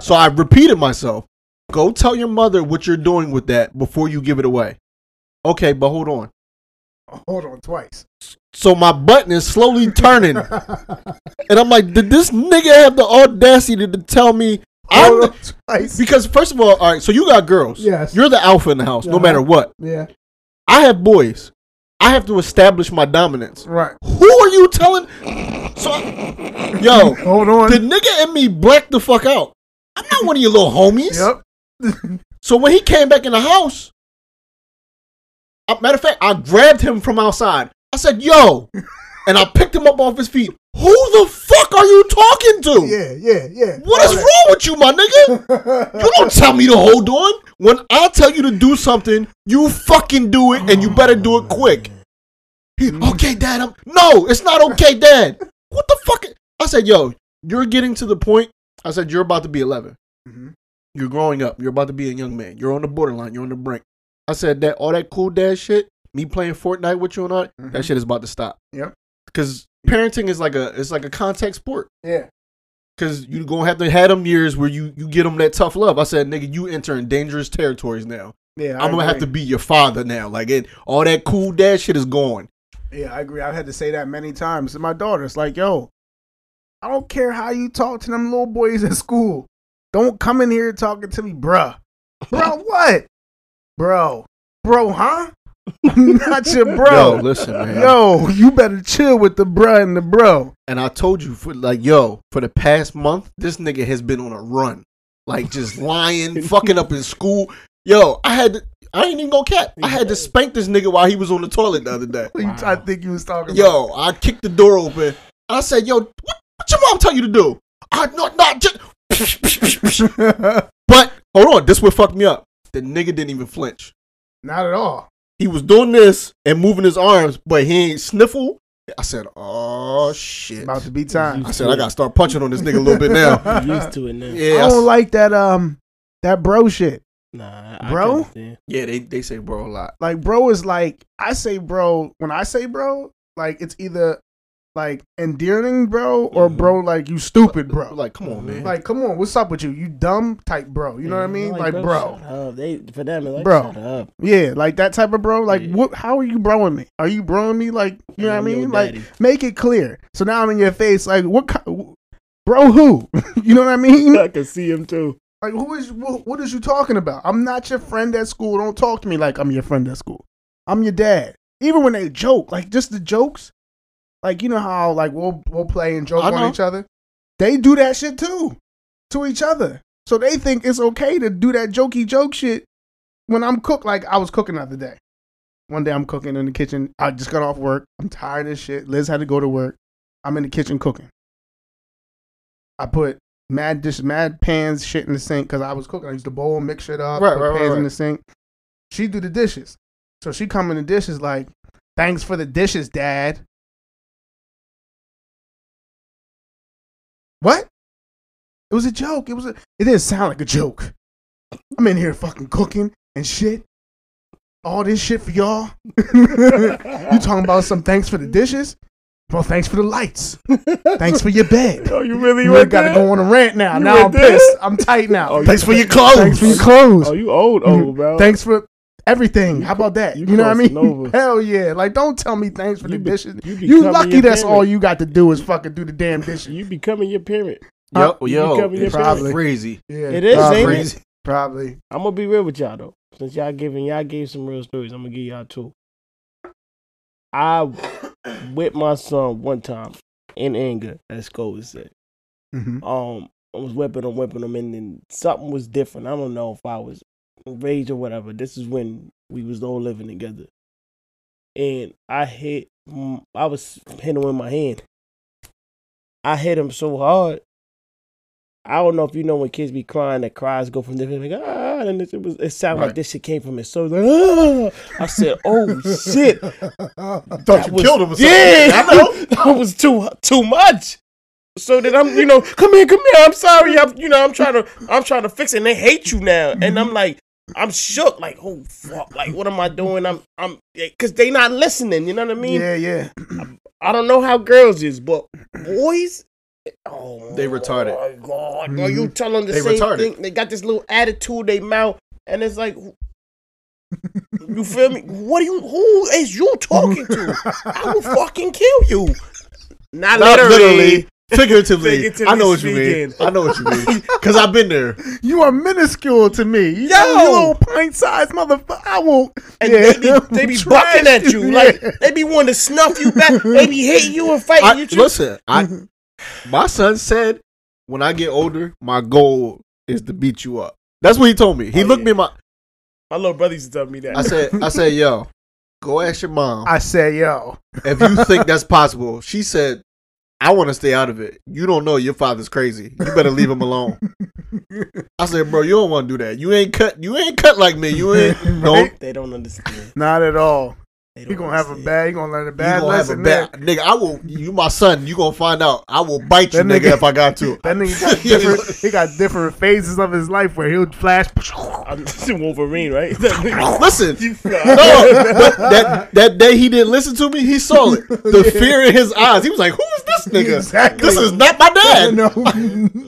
B: So I repeated myself. Go tell your mother what you're doing with that before you give it away. Okay, but hold on.
C: [LAUGHS] Hold on [LAUGHS] twice.
B: So my button is slowly
C: [LAUGHS]
B: turning. and I'm like, did this nigga have the audacity to tell me?
C: Hold
B: I'm
C: on twice.
B: because first of all, all right, so you got girls.
C: Yes.
B: You're the alpha in the house, no
C: Uh-huh.
B: matter what.
C: Yeah.
B: I have boys. I have to establish my dominance.
C: Right.
B: Who are you telling? So, yo,
C: Hold on.
B: the nigga and me blacked the fuck out. I'm not one of your little homies.
C: yep.
B: So when he came back in the house, uh, matter of fact, I grabbed him from outside. I said,
C: [LAUGHS]
B: "Yo," and I picked him up off his feet. Who the fuck are you talking to?
C: Yeah. Yeah. Yeah.
B: What is
C: [LAUGHS]
B: wrong with you, my nigga? You don't tell me to hold on. When I tell you to do something, you fucking do it, and you better do it quick. He, okay, Dad. I'm, no, it's not okay, Dad. What the fuck? I said, yo, you're getting to the point. I said, you're about to be 11.
C: Mhm.
B: You're growing up. You're about to be a young man. You're on the borderline. You're on the brink. I said that all that cool dad shit, me playing Fortnite with you and all that, that
C: Mhm.
B: shit is about to stop.
C: Yep.
B: Because parenting is like a it's like a contact sport.
C: Yeah.
B: Cause you gonna have to have them years where you you get them that tough love. I said, nigga, you entering dangerous territories now.
C: Yeah.
B: I'm gonna have to be
C: agree.
B: your father now. Like it, all that cool dad shit is gone.
C: Yeah, I agree. I've had to say that many times to my daughter. It's like, yo, I don't care how you talk to them little boys at school. Don't come in here talking to me, bruh.
F: [LAUGHS]
C: Bro, what? Bro. Bro, huh? Not your
B: Yo,
C: bro.
B: listen, man.
C: [LAUGHS] Yo, you better chill with the bruh and the bro.
B: And I told you for like, yo, for the past month, this nigga has been on a run, like just
C: [LAUGHS]
B: lying, fucking up in school. Yo, I had to, I ain't even gonna cap. I had to spank this nigga while he was on the toilet the other day.
C: You- I think you was talking about.
B: Yo, I kicked the door open. I said, yo, what, what your mom tell you to do? I not not just. [LAUGHS] But hold on, this what fucked me up. The nigga didn't even flinch.
C: Not at all.
B: He was doing this and moving his arms, but he ain't sniffle. I said, "Oh shit!"
C: About to be time.
B: I said, "I gotta start punching on this [LAUGHS] nigga a little
F: [LAUGHS]
B: bit
C: [LAUGHS]
B: now."
F: used to it now.
B: Yeah,
C: I
B: I
C: don't
B: s-
C: like that um that bro shit.
F: Nah,
C: Bro?
B: yeah, they they say bro a lot.
C: Like bro is like I say bro when I say bro, like it's either like endearing bro or bro like you stupid bro.
B: [LAUGHS] Like, come on, man.
C: Like come on, what's up with you? You dumb type bro. You know what I mean? Like, bro.
F: shut up. They for them, it's like,
C: Bro.
F: shut up.
C: Yeah, like that type of bro. Like what how are you broing me? Are you broing me like you know what I
F: I'm your
C: mean? Like
F: daddy.
C: make it clear. So now I'm in your face like what ki- bro who? [LAUGHS] you know what I mean?
F: I can see him [LAUGHS] too.
C: Like, who is wh- what is you talking about? I'm not your friend at school. Don't talk to me like I'm your friend at school. I'm your dad. Even when they joke, like just the jokes, like you know how like we'll we'll play and joke
B: I know.
C: on each other. They do that shit too to each other. So they think it's okay to do that jokey joke shit when I'm cook. Like I was cooking the other day. One day I'm cooking in the kitchen. I just got off work. I'm tired as shit. Liz had to go to work. I'm in the kitchen cooking. I put mad dish, mad pans, shit in the sink because I was cooking. I used to bowl, mix shit up,
B: Right,
C: put
B: right, right,
C: pans
B: right.
C: in the sink. She do the dishes, so she come in the dishes like, "Thanks for the dishes, Dad." What? It was a joke. It was a. It didn't sound like a joke. I'm in here fucking cooking and shit. All this shit for y'all. [LAUGHS] you talking about some thanks for the dishes? Well, thanks for the lights. Thanks for your bed.
F: Oh, [LAUGHS] you really
C: You
F: went
C: got to
F: there?
C: go on a rant now.
F: You
C: now I'm
F: went there?
C: pissed. I'm tight
F: [LAUGHS]
C: now.
F: Oh, you-
C: thanks for your clothes. Thanks for your clothes.
F: Oh, you old, old, bro.
C: Thanks for everything. How about that?
F: you
C: You, know what I mean?
F: crossing over.
C: [LAUGHS] Hell yeah! Like, don't tell me thanks for the
F: be-
C: dishes.
F: you
C: You,
F: be covering
C: lucky
F: your
C: that's all
F: parent.
C: you got to do is fucking do the damn dishes.
F: You becoming your parent.
B: Yo,
F: You
B: yo,
F: becoming your
B: it's
C: parent. [LAUGHS]
B: crazy.
C: Yeah,
F: It is, ain't it?
B: Crazy.
C: Probably.
F: I'm gonna be real with y'all though. Since y'all giving y'all gave some real stories, I'm gonna give y'all two. I with my son one time in anger, as Cole said.
C: Mhm.
F: Um, I was whipping him, whipping him, and then something was different. I don't know if I was enraged or whatever. This is when we was all living together, and I hit. mm, I was hitting him with my hand. I hit him so hard. I don't know if you know when kids be crying, that cries go from different like ah, and it, it was it sounded like
B: Right.
F: this shit came from his soul. Like, ah. I said,
B: [LAUGHS]
F: "Oh shit,
B: Thought you
F: was-
B: killed him. Or something.
F: Yeah,
B: I
F: [LAUGHS]
B: know.
F: that was too too much. So that I'm, you know, come here, come here. I'm sorry. I'm, you know, I'm trying to, I'm trying to fix it. and They hate you now, and I'm like, I'm shook. Like, oh fuck, like what am I doing? I'm, I'm, because they not listening. You know what I mean?
C: yeah, yeah.
F: I don't know how girls is,
B: [CLEARS THROAT]
F: but boys, oh,
B: They retarded. Mm-hmm.
F: My God, Bro, you tell them the
B: They
F: same
B: retarded.
F: thing. They got this little attitude they mouth, and it's like,
B: [LAUGHS]
F: you feel me? What are you? Who is you talking to? I
B: [LAUGHS]
F: will fucking kill you. Not,
B: Not
F: literally.
B: literally. [LAUGHS] Figuratively, I
F: Figuratively
B: know what you mean.
F: speaking.
B: I know what
F: [LAUGHS]
B: you mean because I've been there.
C: You are minuscule to me. You,
F: Yo!
C: you little pint sized motherfucker. I will.
F: And
C: yeah.
F: they be, they be
C: [LAUGHS] Trash
F: bucking at you like
C: Yeah.
F: they be wanting to snuff you back. They be hitting you and fighting
B: [LAUGHS] I,
F: you. Mm-hmm. too.
B: listen, I my son said when I get older, my goal is to beat you up. That's what he told me. He
F: Oh,
B: looked
F: yeah.
B: me in my.
F: My little brother used to tell me that.
B: I said, I said, yo, go ask your mom
C: I say, yo.
B: if you think that's possible. She said, I want to stay out of it. You don't know your father's crazy. You better leave
F: [LAUGHS]
B: him alone. I said, bro, you don't want to do that. You ain't cut. You ain't cut like me.
F: [LAUGHS]
B: You ain't. No,
F: they don't understand.
C: Not at all.
F: They don't
C: You gonna have a
F: understand.
C: bad. You gonna learn a
B: you
C: bad
B: gonna have a
C: lesson.
B: bad nigga. I will. You my son. You gonna find out. I will bite you,
C: That
B: nigga,
C: nigga-
B: if I got
C: [LAUGHS]
B: to.
C: there. That
F: [LAUGHS]
C: nigga got different. he got different phases of his life where he'll flash. [LAUGHS]
F: [LAUGHS] I'm Wolverine,
B: [LAUGHS]
F: right? That
B: Listen,
F: nigga-
B: No, but that that day he didn't listen to me. He saw
C: [LAUGHS]
B: it. The fear in his eyes. He was like, "Who is this nigga?
C: Exactly.
B: This is not my dad."
C: No,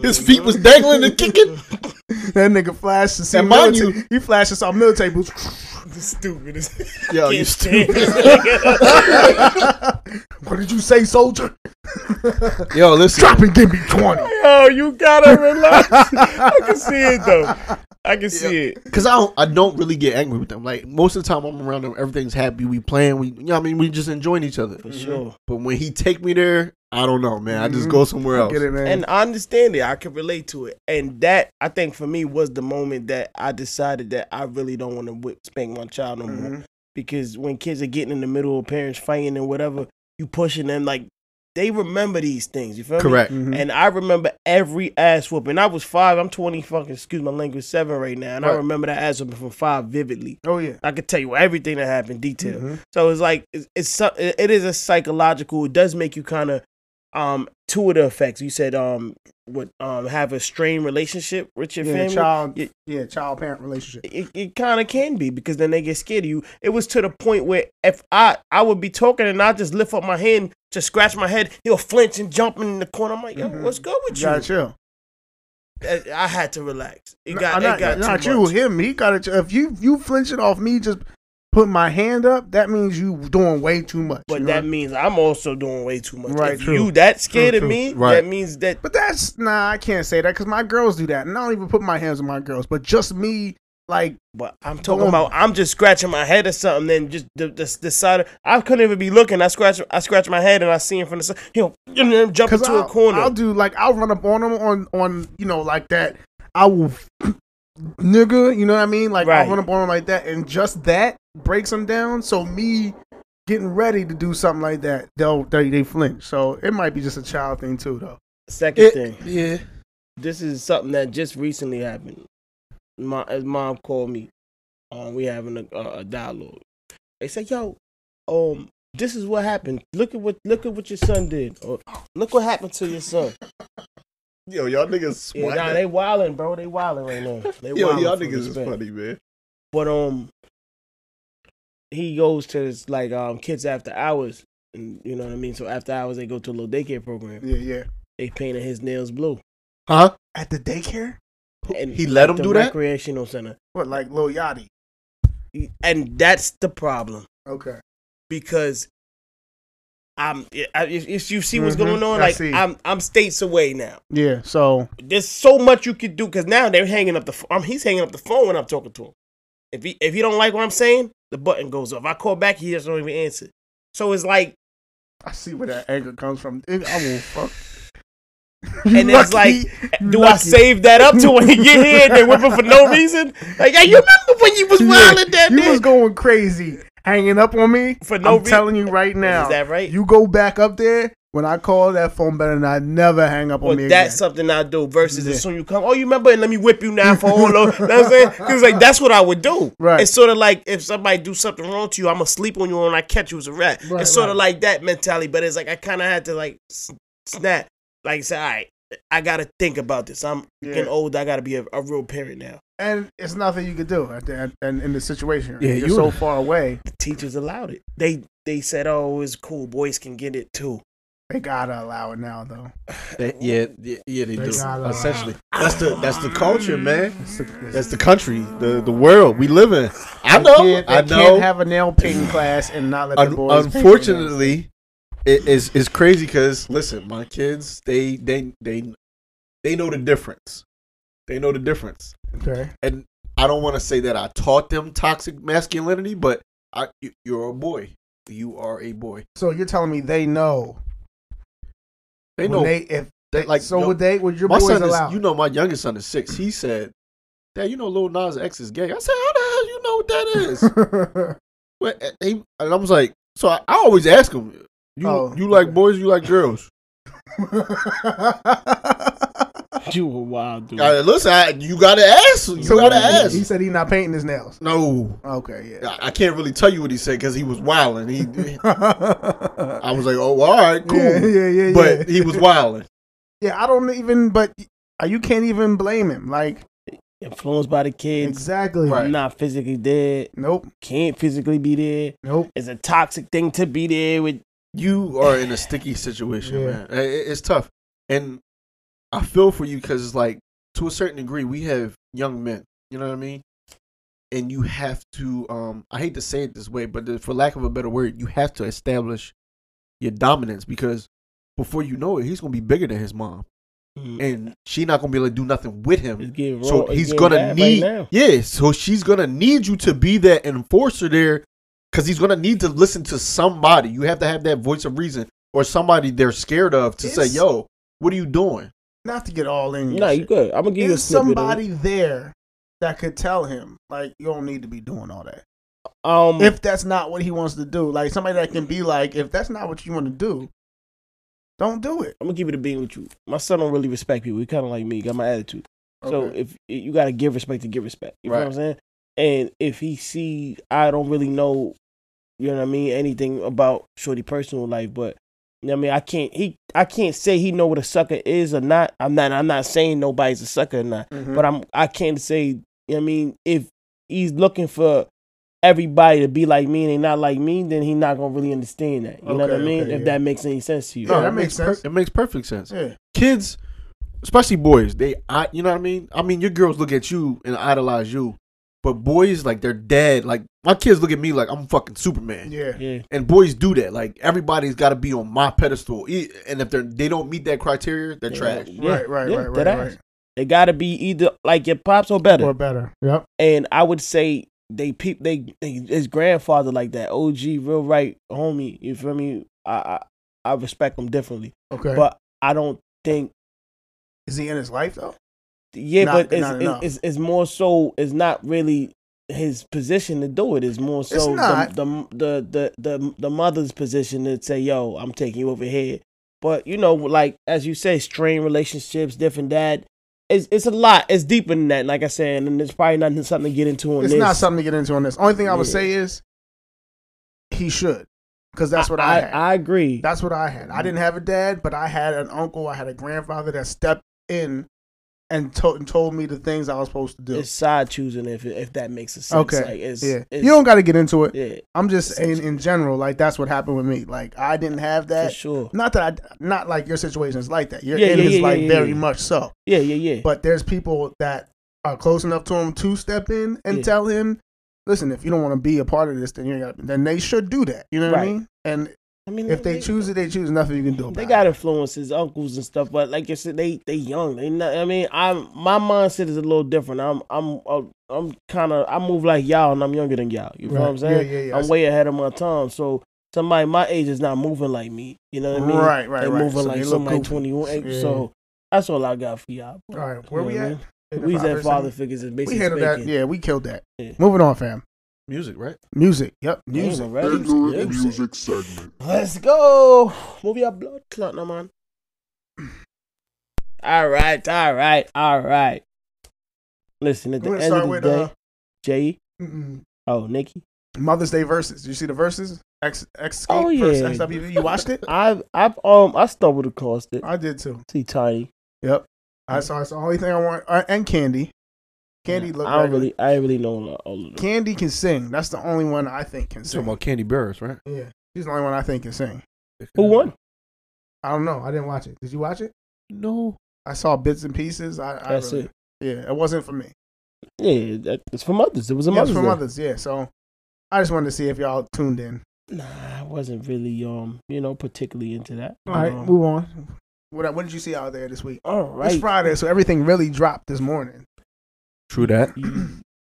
B: His feet was dangling and kicking.
C: [LAUGHS] that nigga flashed to see
B: And mind
C: military- He flashed and saw
F: [LAUGHS]
C: military boots. [LAUGHS]
F: stupid. as-
B: [LAUGHS] Yo, you
F: Can't
B: stupid.
C: What did you say, soldier?
B: Yo, listen.
C: Drop and give me twenty.
F: Yo, you gotta
C: [LAUGHS]
F: relax. I can see it though. I can see it.
B: Cause I don't, I don't really get angry with them. Like most of the time, I'm around them. Everything's happy. We playing. We, you know, what I mean, we just enjoying each other. For
F: sure.
B: But when he take me there, I don't know, man. I just go somewhere else.
C: Mm-hmm. Get it, man.
F: And I understand it. I can relate to it. And that I think for me was the moment that I decided that I really don't want to whip spank my child no more. Because when kids are getting in the middle of parents fighting and whatever, you pushing them like they remember these things. You feel me?
B: Correct.
C: Mm-hmm.
B: Mhm.
F: And I remember every ass whooping. I was five. I'm 20 fucking. Excuse my language. Seven right now, and I
C: Right.
F: remember that ass whooping from five vividly.
C: Oh yeah.
F: I could tell you everything that happened detail.
C: Mhm.
F: So it's like it's, it's so- it is a psychological. It does make you kind of um two of the effects. You said um would um have a strained relationship with your
C: yeah,
F: family.
C: child,
F: It-
C: yeah, child parent relationship.
F: it, it kind of can be because then they get scared of you. It was to the point where if I I would be talking and I just lift up my hand to scratch my head, he'll flinch and jump in the corner. I'm like, yo,
C: Mm-hmm.
F: what's good with you?
C: Gotta chill.
F: I, I had to relax. It
C: No,
F: got
C: uh, not,
F: it got
C: not
F: too
C: you,
F: much.
C: him. He got it. If you you flinching off me, just put my hand up. That means you doing way too much.
F: But
C: you know?
F: that means I'm also doing way too much.
C: Right,
F: if
C: true.
F: you that scared
C: True,
F: of
C: true.
F: me,
C: Right.
F: that means that
C: But that's nah. I can't say that because my girls do that, and I don't even put my hands on my girls. But just me, like,
F: but I'm talking
C: um,
F: about I'm just scratching my head or something. Then just the, the, the side of, I couldn't even be looking. I scratch I scratch my head and I see him from the side. He'll jump
C: because
F: into
C: I'll,
F: a corner.
C: I'll do like I'll run up on them on on you know like that. I will, [CLEARS THROAT] nigga. You know what I mean? Like
F: Right.
C: I'll run up on them like that, and just that breaks them down. So me getting ready to do something like that, they'll they, they flinch. So it might be just a child thing too, though.
F: Second
C: It-
F: thing.
B: Yeah.
F: This is something that just recently happened. My his mom called me. Um, we having a, a, a dialogue. They said, "Yo, um, this is what happened. Look at what look at what your son did. Or, look what happened to your son.
A: Yo, y'all niggas
F: Yeah,
A: swag.
F: nah, they wilding, bro. They wilding right now. They
A: Yo,
F: wildin'
A: y'all
F: for
A: niggas is
F: respect.
A: funny, man.
F: But um, he goes to this, like um kids after hours, and you know what I mean. So after hours, they go to a little daycare
B: Mm.
F: program.
C: Yeah, yeah.
F: They painted his nails blue.
B: Huh?
C: At the daycare,
F: And
B: He let
F: at
B: 'em
F: the
B: do that?
F: Recreational center.
C: what like Lil Yachty?
F: and that's the problem
C: Okay.
F: because I'm. I, if, if you see what's
C: Mhm,
B: Mm-hmm.
F: going on,
C: I
F: like
C: see.
F: I'm, I'm states away now.
C: Yeah. So
F: There's so much you could do because now they're hanging up the. ph- Um, he's hanging up the phone when I'm talking to him. If he if he don't like what I'm saying, the button goes off. I call back, he just don't even answer. So it's like,
C: I see where that anger comes from. I will fuck. [LAUGHS]
F: and it's like, do I save that up to when he get here and they whipping for no reason? Like, hey, you remember when you was wilding that
C: You
F: day?
C: was going crazy, hanging up on me
F: For no
C: I'm
F: rea-
C: telling you right now.
F: that right?
C: You go back up there. When I call that phone, better than I never hang up
F: Well,
C: on me
F: that's
C: again.
F: something I do. Versus
C: Yeah.
F: as soon you come, oh, you remember, and let me whip you now for all those. You know what I'm saying? Because like that's what I would do.
C: Right.
F: It's sort of like if somebody do something wrong to you, I'ma sleep on you and I catch you as a rat.
C: Right,
F: it's sort
C: right.
F: of like that mentality. But it's like I kind of had to like s- snap, like say, all right, I gotta think about this. I'm
C: Yeah.
F: getting old. I gotta be a, a real parent now.
C: and it's nothing you could do at the, at, and in the situation.
B: Yeah,
C: you're
B: you-
C: so far away.
F: The teachers allowed it. They they said, oh, it's cool. Boys can get it too.
C: They gotta allow it now, though.
B: They, yeah, yeah, yeah, they,
C: They
B: do.
C: got a lot. Mm-hmm.
B: Essentially, that's the that's the culture, man. That's the country, the the world we live in. I
C: They
B: know,
C: can't- they
B: I
C: Can't
B: know.
C: have a nail
F: [SIGHS]
C: painting class and not let the
B: Un-
C: boys. paint their nails.
B: unfortunately, it is is crazy because listen, my kids, they they they they know the difference. They know the difference,
C: okay.
B: and I don't want to say that I taught them toxic masculinity, but I you- you're a boy. You are a boy.
C: So you're telling me they know
B: They
C: when
B: know
C: they if
B: that, like
C: so
B: yo-
C: would they would your
B: my
C: boys
B: son
C: allow?
B: is,
C: it?
B: you know, my youngest son is six. He said, "Dad, you know, Lil Nas X is gay." I said, "How the hell you know what that
C: [LAUGHS]
B: is?" Well, and he- and I was like, "So I, I always ask him, you
C: Oh,
B: you like boys, you like girls."
C: [LAUGHS]
F: You were wild, dude.
B: I, listen, I, you gotta ask. You gotta ask.
C: he, he said he not painting his nails.
B: no,
C: Okay, yeah.
B: I, I can't really tell you what he said because he was wilding. He,
C: yeah,
B: I was like, "Oh, all right, cool,"
C: [LAUGHS] yeah, [LAUGHS] yeah.
B: but
C: yeah.
B: he was wilding.
C: yeah, I don't even. But uh, you can't even blame him. Like
F: Influenced by the kids.
C: exactly.
F: I'm not physically dead.
C: Nope.
F: Can't physically be there.
C: Nope.
F: It's a toxic thing to be there with
B: you are in a sticky situation,
C: Yeah.
B: man. I- I- It's tough, and I feel for you because it's like to a certain degree we have young men. You know what I mean? And you have to. Um, I hate to say it this way, but the- for lack of a better word, you have to establish your dominance because before you know it, he's gonna be bigger than his mom,
F: Mm.
B: and she not gonna be able to do nothing with him.
F: It's getting
B: So
F: raw- it's
B: he's
F: getting
B: gonna
F: bad right
B: need,
F: now.
B: yeah. So she's gonna need you to be that enforcer there, because he's gonna need to listen to somebody. You have to have that voice of reason or somebody they're scared of to say,
C: It's-
B: "Yo, what are you doing?"
C: Not to get all in. your
F: No, you
C: shit.
F: good. I'm gonna give you a
C: Is
F: snippet. Somebody,
C: somebody there that could tell him like you don't need to be doing all that
F: um,
C: if that's not what he wants to do? Like somebody that can be like, if that's not what you want to do, Don't do it.
F: I'm gonna keep it a being with you. My son don't really respect people. He kind of like me. Got my attitude. So
C: Okay.
F: if you gotta give respect to give respect, you know
C: Right.
F: what I'm saying. And if he see, I don't really know, you know what I mean, anything about Shorty personal life, but you know what I mean, I can't he I can't say he know what a sucker is or not. I'm not I'm not saying nobody's a sucker or not,
C: Mhm.
B: Mm-hmm.
F: but I'm I can't say you know what I mean if he's looking for everybody to be like me and they not like me, then he not gonna really understand that. You know what I
B: Okay,
F: mean?
B: okay,
F: if
B: yeah.
F: that makes any sense to you,
B: No, that makes sense. it makes perfect sense.
C: Yeah.
B: Kids, especially boys, they I you know what I mean? I mean your girls look at you and idolize you. But boys like they're dead. Like my kids look at me like I'm fucking Superman.
C: Yeah.
F: Yeah.
B: And boys do that. Like everybody's got to be on my pedestal. E- And if they are they don't meet that criteria, they're trash.
C: Right, right, right,
F: dead
C: right,
F: ass.
C: right.
F: They gotta be either like your pops or better.
C: Or better. Yep.
F: And I would say they peep they, they his grandfather like that OG real right homie. You feel me? I I, I respect him differently.
C: Okay.
F: But I don't think
C: Is he in his life though?
F: yeah,
C: Not-
F: but it's,
C: not
F: it's,
C: enough.
F: it's it's more so it's not really his position to do it. It's more so
C: not.
F: The, the the the the the mother's position to say, "Yo, I'm taking you over here." But you know, like as you say, strained relationships, different that. It's, it's a lot. It's deeper than that. Like I said, and it's probably not something to get into. On
C: It's
F: this.
C: not something to get into on this. Only thing I would
F: Yeah.
C: say is he should, because that's what I, had.
F: I agree.
C: That's what I had. I didn't have a dad, but I had an uncle. I had a grandfather that stepped in and, to- and told me the things I was supposed to do.
F: It's side choosing if if that makes a sense.
C: okay.
F: Like, it's,
C: yeah.
F: it's-
C: you don't got to get into it.
F: Yeah.
C: I'm just saying in general, like that's what happened with me. Like I didn't have that.
F: sure.
C: Not that I. Not like your situation is like that. You're
F: Yeah,
C: in
F: yeah,
C: his
F: yeah,
C: life
F: yeah, yeah,
C: very
F: yeah.
C: much so.
F: Yeah, yeah, yeah.
C: But there's people that are close enough to him to step in and
F: Yeah.
C: tell him, listen, if you don't want to be a part of this, then you ain't gotta, then they should do that. You know what I
F: Right.
C: mean? And
F: I mean,
C: if they, choose it, they choose. Nothing you can do about
F: They
C: it.
F: got influences, uncles and stuff, but like you said, they they young. They not, I mean, I'm my mindset is a little different. I'm I'm uh, I'm kind of I move like y'all, and I'm younger than y'all. You know what I'm
C: Right. Yeah,
F: saying?
C: yeah, yeah.
F: I'm way ahead of my time, so somebody my age is not moving like me. You know what I mean?
C: Right, right,
F: They
C: right.
F: moving
C: So they
F: like
C: look
F: somebody
C: goofy.
F: 21.
C: Yeah.
F: So that's all I got for y'all.
C: All right, where we at? In the
F: We at
C: five
F: father
C: percent?
F: figures is
C: We
F: basically
C: handled that.
F: speaking.
C: Yeah, we killed that.
F: Yeah.
C: Moving on, fam.
B: Music, right?
C: Music. Yep.
F: Damn,
C: Music.
F: already?
C: music.
F: Music.
C: music.
F: Let's go. Move your blood clot, no man. All right, all right, all right. Listen, at the
C: We're gonna
F: end of
C: start
F: the
C: with,
F: day,
C: uh,
F: Jay.
C: Mm-mm.
F: Oh, Nikki.
C: Mother's Day verses. You see the verses? X X
F: Oh
C: Escape versus
F: yeah.
C: XWV. You
F: [LAUGHS]
C: watched it?
F: I've I've um I stumbled across it.
C: I did too.
F: See Tiny.
C: Yep. I saw it's the only thing I want. uh, and Candy. Candy looked
F: I don't
C: regular.
F: really I really know a lot- all of them.
C: Candy can sing. That's the only one I think can
B: You're talking
C: sing.
B: about Candy Burris, right?
C: Yeah. She's the only one I think can sing.
F: Who won?
C: I don't know. I didn't watch it. Did you watch it?
B: No.
C: I saw bits and pieces. I, I
F: That's
C: really-
F: it.
C: Yeah, it wasn't for me.
F: Yeah, that, it's for mothers. It was a
C: Yeah, it's
F: mother's.
C: for
F: Day.
C: mothers. Yeah. So I just wanted to see if y'all tuned in.
F: Nah, I wasn't really um you know particularly into that.
C: All right,
F: Um,
C: move on. What, what did you see out there this week?
F: all right.
C: It's Friday, so everything really dropped this morning.
B: True that.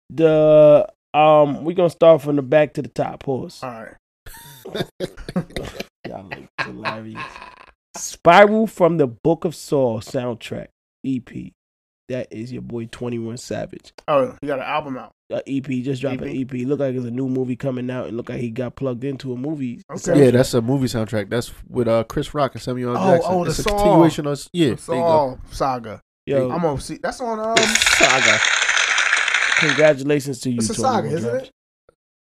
F: The um we're gonna start from the back to the top. Pause.
C: All right.
F: Y'all like
C: [LAUGHS]
F: hilarious. Spiral from the Book of Saul soundtrack EP. That is your boy Twenty One Savage.
C: Oh, you got an album out.
F: Uh, EP just dropped an
C: EP?
F: EP. Look like it's a new movie coming out, and look like he got plugged into a movie.
C: Okay.
B: Yeah, that's a movie soundtrack. That's with uh, Chris Rock and Samuel L.
C: Oh,
B: Jackson.
C: oh, the
B: it's a
C: song.
B: continuation of yeah.
C: It's
B: there you go.
C: all saga.
F: Yo,
C: I'm gonna see. That's on. Um,
B: Saga.
F: congratulations to you.
C: it's a
F: 21
C: saga, isn't
F: Savage.
C: it?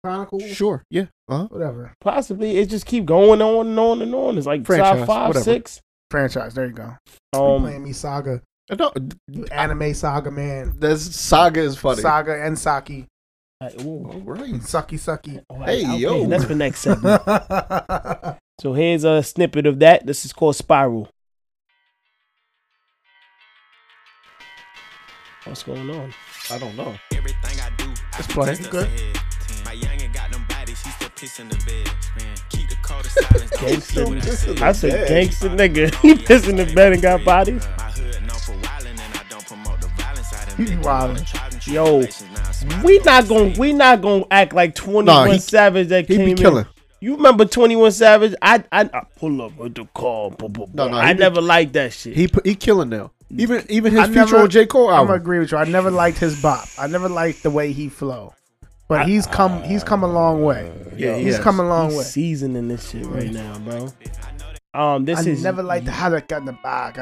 C: Chronicle.
B: Sure. Yeah. Uh huh.
C: Whatever.
F: Possibly. It just keep going on and on and on. It's like
B: Franchise,
F: top five,
B: whatever.
F: six.
C: Franchise. There you go. you
F: Um,
C: playing me saga.
B: I don't.
C: You anime saga man.
B: That's Saga is funny.
C: Saga and Saki.
F: like, ooh,
B: Right.
C: Sucky sucky.
F: all right,
B: Hey
F: okay,
B: yo.
F: That's for next segment.
B: [LAUGHS]
F: So here's a snippet of that. This is called Spiral. What's going on?
B: I don't know.
L: Everything I do, I
B: It's
L: can
B: playing.
L: taste
B: Good.
L: us ahead. My youngin' got them bodies, she still pissing the bed. Keep the code of silence, don't
F: Gangsta.
L: repeat what I said.
F: I said gangster nigga. [LAUGHS] He pissed in the bed and got bodies.
L: My hood known for wildin' and I don't promote the violence. I done
C: You be
L: been through all the
C: wildin'.
L: trials and
F: Yo,
L: tribulations, now I smile
F: We
L: for
F: not
L: the
F: gonna
L: same.
F: we not gonna act like Twenty One
B: Nah, he-
F: Savage that
B: he be
F: came
B: killing.
F: in. You remember Twenty One Savage? I, I I pull up with the car. bu- bu- bu-
B: No, no,
F: I
B: he be-
F: never liked that shit.
B: He pu- he killing now. Even even his
C: I
B: future
C: never-
B: on J Cole
C: I'm
B: album.
C: gonna agree with you. I never liked his bop. I never liked the way he flow. But he's come. He's come a long way.
B: yeah, he
C: he's
B: has.
C: come a long
F: He's
C: way.
B: Mm.
F: seasoning this shit right now, bro. Um, this
C: I
F: is
C: never liked the how that got in the bag.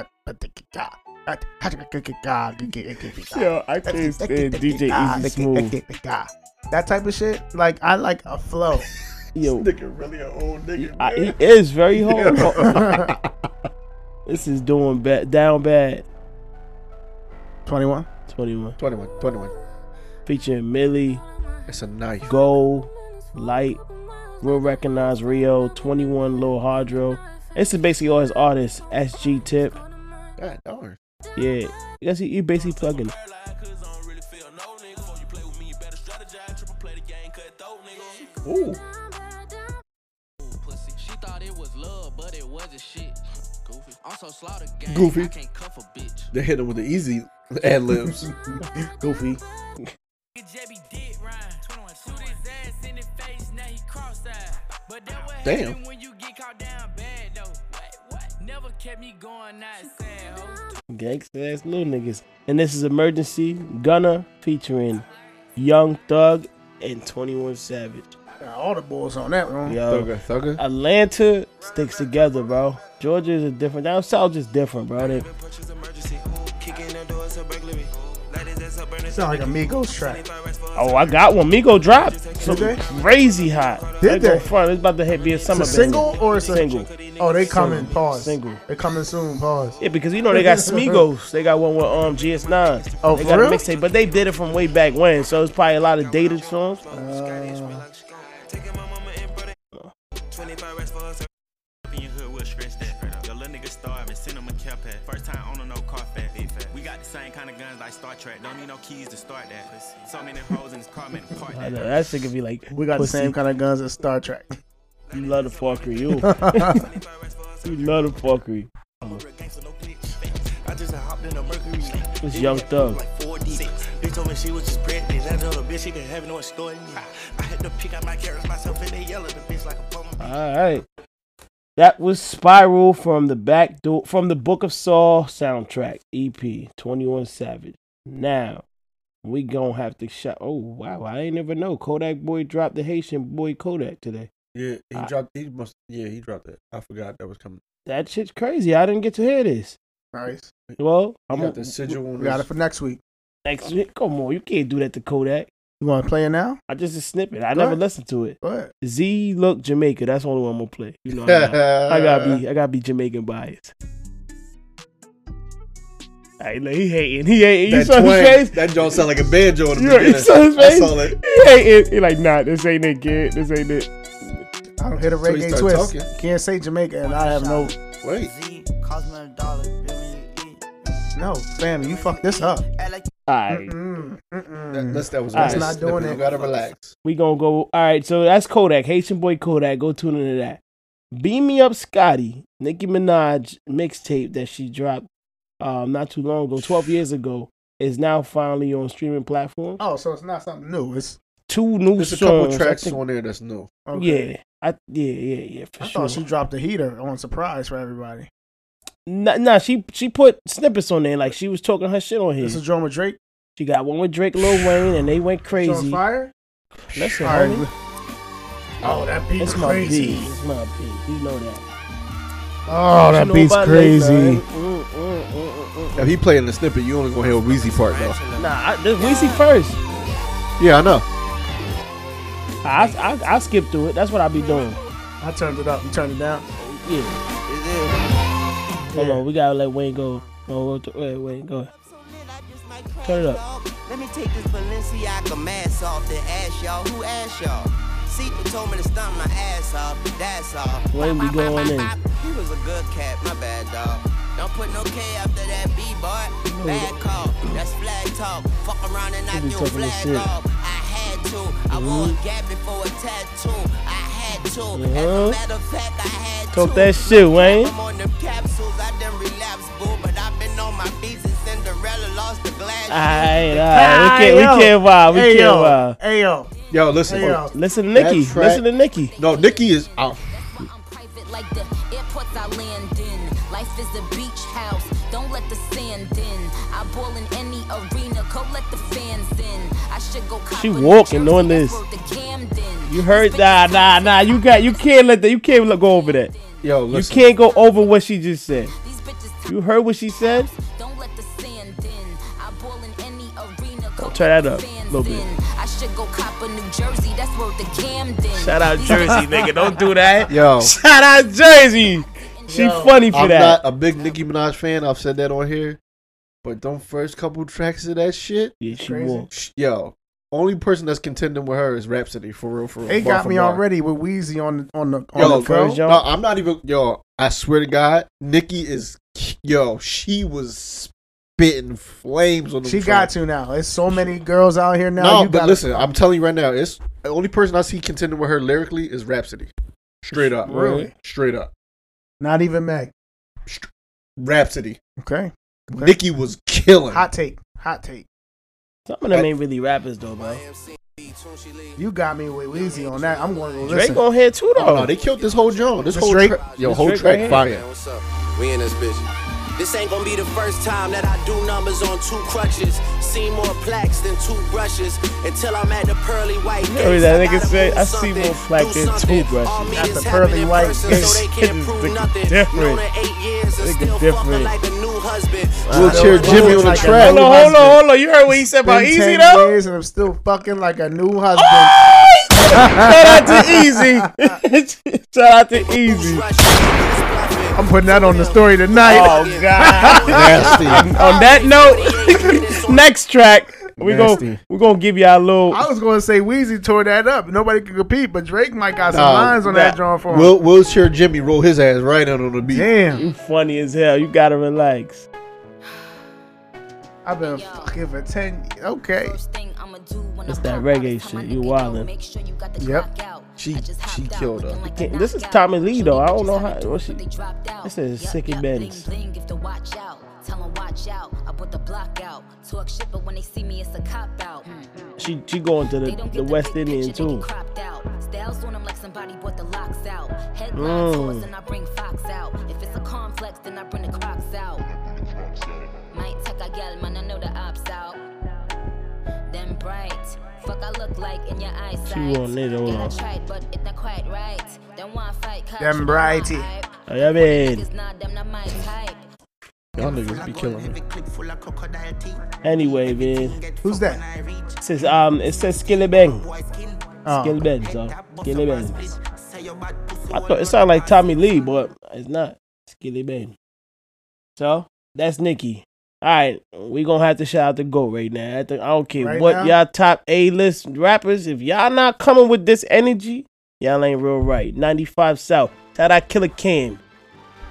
C: Yo,
F: Yo, I can't stand DJ Easy Smooth.
C: That type of shit. Like I like
B: [LAUGHS]
C: a flow.
F: Yo,
C: nigga really an old nigga.
F: I, he is very
C: man.
F: hard. this is doing bad, down bad.
C: 21.
F: 21.
B: 21. 21.
F: Featuring Millie.
B: It's a nice
F: Gold, Light, Real Recognize Rio, 21 Lil Hardro. This is basically all his artists. SG Tip.
B: God darn.
F: Yeah. Yes, he, he basically plugging.
B: Ooh. Goofy. They hit him with the easy [LAUGHS] ad [LAUGHS] libs.
F: Goofy.
B: Damn.
F: Gangsta ass little niggas. And this is Emergency Gunna featuring Young Thug and 21 Savage.
C: All the boys on that one.
F: Yo,
B: Uh,
F: Atlanta sticks together, bro. Georgia is a different. Down south just different, bro. They,
C: Sound like a Migos track.
F: oh, I got one. Migo dropped. So
C: Did they?
F: crazy hot.
C: Did
F: They go
C: they?
F: Front. It's about to hit, be a
C: It's
F: summer
C: a single or it's a
F: Single.
C: Oh, they coming.
F: Single.
C: Pause.
F: Single.
C: They coming soon. Pause.
F: Yeah, because you know they
C: [LAUGHS]
F: got Smigos. They got one with um GS9.
C: Oh,
F: they
C: for
F: got
C: real?
F: a mixtape, but they did it from way back when, so it's probably a lot of dated songs.
C: Uh,
L: We got the same kind of guns like Star Trek. Don't need no keys to start that. So many holes in this car, man.
F: I know that shit could be like
C: We got
F: pussy.
C: the same kind of guns as Star Trek.
F: You love the fuckery,
C: [LAUGHS]
F: you. you love the fuckery.
M: I just hopped in a Mercury.
F: It's Young Thug.
M: Like four deep. Bitch told me she was just pregnant. I told her bitch she didn't have no store in me. I had to pick out my carrots myself and they yell at the bitch like a bum.
F: All right. That was Spiral from the back door from the Book of Saul soundtrack EP 21 Savage. Now we gonna have to shut. Oh wow, I ain't never know. Kodak Boy dropped the Haitian boy Kodak today.
B: Yeah, he
F: I-
B: dropped. He must. Yeah, he dropped that. I forgot that was coming.
F: That shit's crazy. I didn't get to hear this.
C: Nice.
F: Well,
B: I'm
F: I'm
B: got the sigil on.
C: We got it for next week.
F: next week. Come on, you can't do that to Kodak.
C: You want to play it now?
F: I just a snippet. I
C: Go
F: never
C: ahead.
F: listened to it.
C: What?
F: Z look Jamaica. That's the only one I'm gonna play. You know, I gotta, I gotta be, I gotta be Jamaican biased. Hey, look, he hating. He hating. [LAUGHS] You
B: That
F: saw his
B: twang-
F: face.
B: That don't sound like a banjo in the
F: Yeah,
B: beginning.
F: you saw his
B: I
F: face.
B: saw that.
F: He hating. He like, nah, this ain't it, kid. This ain't it.
C: I don't hit a
B: So he
C: reggae
B: start
C: twist.
B: talking.
C: Can't say Jamaica and I have no.
B: Wait.
C: No, fam, you fucked this up. Mm,
F: Alright,
B: That, that's that was.
F: All right.
B: nice.
C: Not doing
B: You
C: it.
B: Gotta relax.
F: we gonna go. All right, so that's Kodak, Haitian boy Kodak. Go tune into that. Beam me up, Scotty. Nicki Minaj mixtape that she dropped um, not too long ago, 12 years ago, is now finally on streaming platforms.
C: Oh, so it's not something new. It's
F: Two new
B: There's a couple
F: songs. I
B: tracks
F: think-
B: on there that's new.
C: okay.
F: Yeah, I yeah yeah yeah for
C: I
F: sure.
C: thought she dropped a heater on surprise for everybody.
F: nah, nah, she she put snippets on there like she was talking her shit on here.
C: This is Drama Drake.
F: She got one with Drake, Lil Wayne, and they went
C: It's
F: crazy.
C: on fire.
F: Listen,
C: All right.
F: homie,
C: Oh, that beat's
F: it's my
C: crazy.
F: beat. It's my beat. You know that.
C: Oh,
F: You
C: that
F: know
C: beat's
F: about
C: crazy.
F: Lil Wayne. Mm, mm, mm, mm, mm.
B: If he playing the snippet, you only gonna hear a Wheezy part though.
F: Nah, I, this Weezy first.
B: Yeah, I know.
F: I, I I skip through it. That's what I be doing.
C: I turned it up. You turned it down.
F: Yeah. Hold on, we gotta let Wayne go. Oh, wait, wait, Wayne, go. Turn it up.
N: Let me take this Balenciaga mask off and ask y'all who asked y'all. Sequel told me to stomp my ass off, that's all.
F: Wayne be going in.
N: He was a good cat, my bad dog. Don't put no K after that B boy. Bad call, that's flag talk. Fuck around and knock
F: He be
N: your
F: talking this
N: flag
F: shit. Mm-hmm.
N: off. I had to. I wore a gap before a tattoo. I had to. As
F: Yeah.
N: a matter of fact, I had
F: Talk
N: to.
F: that shit, Wayne.
N: I'm on them capsules, I done relapse, boo. But I've been on my beats and Cinderella lost the glass.
F: Ah. Alright, alright. We can't, we can't wow. We
C: Hey,
F: can't
C: yo.
F: wow.
C: Hey, yo.
B: Yo, listen.
C: Hey, yo.
F: Listen to
B: That
F: Nikki.
B: track-
F: Listen to Nikki.
B: No, Nikki is out.
O: like the airports I land in. Life is a beach house, don't let the sand in. I ball in any arena, go let the fans in. I should go cop
F: She
O: a new
F: walking on
O: jersey,
F: this.
O: that's worth the Camden.
F: You heard nah nah nah. You got you can't let that. You can't let go over that. you
B: Yo, listen.
F: can't go over what she just said. You heard what she said? Don't turn that up a little bit.
O: I should go cop a New Jersey. That's where the Camden.
F: Shout out [LAUGHS] Jersey, nigga. Don't do that.
B: Yo.
F: Shout out Jersey. She funny for
B: I'm
F: that.
B: not a big Nicki Minaj fan. I've said that on here. But them first couple tracks of that shit.
F: Yeah, she will.
B: Yo, only person that's contending with her is Rhapsody, for real, for real.
C: It
B: bar
C: got
B: for
C: me
B: bar.
C: already with Wheezy on the on the on
B: Yo,
C: the first
B: bro, no, I'm not even. Yo, I swear to God, Nikki is. Yo, she was spitting flames on the.
C: She got to now. There's so many girls out here now.
B: No,
C: you
B: but
C: gotta-
B: listen, I'm telling you right now, it's the only person I see contending with her lyrically is Rhapsody. Straight up,
C: Really?
B: straight up,
C: not even Meg.
B: Rhapsody.
C: Okay.
B: Nikki was killing.
C: Hot take. Hot take.
F: Some of them ain't really rappers though, bro.
C: You got me with Wheezy on that. I'm going to listen.
F: Drake on here too though.
B: Oh, no, they killed this whole joint. This
C: This
B: whole
C: Drake-
B: track, yo,
C: this
B: whole
C: Drake
B: track
C: right here.
B: fire.
P: What's up? We in this bitch. This ain't gonna be the first time that I do numbers on two crutches. See more plaques than two brushes until I'm at the pearly white.
F: You know what
P: gates.
F: that
P: I
F: nigga
P: gotta
F: said?
P: prove
F: I see
P: something,
F: more black
P: do
F: than
P: something.
F: two brushes.
P: All
F: That's
P: meetings
F: the
P: happen
F: pearly
P: in
F: white
P: person,
F: gates.
P: So they
F: Shit
P: can't
F: is
P: prove
F: looking
P: nothing.
F: different.
P: Known her eight years
F: [LAUGHS]
P: and
F: Looking
P: still
F: different.
P: fucking like a new husband.
B: Wheelchair Jimmy on the
F: Like a
B: track.
F: Hold on, hold on, hold on. You heard what he said about
C: Been
F: Easy
C: 10
F: though? Ah!
C: years and I'm still fucking like a new husband.
F: Shout out
B: [LAUGHS]
F: to Easy. [LAUGHS] Shout out to Easy.
C: I'm putting that on the story tonight.
F: Oh God.
C: [LAUGHS]
B: Nasty.
F: on that note, [LAUGHS] next track. We're gonna
C: Nasty.
F: we're gonna give y'all a little
C: [LAUGHS] I was going to say Wheezy tore that up. Nobody could compete, but Drake might got some
B: Nah,
C: lines on
B: nah.
C: that drawing for him.
B: Will wheelchair Jimmy roll his ass right out on the beat.
C: Damn,
F: you funny as hell. You gotta relax.
C: I've been fucking for 10 years. Okay.
F: It's that reggae shit. You wildin'.
C: Yep.
B: She she killed her.
F: This is Tommy Lee though. I don't know how what she This is sick and Benz.
O: Bling, if to watch out. Tell 'em watch out. I put the block out. Talk shit, but when they see me, it's a cop out. Hmm.
F: She she going to the, the West Indian too.
O: Cropped out. Styles on 'em like somebody bought the locks out.
F: Mm.
O: Headlines mm. and I bring Fox out. If it's a complex, then I bring the crocs out. Might take a gal, man, I know the ops out. Them bright. Fuck I look like in your eyesight.
F: on it, hold
O: Girl, I
F: on.
O: tried, but it not quite right. Them want fight, cause
C: Them
O: you know
C: brighty.
O: my hype.
F: Oh, yeah, man.
O: Niggas not them, not my type.
B: Y'all niggas be killing me.
F: Anyway, man.
C: Who's that?
F: It says um it says Skilly Bang.
C: Oh.
F: Skilly Bang, so Skilly Bang. I thought it sounded like Tommy Lee, but it's not. Skilly Bang. So that's Nikki. Alright, we gonna have to shout out the GOAT right now. I, think, I don't care
C: Right
F: what
C: now?
F: y'all top A list rappers, if y'all not coming with this energy, y'all ain't real right. 95 South. Shout out Killer Cam.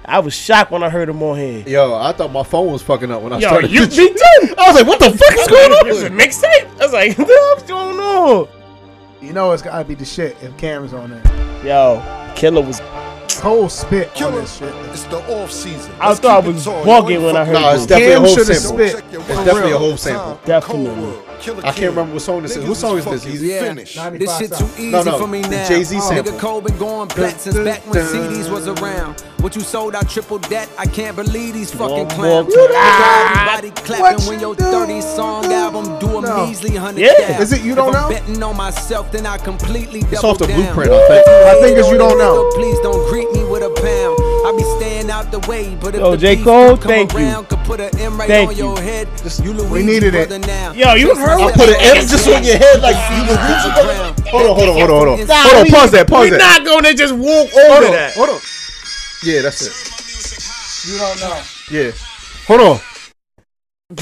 F: I was shocked when I heard him on here.
B: Yo, I thought my phone was fucking up when I
F: Yo,
B: started. [LAUGHS]
F: you
B: this-
F: me too.
B: I was like, what the fuck is going
F: It's a
B: on?
F: mixtape. I was like, [LAUGHS] what's going on?
C: You know it's got to be the shit if Cam's on there.
F: Yo, Killer was.
C: Whole spit on this shit.
G: It's the off season.
F: I thought I was bugging when I heard
B: Nah,
F: it.
B: it's definitely a
C: Cam
B: whole
C: shoulda
B: sample.
C: spit.
B: It's definitely a whole sample.
F: Definitely.
B: I can't remember what song this is. What song is this? Easy.
H: This shit
C: [LAUGHS]
H: too easy
B: No, no,
H: for me
B: the
H: now.
B: Jay-Z sample.
H: Nigga Cole been going plat since back when CDs was around. What you sold, I triple that. I can't believe these fucking clowns.
F: more
H: Everybody clapping when your 30 song album do a
C: No.
H: measly hundred.
F: Yeah.
H: cap.
C: Is it You
H: If
C: Don't Know?
H: I'm Betting on myself, then I completely
B: It's
H: double
B: off the
H: down.
B: blueprint, I think.
C: I think it's You Don't Know.
H: Please don't greet me with a pound. I be staying out the way, but if
F: Yo,
H: the
F: J.
H: beef
F: Cole,
H: do come
F: thank you.
H: around, could put an M right
F: Thank
H: on
F: you.
H: your head. You
C: We
H: Luigi's
C: needed it.
H: brother now.
F: Yo, you
H: Just
F: heard
H: like
B: I put an M just on your head like you was reaching. for- Hold on, hold on, hold on, hold on. Hold on, pause that, pause
F: We're
B: that.
F: not gonna just walk
B: Hold
F: over
B: on,
F: that.
B: hold on. Yeah, that's it.
C: You don't know.
B: Yeah. Hold on. [LAUGHS]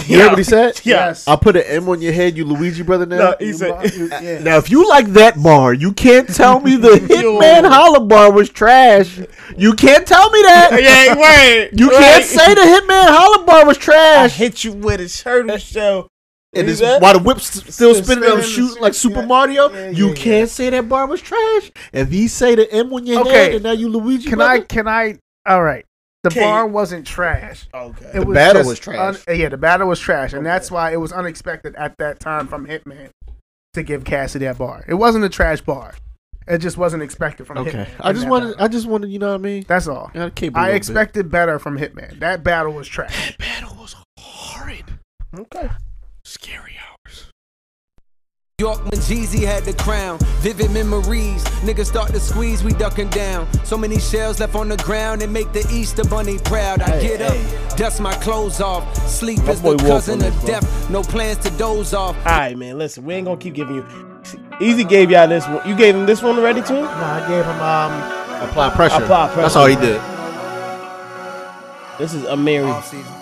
B: You heard what he said? [LAUGHS]
C: Yes.
B: I put an M on your head, you Luigi brother now.
F: No, he said-
C: Yeah.
B: Now, if you like that bar, you can't tell me
C: [LAUGHS]
B: the Hitman Holla bar was trash. You can't tell me that.
F: [LAUGHS]
B: [LAUGHS]
F: yeah, right.
B: You
F: right.
B: can't say the Hitman Holla bar was
F: I
B: trash.
F: hit you with a turtle shell.
B: And
F: is
B: it's
F: that?
B: while the whip's still spinning,
C: spinning
B: I'm
C: and
B: shooting
C: shooting,
B: like Super
C: yeah.
B: Mario.
C: Yeah,
B: you
C: yeah,
B: can't say that bar was trash. If he say the M on your
C: Okay.
B: head, and now you Luigi.
C: Can I?
B: brother?
C: Can I? All right. The
F: Can
C: bar wasn't trash.
F: Okay.
C: It
B: The battle
C: just
B: was trash.
C: un- yeah, the battle was trash, and that's why it was unexpected at that time from Hitman to give Cassidy that bar. It wasn't a trash bar. It just wasn't expected from Hitman.
B: Okay.
C: in
B: I just
C: that
B: wanted.
C: battle.
B: I just wanted. You know what I mean?
C: that's all.
B: I can't.
C: I expected better from Hitman. That battle was trash.
B: Battle was horrid.
F: Okay.
B: Scary hours.
H: York when Jeezy had the crown. Vivid memories, niggas start to squeeze, we ducking down. So many shells left on the ground and make the Easter Bunny proud. I
A: Hey,
H: get up, dust my clothes off. Sleep
F: My
H: is
F: boy
H: the
F: Wolf
H: cousin
F: on this
H: of
F: one.
H: death. No plans to doze off.
F: All right, man. Listen, we ain't gonna keep giving you. Easy gave y'all this one. You gave him this one already too? No,
C: I gave him um.
B: Apply pressure. That's all he did.
F: This is Amiri.
H: Off season.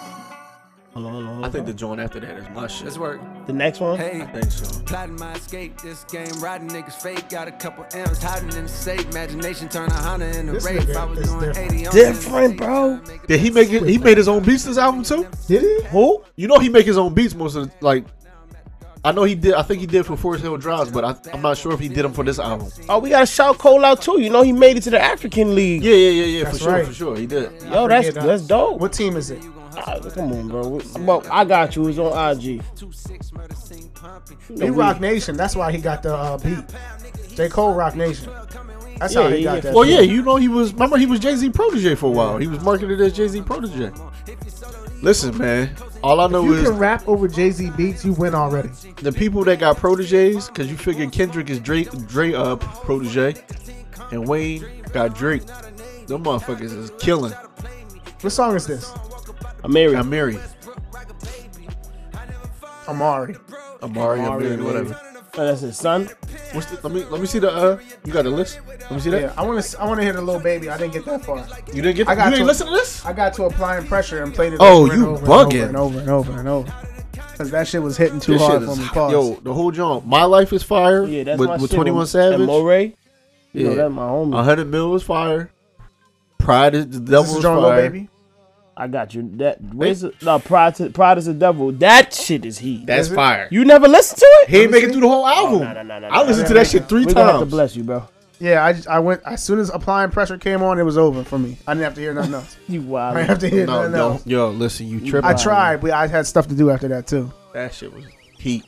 F: Hold on, hold on, hold
B: I think
F: on.
B: the joint after that is my shit.
H: Let's work.
F: The next one?
H: Hey,
B: think so.
H: plotting my escape. This game, riding niggas fake. Got a couple M's hiding in the safe. Imagination turn a Honda into
C: This
H: rape.
C: nigga
H: I was
C: is
H: doing
C: different.
H: 80 on
B: Different, bro. Did he make it? He made his own beats this album too.
C: Did he?
B: Who? You know he make his own beats most of the, like. I know he did. I think he did for Forest Hill Drives, but I, I'm not sure if he did them for this album.
F: Oh, we gotta shout Cole out too. You know he made it to the African League.
B: Yeah, yeah, yeah, yeah. for sure, for sure, he did.
F: Yo, that's that's dope.
C: What team is it?
F: come on, bro. We- Well, I got you. It's on IG.
C: He Rock Nation. That's why he got the uh, beat. J Cole Rock Nation. That's how
B: Yeah,
C: he got that.
B: Well,
C: beat.
B: yeah, you know he was. Remember, he was Jay Z protege for a while. He was marketed as Jay Z protege. Listen, man. All I know
C: If you
B: is
C: can rap over Jay Z beats, you win already.
B: the people that got proteges, because you figure Kendrick is Drake, Drake uh, protege, and Wayne got Drake. Them motherfuckers is killing.
C: What song is this?
F: Amiri.
B: Amiri.
C: Amari.
B: Amari.
C: Amari,
B: Amiri.
C: yeah.
B: Whatever.
F: Oh, that's his son.
B: What's the, let me let me see the uh. You got the list. Let me see that.
C: Yeah, I want to. I want to hear the little baby. I didn't get that far.
B: You didn't get.
C: I got
B: you didn't
C: to,
B: listen to this.
C: I got to applying pressure and played it.
B: Oh,
C: over and
B: you
C: over
B: bugging.
C: and over and over and over because that shit was hitting too
B: This
C: hard
B: shit
C: for
B: is-
C: me. Pause.
B: Yo, the whole joint. My life is fire.
F: Yeah, that's
B: with,
F: my
B: with
F: shit.
B: 21
F: And
B: Savage. Uh-huh.
F: Moray. You know, that's my homie.
B: 100 mil is fire. Pride is the devil
F: This
B: is
F: is John Lil
B: fire.
F: Baby? I got you. That where's the, no pride, to, pride is the devil. That shit is he.
B: That's Is it? fire.
F: You never listened to it.
B: He ain't make it through the
F: Oh,
B: whole album. I listened to that shit three
F: We gonna have to
B: times.
F: bless you, bro.
C: Yeah, I just I went as soon as applying pressure came on, it was over for me. I didn't have to hear nothing else.
F: You
C: I
F: wild.
C: didn't have to hear
B: No,
C: nothing
B: no,
C: else.
B: yo, listen, you tripping.
C: I tried, but I had stuff to do after that too.
B: That shit was heat.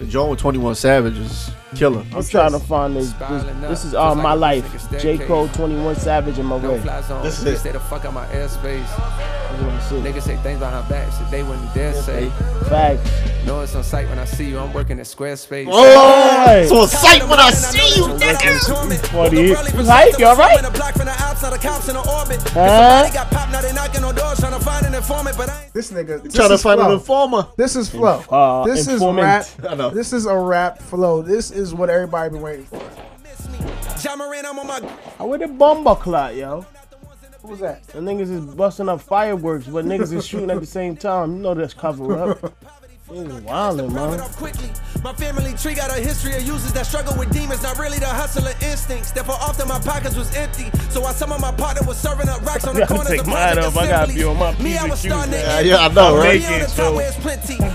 B: The joint with 21 Savage is killer.
F: I'm trying to find this. This, this is all my life. J Cole, 21 Savage, and
H: No
F: Moray.
H: fly zone.
F: This
H: This
F: is it.
H: Stay the fuck out my airspace. Niggas say things behind her back shit they wouldn't dare say.
F: Facts.
H: Know it's on site when I see you. I'm working at Squarespace.
F: Oh, Hey. it's on
H: site when I see you, nigga.
F: Forty. Life, you Uh-huh. all right? Huh?
C: This nigga this
B: Tryna
C: is
B: find an
C: flow.
B: informer.
C: This is flow.
F: uh,
C: this is
F: informant.
C: rap.
F: [LAUGHS]
B: I know.
C: This is a rap flow. This is what everybody been waiting for.
F: I with a bomber clot, yo.
C: What was that?
F: The niggas is busting up fireworks, but niggas is shooting at the same time. You know that's
C: [LAUGHS]
F: cover up. Niggas wildin', man.
H: quickly. My family tree got a history of users that struggle with demons, not really the hustler instincts. Therefore, often my pockets was empty. So while some of my partner was serving up
F: [LAUGHS]
H: rocks on the
F: gotta
H: corners
F: take
H: of
F: mine
H: project
F: off. I gotta be on my
H: assemblies. Me,
F: P's
H: I
F: and
H: was
F: Q's,
H: starting
F: man.
H: to
B: Yeah, yeah, I know,
F: I'm
B: right?
F: making, so I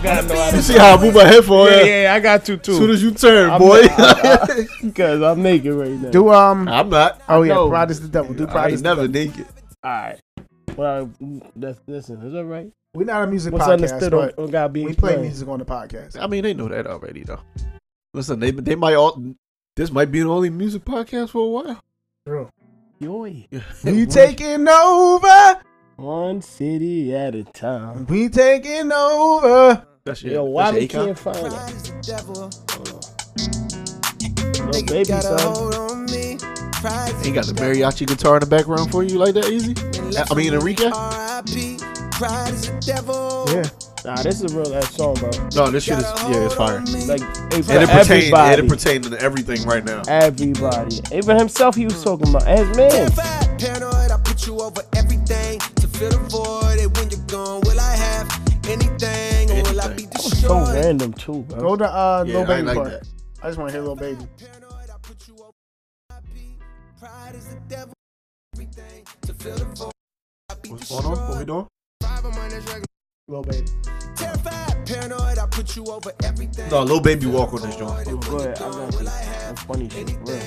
F: gotta know how to-
B: You see how I move my head for
F: Oh, Yeah,
B: her?
F: yeah, I got you too.
B: Soon as you turn,
F: I'm
B: boy.
F: not- I- I- Because I'm naked right now.
C: Do um.
B: [LAUGHS] I'm not.
C: Oh yeah,
F: No.
C: pride is the devil. Do
B: I
C: pride
B: ain't
C: is the devil.
B: never naked.
F: Alright. Well, that's, listen, is that right?
C: We're not a music
F: What's
C: podcast,
F: understood on,
C: but
F: on Oh, God being
C: we play
F: explained.
C: music on the podcast.
B: I mean, they know that already, though. Listen, they they might all. This might be the only music podcast for a while. [LAUGHS]
C: True.
F: Yoy.
C: We taking over.
F: One city at a time.
C: We taking over.
B: That's
F: Yo, why we can't find it? Yo, Oh, baby, son.
B: He got the mariachi guitar in the background for you like that easy? I mean Enrique?
C: Yeah.
F: Nah, this is a real ass song, bro.
B: No, this shit is yeah, it's fire.
F: Like, it, for
B: And it pertains
F: everybody.
B: and it pertains to everything right now.
F: everybody. Even himself, he was talking about. As man.
H: Paranoid, I put you over everything to fill the void. And when you're gone, will I have anything? Or will I be
F: So
H: destroyed?
F: random, too, bro.
C: Go to uh,
B: Yeah, I
C: Lil
B: ain't
C: Baby
B: like
C: part.
B: that.
C: I just want to hear Lil Baby.
B: What's going on? What we doing?
C: Lil Baby.
H: Terrified, paranoid, I put you over everything.
B: No, little baby walk on this joint.
F: Oh, go ahead. I got you. That's funny shit. Real.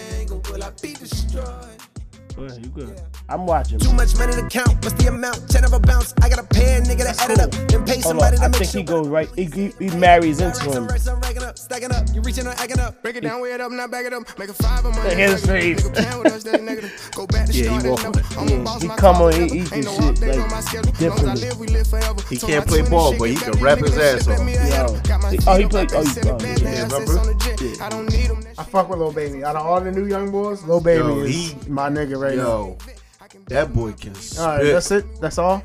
F: Go ahead, you good. I'm watching.
H: Too much money to count. What's the amount? Ten of a bounce. I gotta pay a nigga to add it up. Then pay
F: Hold on.
H: somebody
F: I
H: to make
F: think
H: sure.
F: he goes right. He, he, he marries into him.
Q: up, stacking up. You reaching or acting up. Break it down, weigh it up, not back it up. Make a five on my
F: That
Q: neck.
F: is safe.
Q: Make a plan with us, that negative. Go back to
F: Yeah, he
Q: start
F: walk
Q: at
F: on
Q: level.
F: it.
Q: I'm a
F: Yeah.
Q: boss,
F: He
Q: my
F: come
Q: car
F: on, he-
Q: forever.
F: he do
Q: Ain't no off
F: shit,
Q: days on
F: like,
Q: my schedule. Long as I
F: differently.
Q: live, we live forever.
F: He
Q: Told
F: can't
Q: my
F: play
Q: 20
F: ball,
Q: shit,
F: but he
Q: get
F: can
Q: back,
F: rap
Q: nigga,
F: his
Q: nigga,
F: ass
Q: shit,
F: off.
Q: let me ahead.
F: Yeah.
Q: Got my
F: Oh, he
Q: feet up,
F: played-
Q: I
F: oh, he
Q: said it
F: played,
Q: bad,
F: yeah.
Q: bad
F: Yeah,
Q: assets
F: remember?
Q: on the jet. I don't need 'em,
C: I fuck with Lil Baby. Out of all the new young boys, Lil Baby
B: Yo,
C: is my nigga right
B: Yo, that boy can.
C: now. All right,
B: spit.
C: that's it. That's all.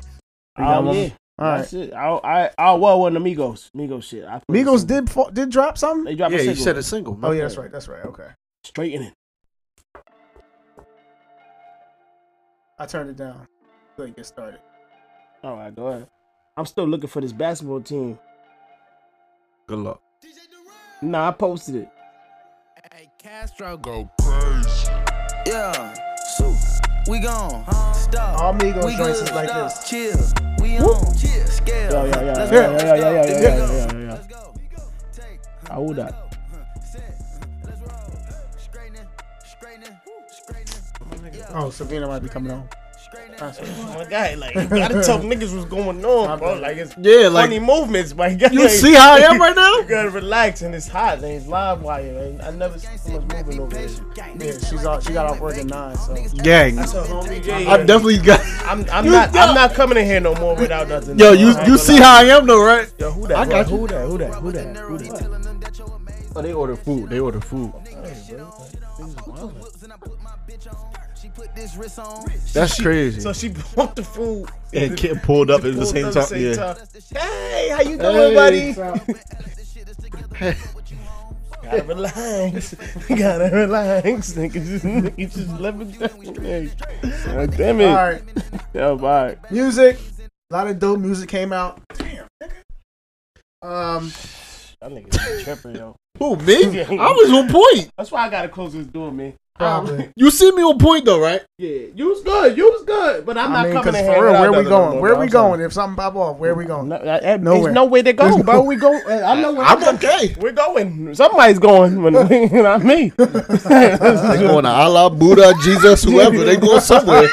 C: We got
F: Oh,
C: one
F: yeah.
C: more? All right.
F: That's it. I, I, I, well, one of Migos. Migos shit. I played
C: Migos did fa- did drop something.
F: They dropped a Yeah, you single. said a
B: single.
C: Oh yeah, that's right. That's right. Okay,
F: straight in it.
C: I turned it down. So it get started.
F: All right, go ahead. I'm still looking for this basketball team.
B: Good luck.
F: Nah, I posted it.
R: Castro go crazy.
H: Yeah, so we gone. Stop.
C: All Migos
H: we
C: choices
H: good.
C: like
H: Stop.
C: this.
H: Chill. We on. Chill. Scale.
F: Yo, yo, yo, yo,
H: Let's go.
F: yo, yo,
H: Let's go.
F: yo, yo,
H: Let's
F: yo,
H: go.
F: yo, yo, yo. I would that.
C: Oh, Savina might be coming home.
F: Oh my god, like you gotta [LAUGHS] tell niggas what's going on, bro. Oh, Like it's
C: Yeah, like-
F: funny movements, but you, gotta,
C: You see how I am
F: [LAUGHS]
C: right
F: now?
C: [LAUGHS]
F: You gotta relax and it's hot and it's live wire. And I never see so much movement over here.
C: Yeah, she's off, she got off work at nine. So
B: Gang.
F: That's a homie J.
B: I've definitely got.
F: I'm, I'm
B: You
F: not. I'm
B: don't-
F: not coming in here no more without nothing.
B: Yo,
F: no,
B: you
F: I ain't
B: you
F: gonna lie.
B: see how I am though, right?
F: Yo, who that?
B: I
F: bro?
B: got you.
F: who that? Who that? Who that? Who that?
B: Oh, they order food. They order food. That's crazy.
F: So she [LAUGHS] bought the food
A: And kid pulled up at the same
F: Pulled up
A: time.
F: at the
A: Yeah.
F: Hey, how you doing,
A: Hey.
F: buddy? Gotta relax. [LAUGHS] Gotta relax. Niggas just, niggas just living down. Like, damn it.
C: All right.
F: Yo, bye.
C: Music. A lot of dope music came out. Damn. nigga. Um.
F: That nigga be tripping, yo.
B: Who me? I was on point.
F: That's why I gotta close this door, man.
C: Probably.
B: You see me on point though, right?
F: Yeah, you was good. You was good, but I'm
C: I
F: not
C: mean,
F: coming
C: because
F: in
C: for
F: here.
C: real,
F: without
C: where we
F: nothing no
C: going?
F: more,
C: Where
F: bro.
C: we
F: I'm sorry.
C: going? If something pop off, where we going?
F: uh, There's nowhere to go,
C: There's
F: bro.
C: no-
F: We go. uh, I know where
B: I'm okay.
F: [LAUGHS] We're going. Somebody's going. When,
C: [LAUGHS]
F: [LAUGHS] not me.
B: They going to Allah, Buddha, Jesus, whoever. They going somewhere.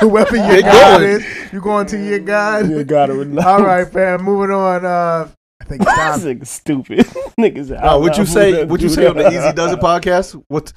C: Whoever your
B: They
C: God
B: going.
C: is, you going to your God.
F: Your God
C: [LAUGHS]
F: would not.
C: All right, fam. Moving on. Uh, I
F: [LAUGHS]
C: think it's
F: That's
C: time.
F: nigga stupid. [LAUGHS] Niggas.
B: Nah, what you say? What you say on the
F: [LAUGHS]
B: Easy Does It podcast? What?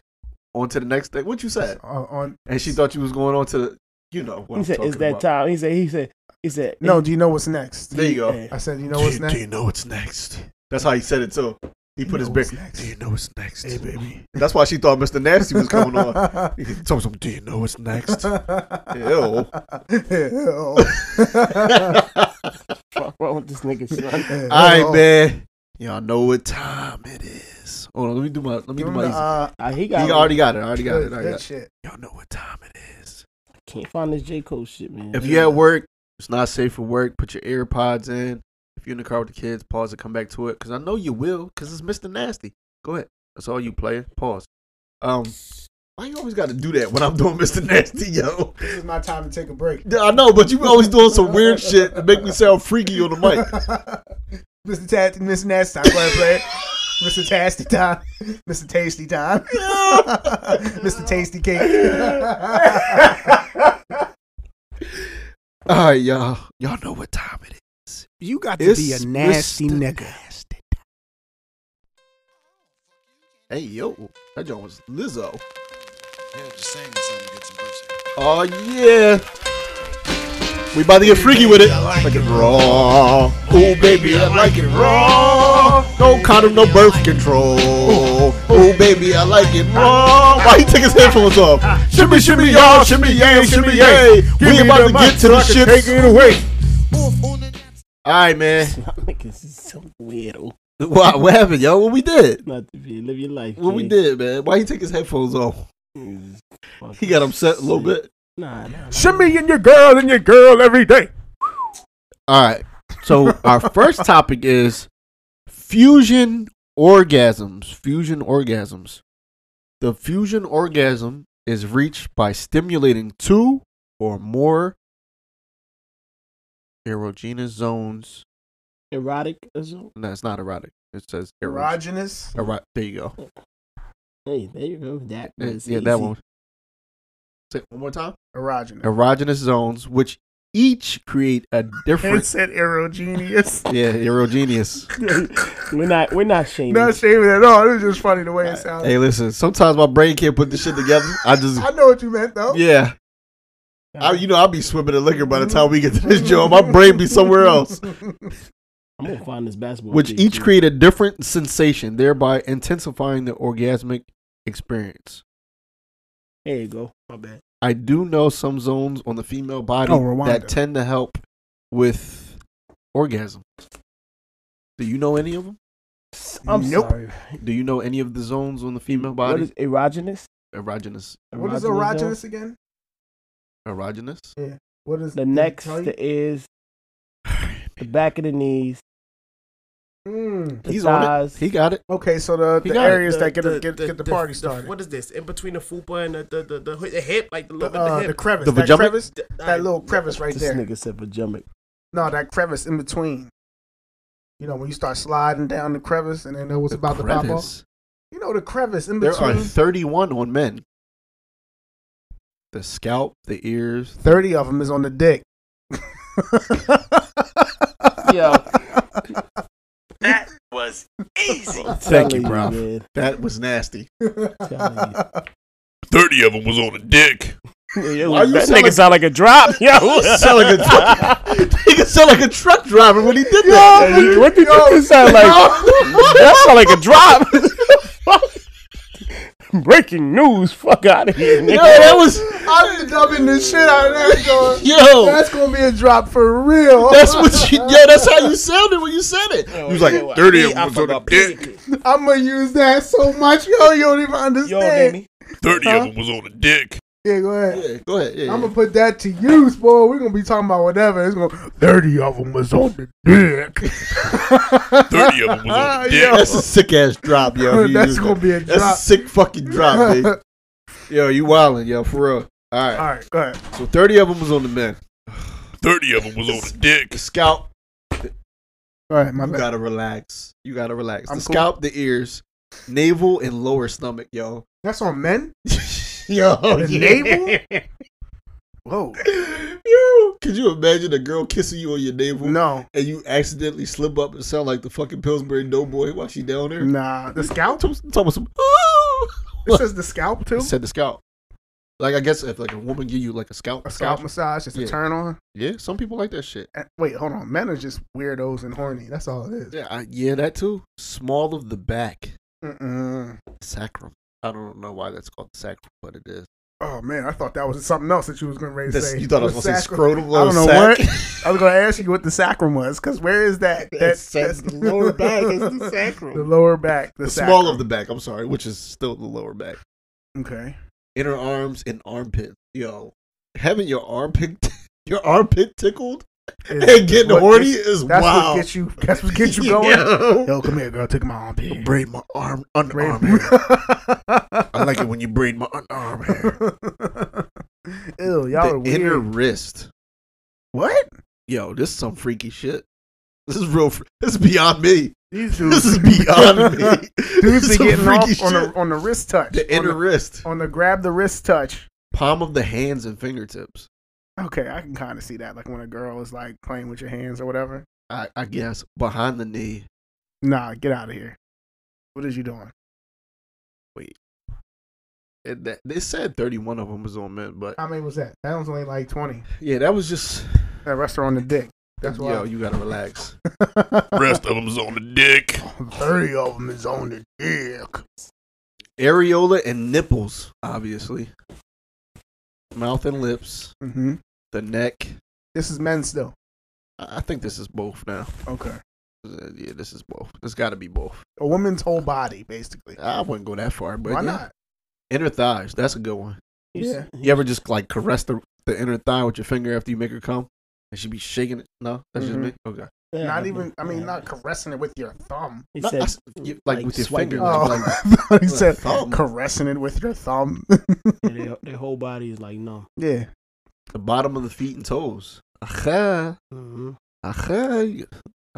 B: On to the next thing. What you said?
C: On, on-
B: And she thought you was going on to the. You know what
F: He
B: I'm
F: said,
B: talking
F: "Is that
B: about.
F: time?" He said, "He said, he said." [LAUGHS]
C: No, do you know what's next?
B: There you go.
C: I said, you know what's
B: do,
C: next?
B: do you know what's next? That's how he said it too. He put his
C: know
B: big.
C: what's next?
B: Do you know what's next?
C: Hey, baby.
B: That's why she thought Mr. Nasty was coming [LAUGHS] on. He told him, "Do you know what's [LAUGHS] next?" Ew.
C: [LAUGHS] Oh,
F: Fuck wrong with this nigga?
C: [LAUGHS]
F: Son?
B: All right,
C: Oh,
B: man. Y'all know what time it is. Hold on, let me do my. Let me
C: Give
B: do
C: him
B: my.
C: the,
B: easy.
C: uh,
F: Ah, he
B: he
F: got. one.
B: already got it. I already got it. I already
C: Good
B: got it.
C: shit.
B: Y'all know what time it is.
F: [LAUGHS] Can't find this J Cole shit, man.
B: If you at work, it's not safe for work. Put your AirPods in. If you're in the car with the kids, pause and come back to it because I know you will because it's Mr. Nasty. Go ahead. That's all you player. Pause. Um, why you always got to do that when I'm doing Mr. Nasty, yo? [LAUGHS]
C: This is my time to take a break.
B: I know, but you always doing some weird shit to make me sound freaky on the
C: [LAUGHS]
B: mic.
C: Mr. Tasty, Mr. Nasty time, play, play. Mr. Tasty time, [LAUGHS] Mr. Tasty time, [LAUGHS] Mr.
F: [LAUGHS]
C: Tasty cake.
B: All right, y'all. Y'all know what time it is.
C: You got
B: to be a nasty
C: nigga.
B: Hey, yo, that joint was Lizzo.
R: Yeah, just sing something, get some verses.
B: Oh yeah. We about to get freaky with it. Like it raw. Oh baby, I like it raw. No condom, no birth control. Oh baby, I like it raw. Why he take his headphones off? Shimmy, shimmy, y'all, shimmy, yay, shimmy, yay. We about to get to the shit. Take it away. All right,
F: [LAUGHS]
B: man. [LAUGHS]
F: niggas is so weirdo.
B: What, what happened, yo? What we did?
F: Not to be live your life.
B: What we
F: kid.
B: did, man? Why he take his headphones off? He got upset a little bit.
F: Nah, nah.
B: Shimmy and your girl and your girl every day. All right. So our first topic is fusion orgasms. Fusion orgasms. The fusion orgasm is reached by stimulating two or more erogenous zones.
F: Erotic or something.
B: No, it's not erotic. It says erogenous.
C: Erogenous.
B: Ero- there you go.
F: Hey, there you go. That
B: Yeah,
F: was
B: yeah, that
F: easy.
B: one. Say it one more time.
C: [LAUGHS] Erogenous.
B: Erogenous zones, which each create a
C: It
B: different.
C: said Aero
B: [LAUGHS]
C: Genius.
B: yeah, aero genius.
F: [LAUGHS] we're not we're not shaming.
C: Not shaming at all. It was just funny the way it sounded.
B: Hey, listen. Sometimes my brain can't put this shit together. I just,
C: I know what you meant though.
B: yeah. I, you know, I'll be swimming in liquor by the time we get to this
C: Mm-hmm.
B: joint. My brain be
C: [LAUGHS]
B: somewhere else.
F: I'm gonna find this basketball.
B: Which
F: thing,
B: each
F: too.
B: create a different sensation, thereby intensifying the orgasmic experience.
F: There you go. My bad.
B: I do know some zones on the female body
F: Oh, Rwanda.
B: that tend to help with orgasms. Do you know any of them?
F: I'm Nope. sorry.
B: Do you know any of the zones on the female body?
F: What is erogenous?
B: erogenous?
C: What is
F: Erogenous
C: erogenous again?
B: Erogenous?
C: Yeah. What is
F: The next
C: tell you?
F: the [SIGHS] is the back of the knees.
C: Mm.
F: The He's on it. thighs.
B: He got it.
C: Okay, so the,
F: He
C: the
F: got it.
C: areas that get the, get, get the, party started.
F: what is this? In between the fupa and the the, the, the, the hip, like the little
C: The, uh,
F: hip.
C: the crevice.
B: The
C: that
B: vajumik?
C: crevice. That little crevice right
F: this
C: there.
F: nigga said vajumic.
C: No, that crevice in between. You know, when you start sliding down the crevice and then know what's about to pop off.
B: crevice?
C: You know, the crevice in
B: There are
C: between.
B: 31 on men. The scalp, the ears.
C: 30 of them is on the dick. [LAUGHS]
F: Yo.
C: That
P: was
F: [LAUGHS]
P: easy.
B: Thank
F: Telling
B: you, bro.
F: man.
B: That was nasty.
F: Telling you.
R: 30 of them was on a dick.
F: Yo,
B: Why you
F: that
B: sound
F: nigga
B: like-
F: sound like a drop. [LAUGHS] Yo,
B: sound like a truck. Nigga sound like a truck driver when he did
F: Yo,
B: that.
F: you- what did you sound like? [LAUGHS] That sound like a drop. Breaking news. Fuck out of here, nigga.
B: Yo, that was
C: I been dubbing the shit out of that joint.
B: Yo.
C: That's going to be a drop for real.
B: [LAUGHS] that's
C: [LAUGHS]
B: what you, yo, that's how you sounded when you said it. You was like,
F: yo, I-
R: 30 of
F: I
R: them was on a
F: forgot
R: dick.
C: I'm going to use that so much. Yo, you don't even understand.
R: 30
C: Huh?
R: of them was on a dick.
C: yeah, go ahead.
B: yeah, go ahead. Yeah,
C: I'm
B: yeah.
C: gonna put that to use, boy. We're gonna be talking about whatever. It's gonna thirty of them was on the
R: [LAUGHS]
C: dick.
R: 30 of them was on a dick.
C: Yo.
B: That's a sick ass drop, yo.
C: That's
B: You-
C: gonna be a
B: That's
C: drop.
B: a sick fucking drop, baby. Yo, you wildin', yo, for real. All right.
C: All right, go ahead.
B: So 30 of them was on
R: [SIGHS]
B: the men.
R: 30 of them was on a dick.
B: The scalp,
C: All right, my
B: you
C: bad.
B: gotta relax. You gotta relax.
C: I'm
B: the
C: cool.
B: scalp, the ears, navel, and lower stomach, yo. [LAUGHS]
C: That's
R: [LAUGHS]
C: on men.
B: Yo,
C: The
B: yeah.
C: navel. Whoa.
B: [LAUGHS] Yo, could you imagine a girl kissing you on your navel
C: No,
B: and you accidentally slip up and sound like the fucking Pillsbury Doughboy while she down there?
C: nah. The scalp.
B: Tell me- tell me some.
C: This is the scalp too.
B: It said the scalp. Like I guess if like a woman give you like a scalp,
C: A scalp
B: massage-
C: massage. Just a
B: Yeah.
C: turn on.
B: Yeah, some people like that shit.
C: Eh, Wait, hold on. Men are just weirdos and horny. That's all it is.
B: Yeah, I, yeah, that too. Small of the back,
C: Mm-mm.
B: sacrum. I don't know why that's called sacrum, but it is.
C: Oh man, I thought that was something else that you was gonna ready to
B: This-
C: say.
B: you thought I was
C: The
B: gonna say
C: sacrum-
B: scrotum
C: I
B: or
C: don't
B: [LAUGHS]
C: know
B: sac.
C: what. I was gonna ask you what the sacrum was, because where is that?
B: That's- that's the [LAUGHS] lower back, that's the sacrum.
C: [LAUGHS] The lower back. The,
B: The
C: sacrum.
B: small of the back. I'm sorry, which is still the lower back. [LAUGHS]
C: Okay.
B: Inner arms and armpit. Yo, having your armpit, [LAUGHS] your armpit tickled and getting
C: what
B: horny
C: gets-
B: is
C: that's
B: wild.
C: What gets you, that's what gets you going.
B: [LAUGHS] Yo.
C: Yo, come here, girl. Take my armpit.
B: braid my arm
C: Braid-
B: underarm hair. I like it when you braid my underarm hair.
C: Ew, [LAUGHS] y'all are
B: the
C: weird.
B: inner wrist.
C: What?
B: Yo, this is some freaky shit. This is real. fr- This is beyond me. [LAUGHS]
C: These dudes.
B: This is [LAUGHS] beyond me.
C: [LAUGHS] Dudes be
B: Some
C: getting
B: freaky
C: off on
B: shit.
C: the, on the wrist touch.
B: the
C: on
B: inner
C: the,
B: wrist,
C: On the grab the wrist touch.
B: palm of the hands and fingertips.
C: Okay, I can kind of see that. Like when a girl is like playing with your hands or whatever.
B: I, I guess behind the knee.
C: Nah, get out of here. What is you doing?
B: It, that, they said 31 of them was on men, but
C: How many was that? That was only like 20.
B: yeah, that was just.
C: That restaurant on the dick. That's why. [LAUGHS]
B: Yo, you gotta relax.
R: Rest of them was on a dick.
C: 30 of them is on the dick.
B: Areola and nipples, obviously. Mouth and lips,
C: Mm-hmm.
B: the neck.
C: This is men still.
B: I I think this is both now.
C: Okay.
B: Uh, Yeah, this is both. It's got to be both.
C: A woman's whole body, basically.
B: I wouldn't go that far, but
C: Why
B: yeah.
C: not?
B: Inner thighs. That's a good one.
C: Yeah.
B: You ever just like caress the, the inner thigh with your finger after you make her come, and she be shaking it? No, that's
C: Mhm.
B: just me. Okay.
F: Yeah,
C: Not
F: I
C: even, I mean,
F: yeah.
C: not caressing it with your thumb.
F: He
B: No,
F: said,
B: I s- you- like,
F: like,
B: with your
F: swiping
B: finger.
F: with
B: like,
C: Oh,
B: like-
C: [LAUGHS] he
B: with a
C: said
B: thumb.
C: caressing it with your thumb.
F: yeah, their, their whole body is like numb.
C: yeah.
B: the bottom of the feet and toes. Aha.
F: Mhm.
B: Aha. I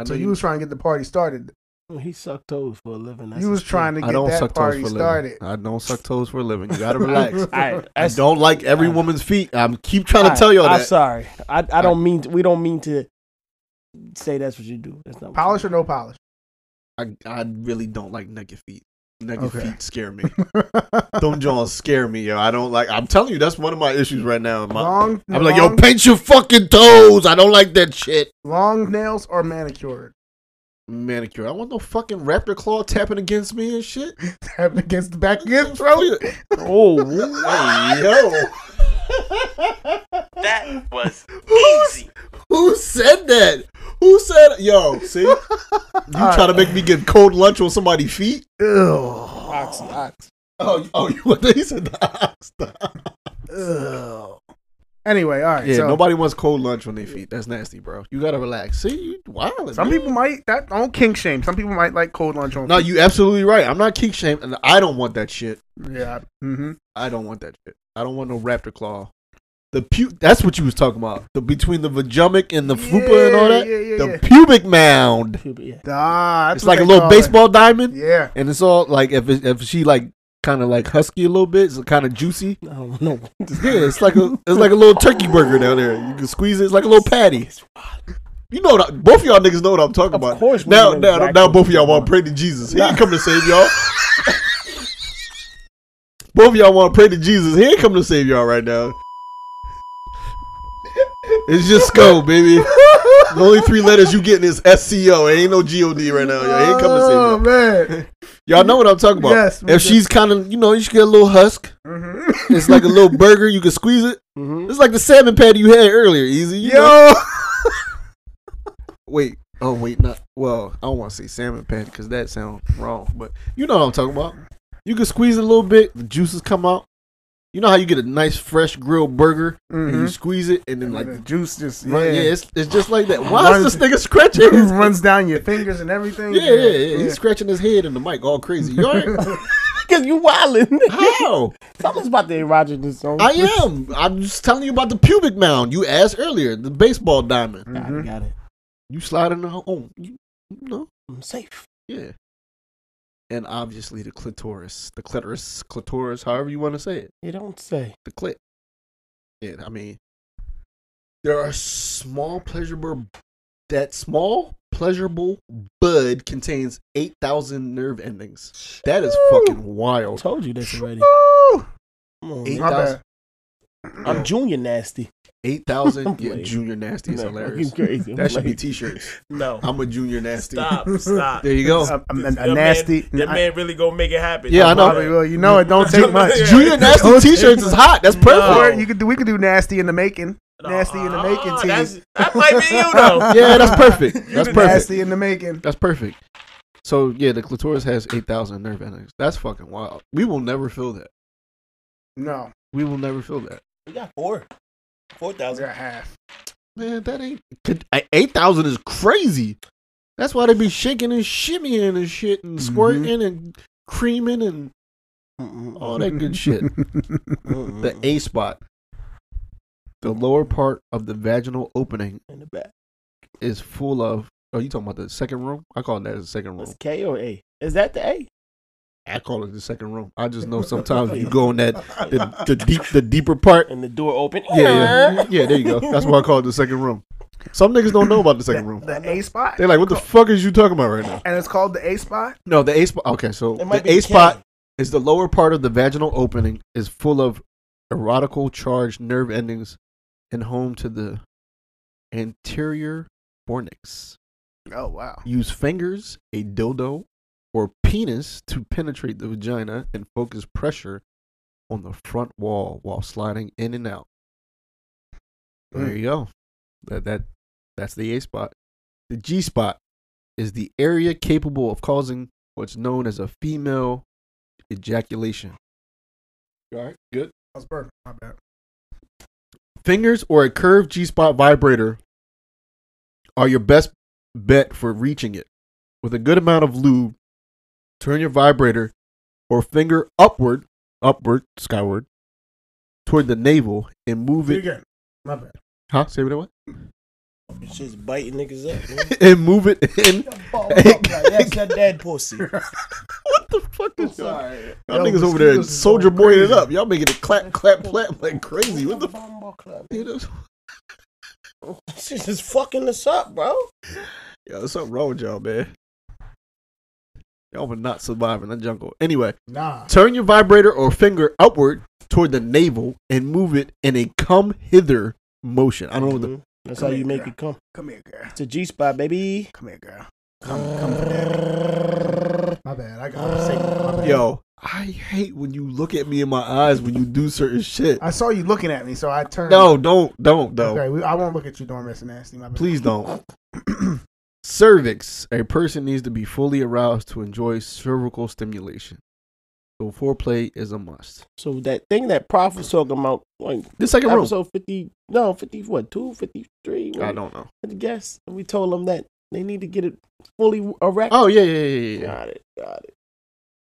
B: know
C: So
B: you,
C: you was trying to get the party started.
F: He sucked toes for a living.
C: He was trying to get that party
B: for a
C: started.
B: living. I don't suck toes for a living. You
C: [LAUGHS]
B: gotta relax.
F: I-
B: I,
F: that's-
B: don't like every woman's feet. I'm keep trying
F: Alright,
B: to tell y'all
F: I'm
B: that.
F: sorry. I, I don't mean to, we don't mean to say that's what you do. That's not
C: Polish or no polish? [LAUGHS]
B: I, I really don't like naked feet. Naked
C: Okay.
B: feet scare
C: [LAUGHS]
B: me. Them Jones scare me, yo. I don't like. I'm telling you, that's one of my issues right now. My-
C: Long-
B: I'm like, yo,
C: long-
B: paint your fucking toes. I don't like that shit.
C: Long nails or manicured?
B: Manicure. I want no fucking raptor claw tapping against me and shit. [LAUGHS]
C: Tapping against the back of your throat.
F: oh, [LAUGHS]
B: [LAUGHS] that [LAUGHS] was easy. Who said that? Who said yo? [LAUGHS] See, you try to make me get cold lunch on somebody's feet? Ew.
F: Ox, ox.
B: Oh, oh, you [LAUGHS] what they said the ox.
C: Ugh. Anyway, all right.
B: Yeah,
C: so
B: nobody wants cold lunch on their feet. That's nasty, bro. You gotta relax. See, you wild.
C: Some people might that don't kink shame. Some people might like cold lunch on.
B: No,
C: feet.
B: you absolutely right. I'm not kink shamed, and I don't want that shit.
C: Yeah. Mm-hmm.
B: I don't want that shit. I don't want no raptor claw. The pu- that's what you was talking about. The between the vajumic and the fupa and all
C: Yeah,
B: that.
C: yeah, yeah,
B: the
C: yeah.
B: pubic mound.
C: Ah, that's
B: It's
C: what
B: like a
C: they
B: little
C: call it.
B: baseball diamond.
C: Yeah.
B: And it's all like if it, if she like kind of like husky a little bit, it's kind of juicy.
F: No, no. [LAUGHS]
B: Yeah, it's like a it's like a little turkey burger down there. You can squeeze it. It's like a little patty. You know what? I, both of y'all niggas know what I'm talking about. Of course.
F: we
B: Now,
F: know
B: now,
F: exactly
B: now, both
F: what
B: of y'all
F: you
B: want to pray to Jesus. He ain't come to save y'all. [LAUGHS] both of y'all want to pray to Jesus. He ain't come to save y'all right now. It's just SCO, baby. the only three letters you getting is SCO. It ain't no GOD right now. Y'all. He ain't coming to save y'all.
C: Oh man.
B: Y'all know what I'm talking about.
C: Yes, we
B: If
C: do.
B: she's kind of, you know, you should get a little husk. It's like a little [LAUGHS] burger. You can squeeze it. It's like the salmon patty you had earlier. Easy. [LAUGHS] You know?
C: Yo.
B: Wait. Oh, wait. Not. Well, I don't want to say salmon patty because that sounds wrong. But you know what I'm talking about. You can squeeze it a little bit. The juices come out. You know how you get a nice fresh grilled burger and you
C: Mhm.
B: squeeze it Mm-hmm. and then like the
C: juice just
B: Right, yeah, it's- it's just like that. Why
C: Runs-
B: is this nigga scratching? [LAUGHS]
C: [CLEARS THROAT]
B: his-
C: runs down your fingers and everything.
B: Yeah, yeah, yeah. He's scratching his head in the mic, all crazy. You all right? [LAUGHS]
F: Because you wildin'. [LAUGHS]
B: How?
F: Tell us about the erogenous zone.
B: I am. I'm just telling you about the pubic mound you asked earlier, the baseball diamond.
C: Mm-hmm.
F: Got it, got it.
B: You slide in the home. You, you know,
F: I'm safe.
B: yeah. And obviously the clitoris, the clitoris, clitoris, however you want to say it,
F: You don't say.
B: the clit. Yeah, I mean, there are small pleasurable. That small pleasurable bud contains eight thousand nerve endings. That is fucking wild.
F: Told you this already.
C: Mm-hmm.
F: Come on,
B: Eight
F: man.
B: thousand.
F: I'm junior nasty.
B: Eight thousand.
F: I'm [LAUGHS]
B: Yeah,
F: playing.
B: junior nasty is
F: No,
B: hilarious.
F: you crazy. I'm
B: That should be
F: playing.
B: t-shirts.
F: No.
B: I'm a junior nasty.
C: [LAUGHS]
F: Stop, stop.
B: [LAUGHS] There you go.
C: A- a- a
B: That man-
C: nasty.
D: That man really gonna make it happen.
B: Yeah, I know.
C: Probably will. You know it
B: [LAUGHS]
C: don't take much.
B: Junior nasty
C: Don't take
B: t-shirts is
C: much.
B: hot. That's perfect.
C: Or you could do we could do nasty in the making.
F: Uh,
C: Nasty
F: Ah,
C: in the making team.
D: that might be you,
C: [LAUGHS]
D: though.
B: Yeah, that's perfect.
C: You
B: That's
C: the
B: perfect.
C: Nasty in the making.
B: That's perfect. So yeah, the clitoris has eight thousand nerve endings. That's fucking wild. We will never feel that.
C: No.
B: We will never feel that.
F: We got four. Four thousand.
C: half.
B: Man, that ain't could- I- eight thousand is crazy. That's why they be shaking and shimmying and shit and squirting and creaming and all Oh, that good shit. the A spot, the lower part of the vaginal opening
F: In the back.
B: is full of. Oh, you talking about the second room? I call that the second room.
F: It's K or A? Is that the A?
B: I call it the second room. I just know sometimes you go in that [LAUGHS] the, the deep the deeper part.
F: And the door open.
B: Yeah, yeah, yeah. There you go. That's why I call it the second room. Some niggas don't know about the second room.
C: The A spot.
B: They're like, "What the fuck is you talking about right now?"
C: And it's called the A spot.
B: No, the A spot. Okay, so
C: It might
B: the
C: be
B: A
C: the
B: spot is the lower part of the vaginal opening is full of erotical charged nerve endings and home to the anterior fornix.
C: Oh wow.
B: Use fingers, a dildo, or penis to penetrate the vagina and focus pressure on the front wall while sliding in and out. There you go. That that that's the A spot. The G spot is the area capable of causing what's known as a female ejaculation. All right, good.
C: That's perfect. My bad.
B: Fingers or a curved G spot vibrator are your best bet for reaching it. With a good amount of lube, turn your vibrator or finger upward, upward, skyward, toward the navel and move
C: Do it
B: it.
C: again. My bad.
B: Huh? Say what? [LAUGHS]
F: It's just biting niggas up. Man.
B: and move it in.
F: [LAUGHS] That's that dead pussy.
B: [LAUGHS] what the fuck is
F: sorry.
B: that? Y'all niggas over there, soldier boying it up. Y'all making it clap, clap, clap like crazy. What the? F-
F: She's just fucking us up, bro.
B: Yo, there's something wrong with y'all, man. Y'all were not surviving the jungle. Anyway,
C: Nah.
B: turn your vibrator or finger outward toward the navel and move it in a come hither motion. I don't know what the.
F: That's how you make it come.
C: Come here, girl.
F: It's a G spot, baby.
C: Come here, girl. Come, come for that. My bad. I got sick.
F: Mm-hmm.
B: Yo, I hate when you look at me in my eyes when you do certain shit.
C: I saw you looking at me, so I turned.
B: No, don't, don't, though.
C: Okay, we, I won't look at you, Dormus and Nasty. My bad.
B: Please don't. [CLEARS THROAT] Cervix. A person needs to be fully aroused to enjoy cervical stimulation. So foreplay is a must.
F: So that thing that Prof was talking about, like
B: The second room.
F: episode fifty, no fifty what two fifty three.
B: I don't know.
F: I guess we told them that they need to get it fully erect.
B: Oh yeah, yeah, yeah, yeah, yeah.
F: got it, got it.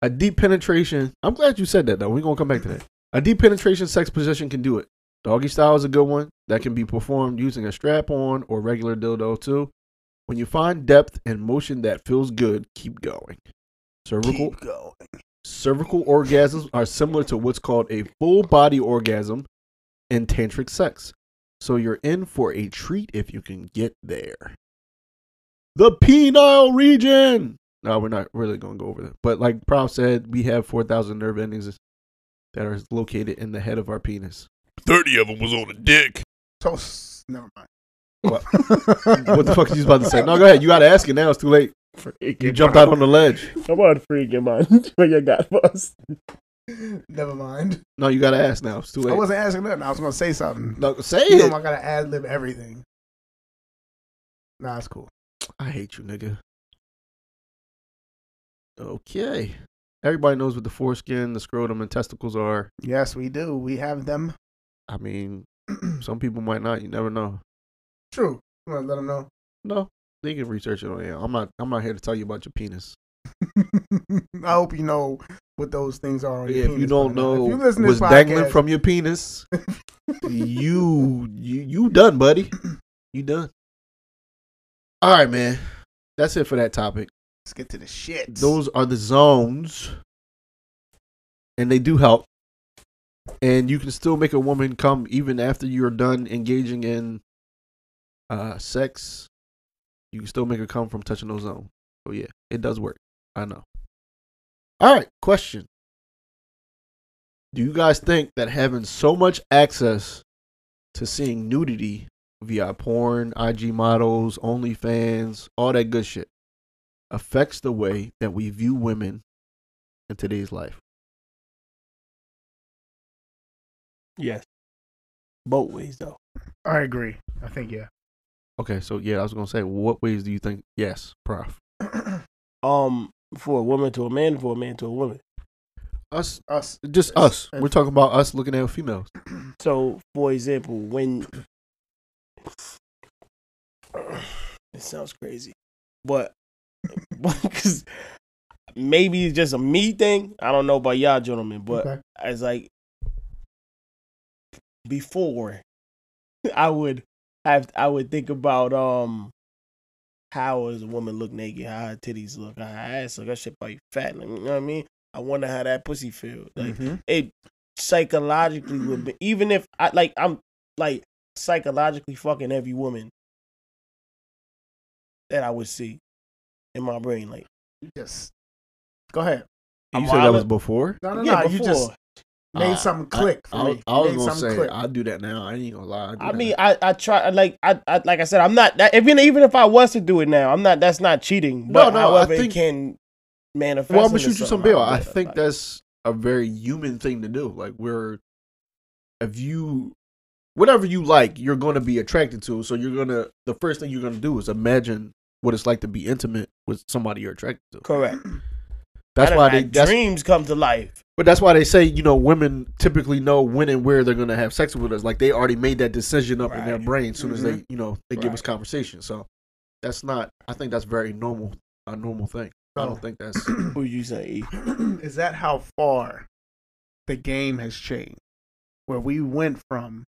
B: A deep penetration. I'm glad you said that though. We're gonna come back to that. A deep penetration sex position can do it. Doggy style is a good one that can be performed using a strap on or regular dildo too. When you find depth and motion that feels good, keep going. Cervical
C: Keep going.
B: cervical orgasms are similar to what's called a full body orgasm in tantric sex. So you're in for a treat if you can get there. The penile region. No, we're not really going to go over that. But like Prof said, we have 4,000 nerve endings that are located in the head of our penis.
R: 30 of them was on a dick.
C: So, s- never
B: [LAUGHS]
C: mind.
B: What, what the fuck are you about to say? No, go ahead. You got to ask it now. It's too late. You jumped out on the ledge.
F: Come on, freaking mind. What you got for us?
C: Never mind.
B: No, you got to ask now. It's too
C: I
B: late.
C: wasn't asking nothing. I was gonna say something.
B: No, say
C: You know
B: it.
C: I gotta ad lib everything. Nah, it's cool.
B: I hate you, nigga. Okay. Everybody knows what the foreskin, the scrotum, and testicles are.
C: Yes, we do. We have them.
B: I
C: [CLEARS THROAT]
B: mean, some people might not. You never know.
C: True. You wanna let them know?
B: No, they can research it on their own. I'm not. I'm not here to tell you about your penis.
C: [LAUGHS] I hope you know what those things are. on your
B: if you
C: penis
B: don't
C: by now.
B: know
C: if you listen to
B: was
C: this
B: dangling
C: podcast-
B: from your penis,
C: [LAUGHS]
B: you you you done, buddy. You done. All right, man. That's it for that topic.
C: Let's get to the shit.
B: those are the zones and they do help and you can still make a woman come even after you're done engaging in uh sex you can still make her come from touching those zones so yeah it does work i know all right question do you guys think that having so much access to seeing nudity via porn ig models onlyfans all that good shit affects the way that we view women in today's life.
F: Yes, both ways though.
C: I agree. I think yeah.
B: Okay, so yeah, I was gonna say, what ways do you think? Yes, Prof.
F: Um, for a woman to a man, for a man to a woman.
B: Us,
C: Us.
B: just us. We're talking about us looking at females.
F: So, for example, when [CLEARS THROAT] it sounds crazy, but [LAUGHS] because maybe it's just a me thing. I don't know about y'all, gentlemen, but
C: Okay.
F: as like before, [LAUGHS] I would have I would think about um how does a woman look naked, how her titties look, how her ass look, that shit probably fat. Like, you know what I mean? I wonder how that pussy feel. Like
B: Mm-hmm.
C: Mhm.
F: it psychologically would be even if I like I'm like psychologically fucking every woman that I would see in my brain. Like
C: You just go ahead.
B: You
F: I'm
B: said that was
F: wildin'.
B: before.
C: No, no,
F: Yeah,
C: no. You just
F: before.
C: made
B: Uh,
C: something
B: I-
C: click. for
B: I,
C: me.
B: I was
C: Made
B: gonna
C: something
B: say
C: click.
B: I do that now. I ain't gonna lie. do
F: I
B: that
F: mean,
B: now.
F: I, I try like I, I like I said, I'm not that even even if I was to do it now, I'm not that's not cheating. But
B: No, no, I
F: however
B: think-
F: it can manifest.
B: well, I'm gonna
F: into
B: shoot you some
F: something,
B: bill. I
F: whatever,
B: think
F: like-
B: that's a very human thing to do. Like we're, if you, whatever you like, you're gonna be attracted to. So you're gonna the first thing you're gonna do is imagine what it's like to be intimate with somebody you're attracted to.
F: correct.
B: That's
F: I done
B: why they.
F: had
B: That's,
F: dreams come to life.
B: but that's why they say you know women typically know when and where they're gonna have sex with us. Like they already made that decision up in their brain as soon as they you know they give us conversation. So that's not. I think that's very normal. A normal thing. I
C: So-
B: don't think that's.
F: Who you say?
C: [CLEARS THROAT] is that how far the game has changed? Where we went from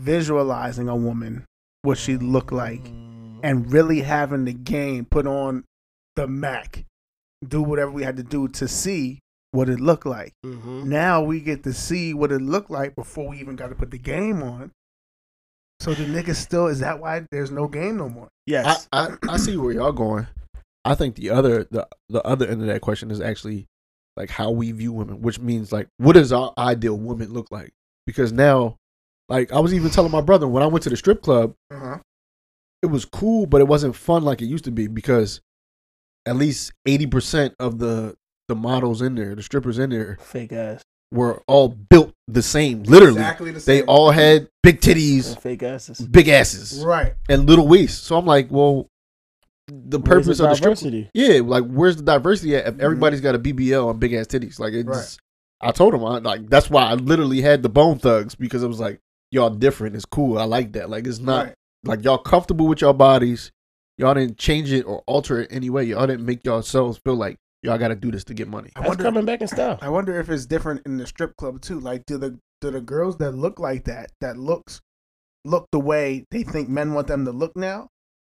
C: visualizing a woman what she looked like and really having the game put on the Mac, do whatever we had to do to see what it looked like. Now we get to see what it looked like before we even got to put the game on. So the nigga still is that why there's no game no more?
B: Yes, I, I, I see where y'all going. I think the other the the other end of that question is actually like how we view women, which means like what does our ideal woman look like? Because now, like I was even telling my brother when I went to the strip club,
C: Uh-huh.
B: it was cool, but it wasn't fun like it used to be because at least eighty percent of the the models in there, the strippers in there,
F: fake ass,
B: were all built the same. Literally,
F: Exactly the
B: they
F: same.
B: all had big titties,
F: fake asses,
B: big asses,
C: Right.
B: and little waists. So I'm like, well, the
F: Where's
B: purpose
F: the
B: of the strip-
F: diversity?
B: yeah, like where's the diversity at? If everybody's got a BBL and big ass titties, like it's.
F: Mm-hmm. Right.
B: I told him, I, like that's why I literally had the Bone Thugs because it was like y'all different. It's cool. I like that. Like it's not
C: Right.
B: like y'all comfortable with your bodies. Y'all didn't change it or alter it anyway. Y'all didn't make yourselves feel like y'all got to do this to get money.
C: wonder-
F: coming back in style.
C: I wonder if it's different in the strip club too. Like, do the do the girls that look like that, that looks look the way they think men want them to look now,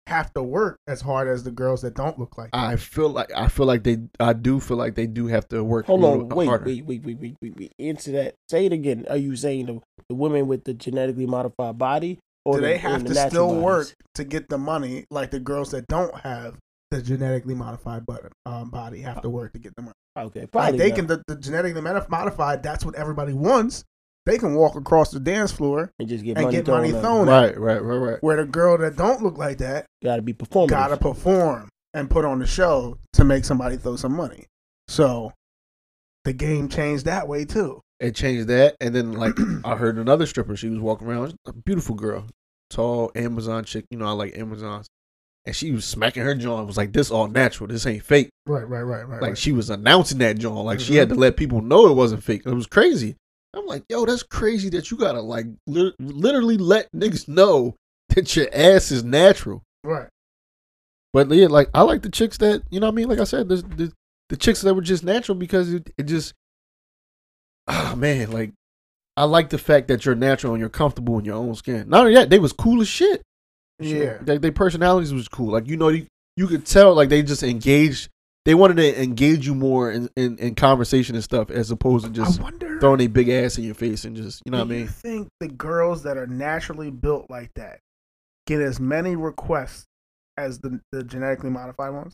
C: have to work as hard as the girls that don't look
F: Uh,
C: like.
B: I feel like I feel like they. I do feel like they do have to work.
F: Hold
B: a
F: on,
B: little
F: wait,
B: harder.
F: wait, wait, wait, wait, wait, wait. Into that. Say it again. Are you saying the, the women with the genetically modified body,
C: Do
F: the-
C: they have
F: the
C: to
F: natural
C: still
F: bodies?
C: work to get the money like the girls that don't have the genetically modified but, um, body have to work to get the money?
F: Okay,
C: Like
F: probably
C: they
F: not.
C: can the, the genetically modif- modified. That's what everybody wants. They can walk across the dance floor
F: and just get
C: and
F: money
C: get
F: thrown
C: money
F: at 'em.
C: thrown. at
B: Right,
C: 'em.
B: right, right, right.
C: Where the girl that don't look like that
F: Gotta be performing.
C: gotta perform and put on the show to make somebody throw some money. So the game changed that way too.
B: It changed that, and then like I heard another stripper. She was walking around, a beautiful girl, tall Amazon chick. You know, I like Amazons, and she was smacking her jaw. and was like, "This all natural. This ain't fake."
C: Right, right, right, right.
B: like she was announcing that John. Like she had to let people know it wasn't fake. It was crazy. I'm like, yo, that's crazy that you gotta like lit- literally let niggas know [LAUGHS] that your ass is natural.
C: Right.
B: But yeah, like I like the chicks that you know what I mean. Like I said, the the, the chicks that were just natural because it, it just ah man, like I like the fact that you're natural and you're comfortable in your own skin. Not only that, they was cool as shit.
C: Yeah.
B: They, their personalities was cool. Like you know, you, you could tell like they just engaged. They wanted to engage you more in, in, in conversation and stuff as opposed to just throwing a big ass in your face and just you know what I
C: Do
B: mean.
C: think the girls that are naturally built like that get as many requests as the, the genetically modified ones?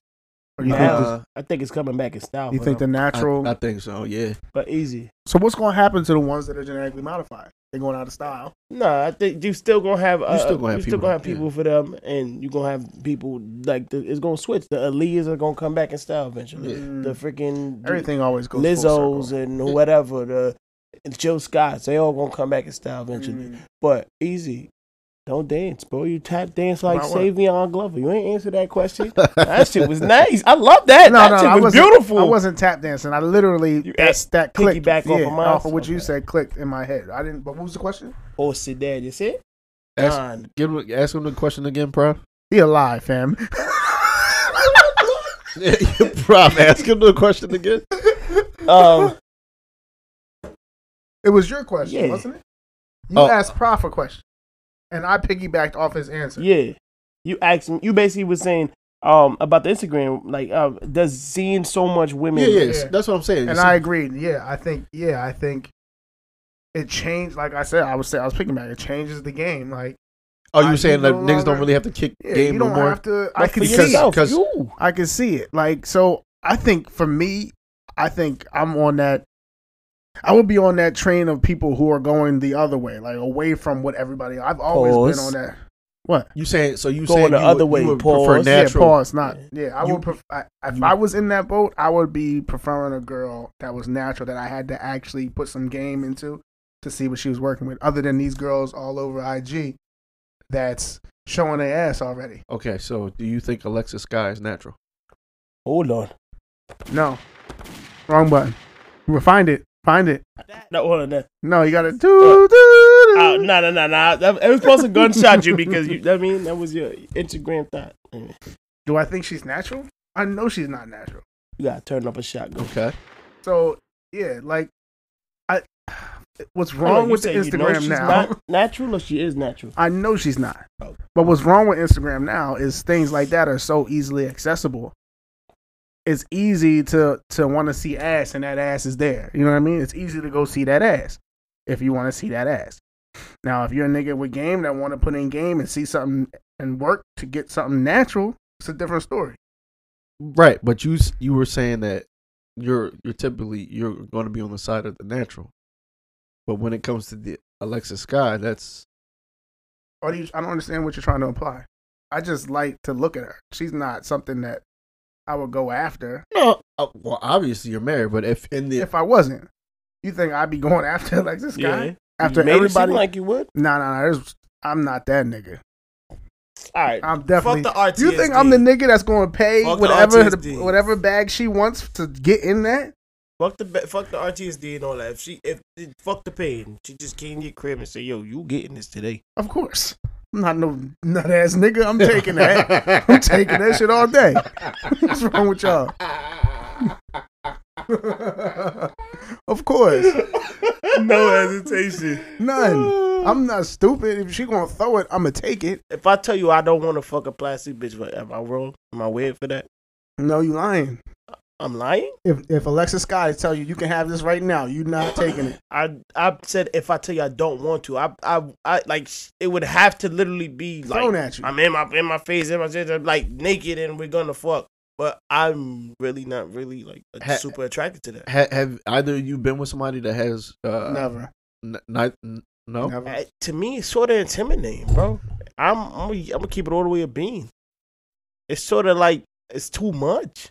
C: Or you
F: Now,
C: think this-
F: I think it's coming back in style.
C: You
F: for
C: think
F: them.
C: the natural-
B: I think so. Yeah.
F: but easy.
C: so what's gonna happen to the ones that are genetically modified? They're going out of style.
F: Nah, I think you still gonna have. Uh, you
B: still gonna have
F: still
B: people,
F: gonna have
B: yeah.
F: people for them, and you are gonna have people like the, it's gonna switch. The Aaliyahs are gonna come back in style eventually. The freaking
C: Mm. Everything always goes full
F: Lizzo's and whatever the and Joe Scotts. They all gonna come back in style eventually.
C: Mm-hmm.
F: But easy, don't dance, bro. You tap dance like
C: About what?
F: Savion Glover. You ain't answer that
C: [LAUGHS]
F: question. that shit was nice. I love [LAUGHS] that. that shit was
C: wasn't-
F: beautiful.
C: I wasn't tap dancing. I literally that, that clicked
F: piggyback off
C: yeah,
F: of mine?
C: off of what you said clicked in my head. I didn't. But what was the question?
F: Or Oh, sit there. That's it.
B: Ask, give him, ask him the question again, Prof.
C: He alive, fam. [LAUGHS]
B: [LAUGHS] Prof, ask him the question again.
F: Um,
C: [LAUGHS] It was your question,
F: Yeah.
C: wasn't it? You
F: Oh.
C: asked Prof a question, and I piggybacked off his answer.
F: Yeah, you asked me. You basically was saying um about the Instagram, like um, does seeing so much women?
B: Yeah, yes, that's what I'm saying.
C: and
B: See-
C: I agreed. Yeah, I think. Yeah, I think it changed. Like I said, I was say I was picking back. It changes the game. Like,
B: Oh, you
C: I-
B: were saying
C: no
B: that niggas don't
C: longer-
B: really have to kick
C: yeah,
B: game
C: you
B: no
C: don't
B: more.
C: have to. I can
B: because-
C: see it.
B: because
C: I can see it. Like, so I think for me, I think I'm on that. I would be on that train of people who are going the other way, like away from what everybody. I've always
F: Pause.
C: been on that. What
B: you saying? So you
F: Going
B: saying
F: the
B: you
F: other
B: would- you
F: way,
B: would prefer
F: pause.
C: Yeah,
B: natural?
C: pause. Not yeah. I
F: You-
C: would. Pref- I, if I was in that boat, I would be preferring a girl that was natural that I had to actually put some game into to see what she was working with. Other than these girls all over IG, that's showing their ass already.
B: Okay, so do you think Alexa Sky is natural?
F: Hold on.
C: No, wrong button. Find it. Find it.
F: No, hold on. That.
C: No, you gotta do. do, do.
F: Oh, Uh, no, no, no, no. That- It was supposed to gunshot you because you. I mean, that was your Instagram thought. You
C: Do I think she's natural? I know she's not natural.
F: gotta turn up a shotgun.
B: Okay.
C: So yeah, like I what's wrong
F: you
C: with the
F: say you know
C: Instagram
F: she's
C: now?
F: not Oh. natural or she is natural?
C: [LAUGHS] I know she's not. But what's wrong with Instagram now is things like that are so easily accessible. It's easy to to want to see ass and that ass is there. You know what I mean? It's easy to go see that ass if you want to see that ass. Now, if you're a nigga with game that want to put in game and see something and work to get something natural, it's a different story.
B: Right, but you s- you were saying that you're you're typically you're going to be on the side of the natural, but when it comes to the Alexa Sky, that's
C: Or do you, I don't understand what you're trying to imply. I just like to look at her. She's not something that I would go after.
B: no. Uh, well, obviously you're married, but if in the [LAUGHS]
C: if I wasn't, you think I'd be [LAUGHS] going after like this guy?
F: Yeah.
C: After
F: You made it seem
C: everybody,
F: like you would.
C: No, no, no. there's- I'm not that nigga.
F: All right,
C: I'm definitely.
F: Fuck the RTSD.
C: You think I'm the nigga that's going to pay
F: Fuck the
C: whatever
F: RTSD.
C: whatever bag she wants to get in that?
F: Fuck the ba- fuck the RTSD and all that. If she if fuck the pain, she just came to your crib and said, "Yo, you getting this today?"
C: Of course. I'm not no nut ass nigga. I'm
F: [LAUGHS]
C: taking that. I'm taking that shit all day. [LAUGHS] What's wrong with y'all? of course.
F: no hesitation.
B: [SIGHS]
C: None. I'm not stupid. If she gonna throw it, I'ma take it.
F: If I tell you I don't want to fuck a plastic bitch, but am I wrong? Am I weird for that?
C: No, you lying.
F: I'm lying.
C: If if Alexa Sky tell you you can have this right now, you not taking
B: [SIGHS]
C: it.
F: I I said if I tell you I don't want to, I I, I like sh- it would have to literally be like
C: Thrown at you.
F: I'm in my in my face, in my face, I'm like naked, and we're gonna fuck. But I'm really not really like
B: Ha-
F: super attracted to that.
B: ha- have either of you been with somebody that has uh,
C: Never.
B: n- ni- n- no,
F: Uh, to me, it's sort of intimidating, bro. I'm I'm gonna, I'm gonna keep it all the way a bean. It's sort of like it's too much,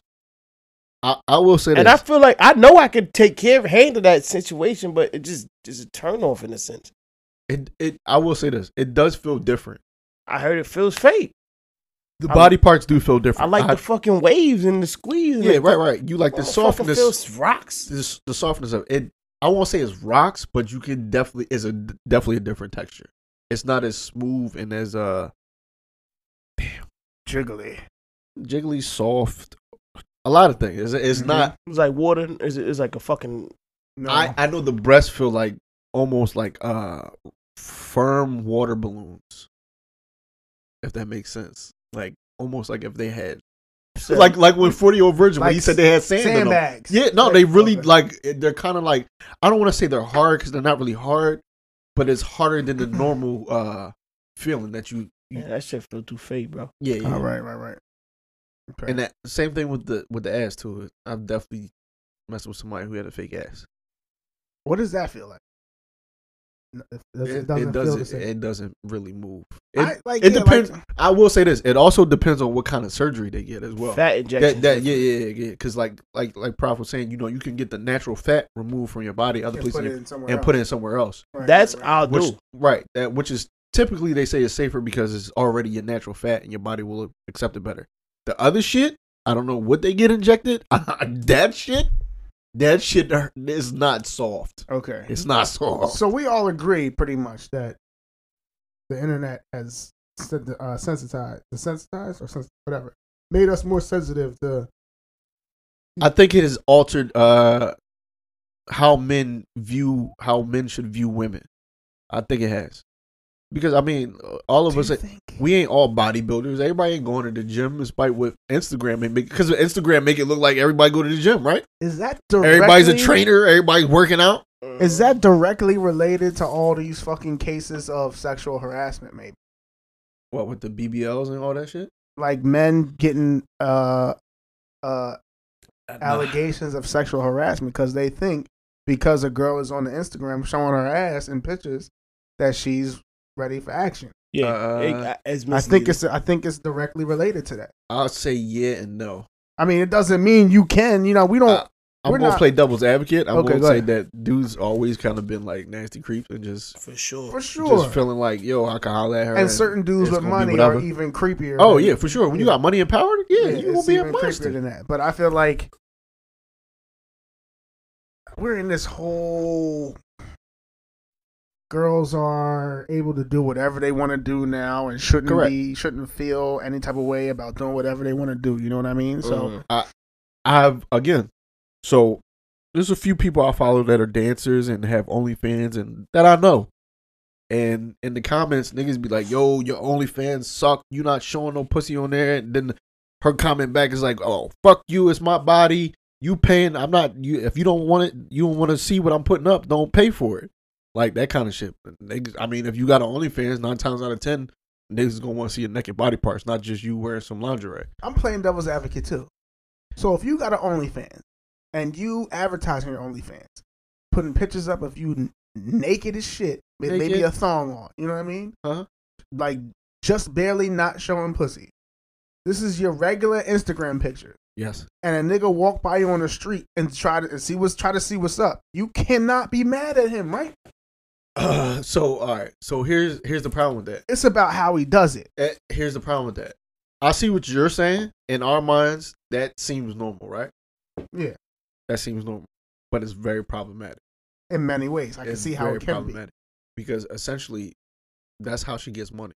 B: I, I will say
F: and I
B: this.
F: feel like I know I could take care of handle that situation, but it just is a turn off in a sense.
B: it, it I will say this. It does feel different.
F: I heard it feels fake.
B: The
F: I-
B: body parts do feel different.
F: I like the fucking waves and the squeeze. and
B: yeah,
F: the-
B: right, right. You like the
F: Motherfucker
B: softness.
F: feels rocks.
B: This, the softness of it. I won't say it's rocks, but you can definitely is a definitely a different texture. It's not as smooth and as uh
C: Jiggly.
B: jiggly soft. A lot of things. It's, it's
F: Mm-hmm.
B: not.
F: It's like water. It's, it's like a fucking.
C: No.
B: I I know the breasts feel like almost like uh firm water balloons. If that makes sense, like almost like if they had. Like like when forty year old virgin when
C: Like
B: he said they had sand
C: sandbags.
B: in them. Yeah, no,
C: Like-
B: they really
C: okay.
B: like they're kind of like I don't want to say they're hard because they're not really hard, but it's harder than
C: [CLEARS THROAT]
B: the normal uh feeling that you. you
F: Man, that shit feel too fake, bro.
B: yeah, yeah.
C: All right, right, right. Okay.
B: And that same thing with the with the ass too. I've definitely messed with somebody who had a fake ass.
C: what does that feel like? No,
B: It,
C: It doesn't, doesn't
B: it
C: feel the
B: doesn't.
C: same.
B: It doesn't really move. It,
C: I- like,
B: it
C: yeah,
B: depends.
C: like-
B: I will say this. It also depends on what kind of surgery they get as well.
F: Fat
B: That,
F: injections
B: that yeah yeah yeah. Because like like like Prof was saying, you know, you can get the natural fat removed from your body, other
C: And
B: places,
C: put
B: in
C: it
B: your-
C: in somewhere
B: and put it
C: else.
B: in somewhere else.
C: Right,
F: That's
C: right,
F: I'll
B: Which
F: do.
B: right that which is typically they say is safer because it's already your natural fat and your body will accept it better. The other shit, I don't know what they get injected. [LAUGHS] that shit, that shit is not soft.
C: Okay.
B: It's not soft.
C: So we all agree pretty much that the internet has sen- uh, sensitized, desensitized, or sens- whatever, made us more sensitive to.
B: I think it has altered uh how men view how men should view women. I think it has. Because I mean, uh, all of us we ain't all bodybuilders. Everybody ain't going to the gym despite what Instagram and make cuz Instagram make it look like everybody go to the gym, right?
C: Is that
B: Everybody's a
C: directly-
B: trainer, everybody's working out.
F: Uh,
C: Is that directly related to all these fucking cases of sexual harassment? Maybe
B: What with the BBLs and all that shit?
C: like men getting uh uh allegations of sexual harassment because they think because a girl is on the Instagram showing her ass in pictures that she's ready for action.
F: Yeah,
B: Uh,
F: it- it's
C: I think
F: misleading.
C: it's I think it's directly related to that.
B: I'll say yeah and no.
C: I mean, it doesn't mean you can. You know, we don't.
B: I'm
C: we're
B: gonna
C: not,
B: play devil's advocate. I'm
C: Okay,
B: gonna
C: go
B: say
C: ahead.
B: that dudes always kind of been like nasty creeps and just
F: for sure,
C: for sure.
B: just feeling like yo, I can holler at her.
C: and certain dudes
B: it's
C: with
B: gonna be
C: money
B: whatever.
C: are even creepier.
B: Oh
C: than-
B: yeah, for sure. When you
C: Yeah.
B: got money and power, yeah,
C: Yeah,
B: you will
C: it's
B: be a
C: even creepier
B: monster.
C: than that. But I feel like we're in this whole girls are able to do whatever they want to do now and shouldn't
B: Correct.
C: be shouldn't feel any type of way about
B: Mm-hmm.
C: doing whatever they want to do. You know what I mean? So
B: I, I've again, so there's a few people I follow that are dancers and have OnlyFans and that I know. And in the comments, niggas be like, "Yo, your OnlyFans suck. You not showing no pussy on there." And then her comment back is like, "Oh, fuck you. It's my body. You paying? I'm not. You if you don't want it, you don't want to see what I'm putting up. Don't pay for it. Like that kind of shit. Niggas, I mean, if you got an OnlyFans, nine times out of ten, niggas is gonna want to see your naked body parts, not just you wearing some lingerie.
C: I'm playing devil's advocate too. So if you got an OnlyFans and you advertising your OnlyFans, putting pictures up of you n- naked as shit, with
B: Naked? Uh-huh.
C: maybe a thong on, you know what I mean?
B: Huh?
C: Like just barely not showing pussy. This is your regular Instagram picture,
B: Yes,
C: and a nigga walk by you on the street and try to and see what's try to see what's up. You cannot be mad at him, right?
B: Uh, [CLEARS THROAT] so all right. So here's here's the problem with that.
C: It's about how he does it.
B: Eh, Here's the problem with that. I see what you're saying. In our minds, that seems normal, right?
C: Yeah,
B: That seems normal, but it's very problematic.
C: in many ways, I can
B: It's
C: see how
B: very
C: it can be.
B: because essentially, that's how she gets money.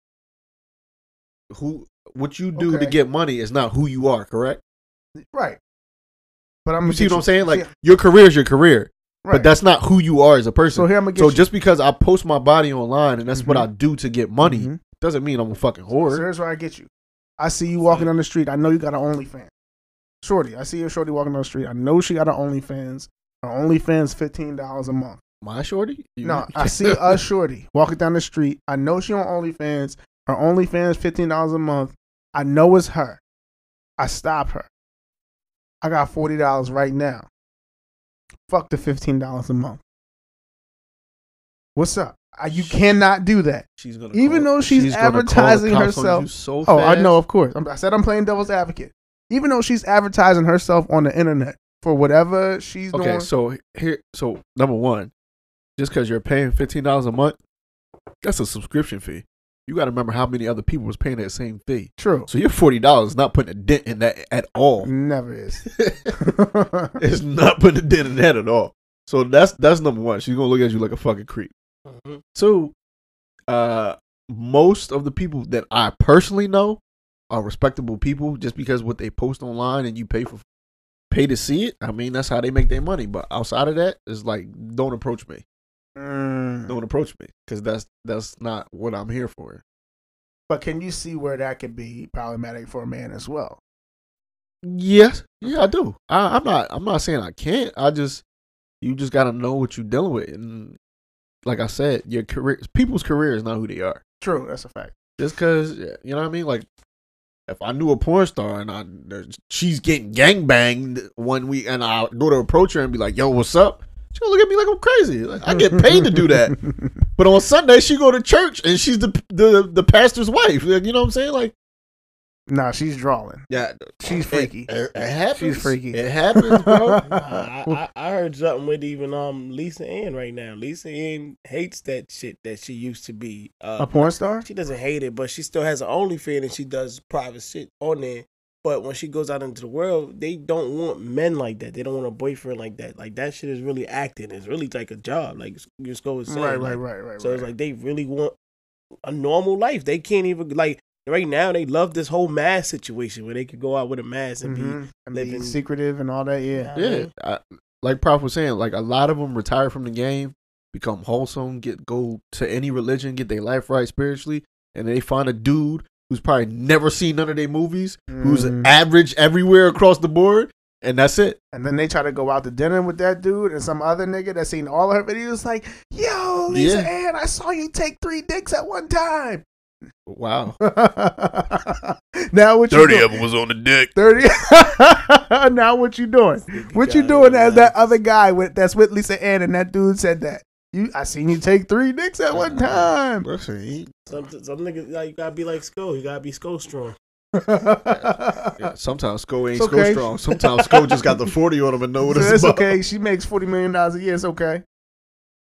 B: Who what you do
C: Okay.
B: to get money is not who you are, correct?
C: Right. But I'm
B: You
C: gonna
B: see
C: get
B: what I'm saying? Like
C: yeah.
B: your career is your career,
C: Right.
B: but that's not who you are as a person.
C: So here I'ma get
B: So
C: you- Mm-hmm.
B: just because I post my body online and that's what I do to get money doesn't mean I'm a fucking whore.
C: So here's where I get you. I see you walking down the street. I know you got an OnlyFans. Shorty, I see your shorty walking down the street. I know she got an OnlyFans. Her OnlyFans fifteen dollars a month.
B: My shorty? You- [LAUGHS]
C: No, I see a shorty walking down the street. I know she on OnlyFans. Her OnlyFans fifteen dollars a month. I know it's her. I stop her. I got forty dollars right now. Fuck the fifteen dollars a month. What's up? I, you cannot do that.
B: She's gonna
C: even
B: call-
C: though she's,
B: she's gonna call the
C: advertising
B: cops on
C: herself.
B: you so
C: oh, I know,
B: fast.
C: of course. I'm, I said I'm playing devil's advocate. Even though she's advertising herself on the internet for whatever she's
B: okay,
C: doing.
B: so here, so number one, just because you're paying fifteen dollars a month, that's a subscription fee. You got to remember how many other people was paying that same fee.
C: True.
B: So your forty dollars is not putting a dent in that at all.
C: Never is.
B: [LAUGHS] it's not putting a dent in that at all. So that's that's number one. She's gonna look at you like a fucking creep. Two, uh, most of the people that I personally know are respectable people. Just because what they post online and you pay for pay to see it, I mean that's how they make their money. But outside of that, it's like don't approach me, don't approach me, because that's that's not what I'm here for.
C: But can you see where that could be problematic for a man as well?
B: Yes, yeah, I do. I, I'm not. I'm not saying I can't. I just you just got to know what you're dealing with, and like I said, your career, people's career is not who they are.
C: True, that's a fact.
B: Just because you know what I mean. Like if I knew a porn star and I she's getting gangbanged one week, and I go to approach her and be like, "Yo, what's up?" She gonna look at me like I'm crazy. Like, I get paid to do
C: [LAUGHS]
B: that, but on Sunday she go to church and she's the the the pastor's wife. Like, you know what I'm saying? Like
C: Nah, she's drawing.
B: yeah,
C: she's freaky.
B: It, it happens.
C: She's freaky.
B: It happens, bro.
F: I,
C: [LAUGHS]
F: I, I heard something with even um Lisa Ann right now. Lisa Ann hates that shit that she used to be uh,
C: A porn star?
F: She doesn't hate it, but she still has an OnlyFans and she does private shit on there. But when she goes out into the world, they don't want men like that. They don't want a boyfriend like that. Like that shit is really acting. It's really like a job. Like just go and say,
C: Right, right,
F: like-
C: right, right,
F: So it's
C: right.
F: like they really want a normal life. They can't even like right now. They love this whole mask situation where they could go out with a mask and
C: Mhm.
F: be
C: And
F: living
C: be secretive and all that. Yeah.
B: Yeah, I, like Prof was saying, like a lot of them retire from the game, become wholesome, get go to any religion, get their life right spiritually, and they find a dude who's probably never seen none of their movies, who's
C: Mhm.
B: average everywhere across the board, and that's it.
C: And then they try to go out to dinner with that dude and some other nigga that's seen all of her videos. Like, yo, Lisa
B: Yeah.
C: Ann, I saw you take three dicks at one time. [LAUGHS]
B: Wow.
C: Now what you
R: 30
C: doing?
R: of them was on the dick.
C: 30 [LAUGHS] now what you doing what you doing as that other guy with that's with lisa ann and that dude said that you i seen you take three dicks at one time
B: Listen, he-
F: Some some niggas like you gotta be like Sko. You gotta be Sko strong.
C: [LAUGHS]
B: yeah, sometimes Sko ain't
C: Uh, It's
B: Sko
C: okay.
B: strong. Sometimes Sko just
C: [LAUGHS]
B: got the forty on him and know what
C: So
B: it's
C: it's
B: about.
C: okay she makes 40 million dollars a year it's okay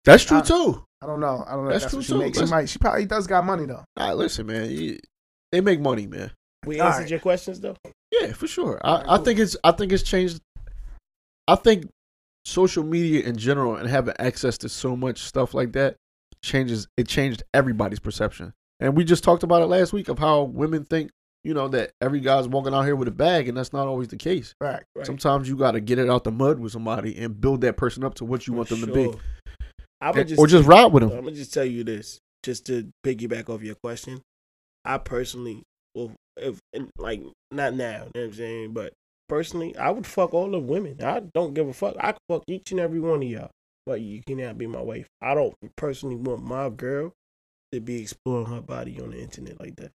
B: That's
C: Uh,
B: true too.
C: i don't know i don't know
B: That's
C: that's, that's
B: true
C: what she
B: too.
C: makes she
B: That's-
C: might she probably does got money though
B: Nah, listen, man, you, they make money, man.
F: We
C: All
F: answered
C: right.
F: your questions though.
B: Yeah, for sure. I, I think it's I think it's changed. I think social media in general and having access to so much stuff like that changes it changed everybody's perception. And we just talked about it last week of how women think you know that every guy's walking out here with a bag, and that's not always the case.
F: Right. right.
B: Sometimes you got to get it out the mud with somebody and build that person up to what you want them to be.
C: Sure. I would
B: And- or just ride with 'em.
C: I'm gonna just tell you this, just to piggyback off your question. I personally, well, if and, like not now, you know what I'm saying, but personally, I would fuck all the women. I don't give a fuck. I could fuck each and every one of y'all, but you cannot be my wife. I don't personally want my girl to be exploring her body on the internet like that.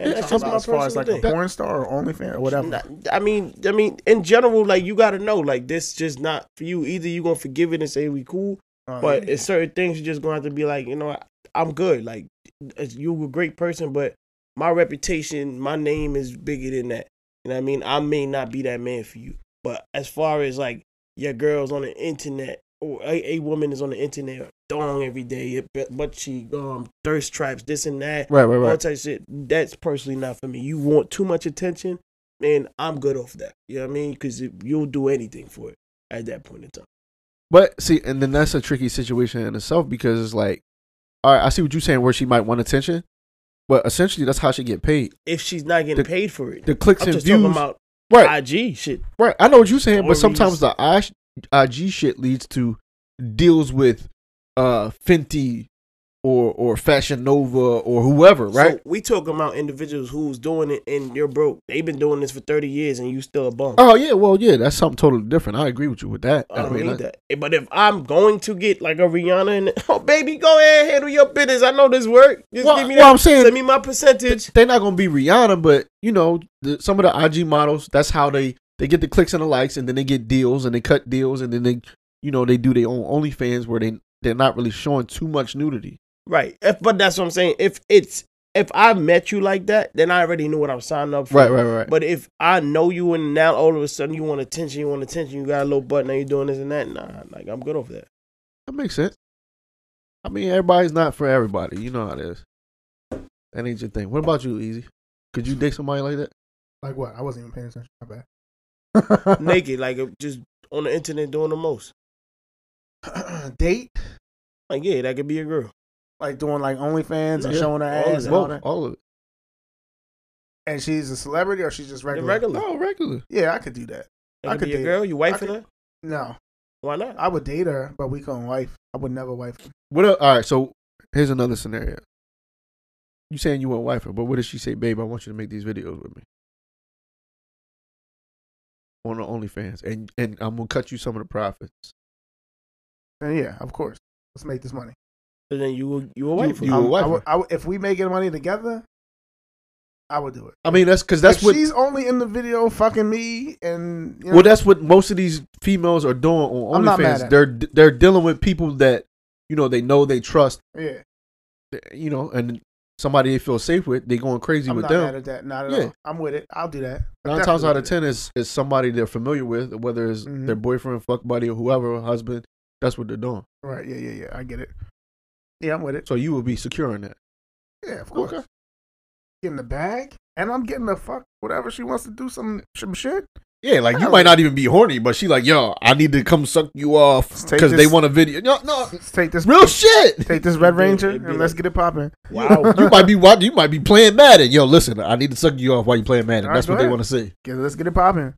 C: And that's just my
F: as far as
C: personal
F: like
C: thing.
F: a porn star or OnlyFans or whatever.
C: Not- I mean, I mean, in general, like you gotta know, like this just not for you. Either you gonna forgive it and say we cool,
F: Oh,
C: but
F: yeah.
C: Uh, it's certain things you just gonna have to be like, you know, I, I'm good. Like it's- you a great person, but my reputation, my name is bigger than that. You know what I mean? I may not be that man for you, but as far as like your girls on the internet or a, a woman is on the internet dong every day, it- butt cheek, um, thirst traps, this and that,
B: Right, right, right.
C: all type of shit. That's personally not for me. You want too much attention, and I'm good off that. You know what I mean? Because you'll do anything for it at that point in time.
B: But see, and then that's a tricky situation in itself because it's like, all right, I see what you're saying where she might want attention, but essentially that's how she get paid.
C: If she's not getting
B: The-
C: paid for it,
B: the clicks
C: I'm
B: and
C: just
B: views-
C: talking about
B: Right.
C: IG shit.
B: Right, I know what you're saying, but
C: Stories.
B: sometimes the IG IG shit leads to deals with uh Fenty or or Fashion Nova or whoever, right?
C: So we talking about individuals who's doing it and you're broke. They've been doing this for thirty years and you still a bum.
B: oh yeah, well yeah, that's something totally different. I agree with you with that.
C: I don't
B: mean,
C: need
B: I-
C: that. Eh, But if I'm going to get like a Rihanna and [LAUGHS] oh baby, go ahead, handle your business. I know this work. Just
B: Well,
C: give me
B: well,
C: that.
B: I'm saying-
C: send me my percentage.
B: They're not gonna be Rihanna, but you know, the, some of the IG models, that's how they they get the clicks and the likes, and then they get deals, and they cut deals, and then they, you know, they do their own OnlyFans where they they're not really showing too much nudity.
C: Right. If, but that's what I'm saying. If it's if I met you like that, then I already knew what I was signing up for.
B: Right, right, right.
C: But if I know you and now all of a sudden you want attention, you want attention, you got a little button, now you're doing this and that. Nah, like I'm good over that.
B: That makes sense. I mean, everybody's not for everybody. You know how it is. That ain't your thing. What about you, Easy? Could you date somebody like that?
F: Like what? I wasn't even paying attention. My bad.
C: Naked, like just on the internet doing the most.
F: date?
C: Like yeah, that could be a girl.
F: Like doing like OnlyFans and
C: Yeah,
F: showing her
C: all of
F: ass
C: it.
F: and all
C: Both,
F: that.
B: All of it.
F: And she's a celebrity or she's just regular?
C: regular. Oh,
B: No, regular.
F: Yeah, I could do that.
C: That
F: I
C: could
F: could
C: be a
F: date
C: girl. You
F: I
C: wifing
F: could-
C: her?
F: No.
C: Why not?
F: I would date her, but we couldn't wife. I would never wife. her.
B: What? A, all right. So here's another scenario. You saying you want wife her, but what does she say, babe? I want you to make these videos with me on the OnlyFans, and and I'm gonna cut you some of the profits.
F: And yeah, of course. Let's make this money.
C: And then you will you a wife.
B: you
F: I
B: a
F: would- I
B: wife
F: would- I would- if we making money together, I would do it.
B: I mean, that's because that's
F: if
B: what.
F: she's only in the video fucking me and you know,
B: Well, that's what most of these females are doing on
F: I'm not mad
B: OnlyFans.
F: at
B: They're they're dealing with people that you know they know they trust. eh,
F: yeah.
B: You know, and somebody they feel safe with, they going crazy
F: I'm
B: with
F: not
B: them.
F: mad at that. Not at
B: Yeah.
F: all. I'm with it. I'll do that. I
B: Nine times
F: definitely
B: out of
F: do
B: ten is is somebody they're familiar with, whether it's
F: Mhm.
B: their boyfriend, fuck buddy, or whoever, husband. That's what they're doing.
F: that. Right? Yeah, yeah, yeah. I get it. Yeah, I'm with it.
B: So you will be securing that.
F: Yeah, of course. Getting the bag, and I'm getting the fuck whatever she wants to do. Some some shit.
B: Yeah, like you
F: Hell
B: might
F: yeah.
B: not even be horny, but she like, yo, I need to come suck you off
F: take
B: because they
F: this-
B: want a video. No, no,
F: Let's take this
B: real shit.
F: Take this Red Ranger
C: it'd be
F: and let's get it popping. [LAUGHS]
C: Wow.
B: you might be watching. You might be playing Madden. Yo, listen, I need to suck you off while you playing Madden.
F: All right,
B: That's
F: go
B: what they
F: ahead.
B: want to see.
F: Get- let's get it popping.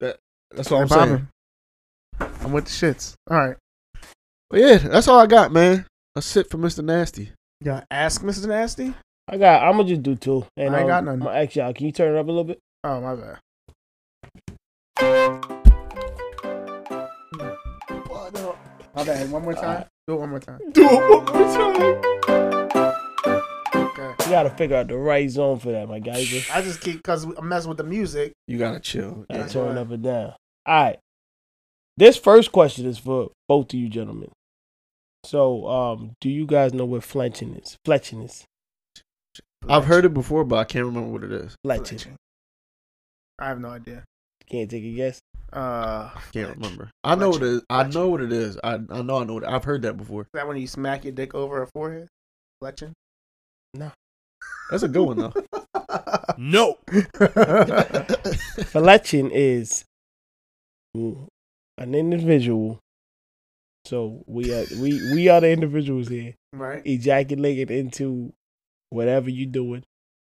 B: That's what I'm
F: Get it
B: saying.
F: popping. I'm with the shits. All right.
B: But yeah, that's all I got, man. That's it for Mr. Nasty.
F: Yeah. Ask Mrs. Nasty.
C: I got. I'm gonna just do two. And
F: I ain't got
C: um,
F: nothing.
C: I'ma ask y'all. Can you turn it up a little bit?
F: Oh my bad. My bad. One more time. Do it one more time.
C: Do it one more time.
F: Okay.
C: You gotta figure out the right zone for that, my guy. You just
F: I just keep because I'm messing with the music.
B: You gotta chill.
C: gotta
F: That's
C: turn
F: right.
C: up and down. All right. This first question is for both of you gentlemen. So, um, do you guys know what fletching is? Fletching is
B: I've heard it before, but I can't remember what it is.
C: fletching.
F: I have no idea.
C: Can't take a guess.
F: Uh,
B: Can't remember. I know what it is. I know what it is. I I know I know it. I've heard
F: [LAUGHS]
B: that before.
F: Is that when you smack your dick over her forehead? Fletching?
B: That's a good one though. [LAUGHS]
S: No.
C: Fletching is an individual. So we are we we are the individuals here.
F: Right.
C: Ejaculating into whatever you're doing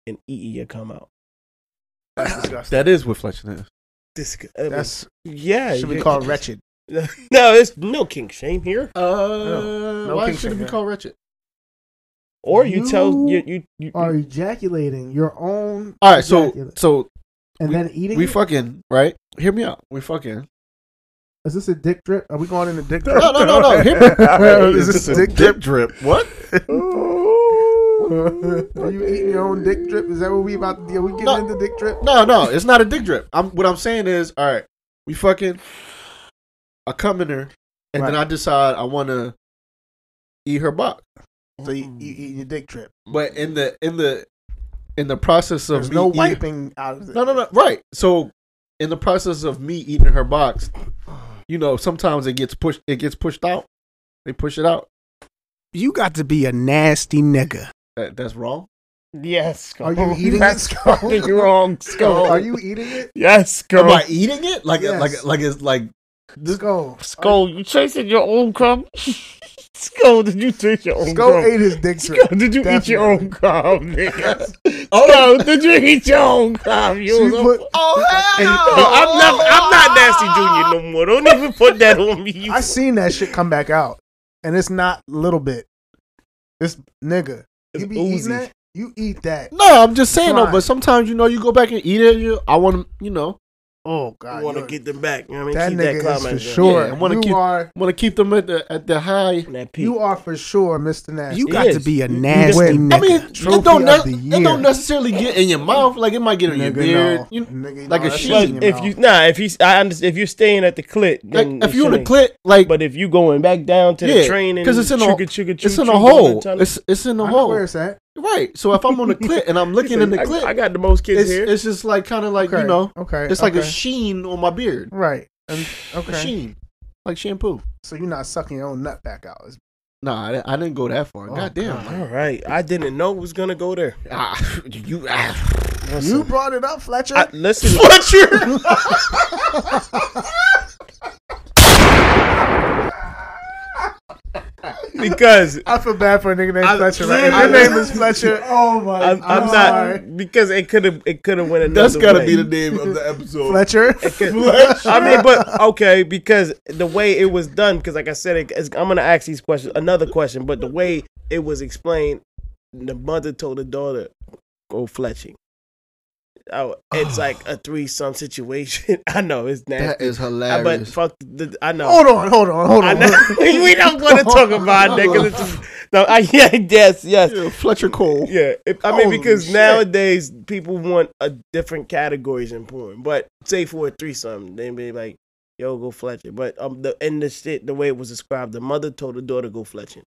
C: and eating your come out.
F: That's disgusting.
B: That is what Fletcher is.
C: Disg-
F: That's-
C: uh, yeah.
F: should be
C: yeah.
F: called wretched.
C: [LAUGHS] no, it's no king shame here.
B: Uh,
F: Oh, No
B: why
F: king
B: should it
F: shame,
B: be
F: yeah.
B: called wretched?
C: Or you, tell you you, you
T: are ejaculating your own.
B: All right, so
T: ejaculate.
B: so
T: and
B: we-
T: then eating.
B: We
T: it?
B: fucking right. Hear me out. We fucking.
T: Is this a dick drip? Are we going in the dick
B: No, no, no,
F: [LAUGHS]
B: no.
T: [LAUGHS]
B: Hear me.
T: Is this a dick
B: drip drip?
T: [LAUGHS]
B: What?
F: Are you eating your own dick drip? Is that what we about to do? Are we getting
B: No.
F: into dick drip?
B: No, no, it's not a dick drip. I'm what I'm saying is, all right, we fucking. I come in there, and then
F: Right.
B: I decide I want to eat her box.
F: So you, you eating your dick drip.
B: But in the in the in the process of
F: There's
B: me
F: no
B: eat-
F: wiping out of it.
B: no, no, no, right. So in the process of me eating her box, you know, sometimes it gets pushed. It gets pushed out. They push it out.
F: You got to be a nasty nigga.
B: That, that's wrong.
C: Yes,
F: Are you eating
C: That's
F: it, Skull?
C: fucking wrong, Skull.
F: Are you eating it?
C: Yes, Skull.
B: Am I eating it? Like,
F: Yes.
B: like, like it's like
F: Skull.
C: Skull, you chasing your own [LAUGHS] cum? Skull, did you taste your own
F: Skull
C: cum?
F: ate his [LAUGHS] dick drip.
C: Skull, [LAUGHS] did you eat your own cum, nigga?
B: Oh, [LAUGHS]
C: Skull, did you eat your own cum? You was a-
F: oh,
C: No, I'm not. I'm not nasty junior no more. Don't even put that on me. You
F: I seen that shit come back out, and it's not little bit. This nigga, you be eating that. You eat that.
B: No, I'm just saying though.
F: Fine.
B: But sometimes you know you go back and eat it. You, I want to, you know,
F: Oh God,
C: want to
F: you're-
C: get them back. You know what
F: That
C: I mean?
F: nigga
C: Keep
F: is
C: that climate.
F: for sure.
B: I want to
F: You
B: keep,
F: are-
B: want to keep them at the at the high.
C: That peak.
F: you are for sure, Mister Nasty.
C: You got to be a
F: nasty nigga.
B: I mean, it
F: Trophy
B: don't,
F: of
B: ne-
F: the
B: it
F: year.
B: don't necessarily get in your mouth. Like it might get in your
F: Nigga,
B: beard,
F: no.
B: you know,
F: Nigga,
B: like
F: no,
B: a
F: that
B: sheet.
F: shit in your
C: if you nah, if he's I understand if you're staying at the clit, then
B: if
C: it
B: you in the
C: shouldn't.
B: clit, like
C: but if you going back down to the train and
B: it's in a
C: chugga, chugga, choo,
B: it's in
C: choo,
B: a
C: all
B: hole.
C: that time.
B: It's it's in a
F: I know
B: hole.
F: where it's at.
B: Right. So if I'm on the clit and
C: [LAUGHS]
B: I'm looking
C: said,
B: in the
C: "I-
B: clit,
C: I got the most kids
B: it's,
C: here."
B: It's just like kind of like
F: Okay,
B: you know,
F: okay,
B: It's like a
F: okay.
B: sheen on my beard,
F: Right. And,
B: a
F: okay.
B: sheen, like shampoo.
F: So you're not sucking your own nut back out. It's-
B: Nah, I, di- I didn't go that far.
F: Oh,
B: God damn.
F: God.
C: All right, I didn't know it was gonna go there.
B: [LAUGHS] Ah, [LAUGHS] you ah.
F: You brought it up, Fletcher.
B: [LAUGHS]
C: I, listen,
B: Fletcher.
C: [LAUGHS] because
F: I feel bad for a nigga named
C: I-
F: Fletcher.
C: [LAUGHS]
F: Right? If
C: I-
F: your name
B: [LAUGHS]
F: is Fletcher,
T: Oh my!
C: I'm, I'm
F: I'm sorry.
C: not because it could have it could have went another.
B: That's gotta
C: way.
B: be the name of the episode. [LAUGHS]
F: Fletcher.
C: I mean, but okay, because the way it was done, because like I said, it, it's- I'm gonna ask these questions, another question, but the way it was explained, the mother told the daughter, "Go fletching." Oh, it's like
B: [SIGHS]
C: a threesome situation. [LAUGHS] I know it's
B: That
C: nasty,
B: is
C: I- but
B: hilarious.
C: fuck, the, I know.
F: Hold on, hold on, hold
C: I
F: on.
C: know. [LAUGHS]
F: [LAUGHS]
C: we don't want to talk about that
B: [LAUGHS]
C: 'cause it's just- no, I, [LAUGHS] yeah, yes, yes.
B: Yeah, Fletcher Cole.
C: Yeah, if, I mean
F: Holy
C: because
F: shit.
C: nowadays people want a different categories in porn. But say for a threesome, they be like, "Yo, go fletching." But um, the and the shit, the way it was described, the mother told the daughter go fletching.
F: [LAUGHS]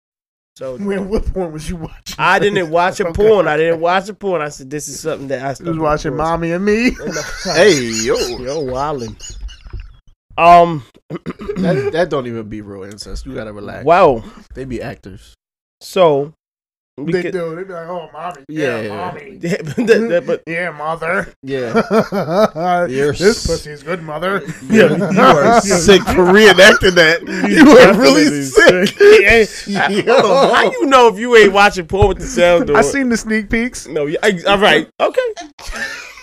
C: So
F: Man, what porn was you watching? [LAUGHS]
C: I didn't watch a
F: Okay.
C: porn. I didn't watch a porn. I said this is something that I
F: You was watching Mommy and
C: [LAUGHS]
F: Me.
B: Hey yo,
C: Yo, wildin'. Um, [CLEARS THROAT]
B: that, [CLEARS THROAT] that don't even be real incest. You gotta relax.
C: wow.
B: They be actors.
C: So we
F: they
C: could-
F: do. They be like, "Oh, mommy,
B: Yeah,
F: yeah,
B: yeah.
F: mommy,
C: [LAUGHS] Yeah, but that-
F: [LAUGHS]
C: that- but
F: yeah, mother."
B: Yeah, [LAUGHS] You're
F: this
B: s-
F: pussy is good, mother.
C: Yeah, you are
B: sick for reenacting [LAUGHS] that. You
C: are
B: were really sick.
C: Hey, I- hold on. How you know if you ain't watching porn with the sound on?
F: I seen the sneak peeks.
C: No, yeah, I, all right, okay,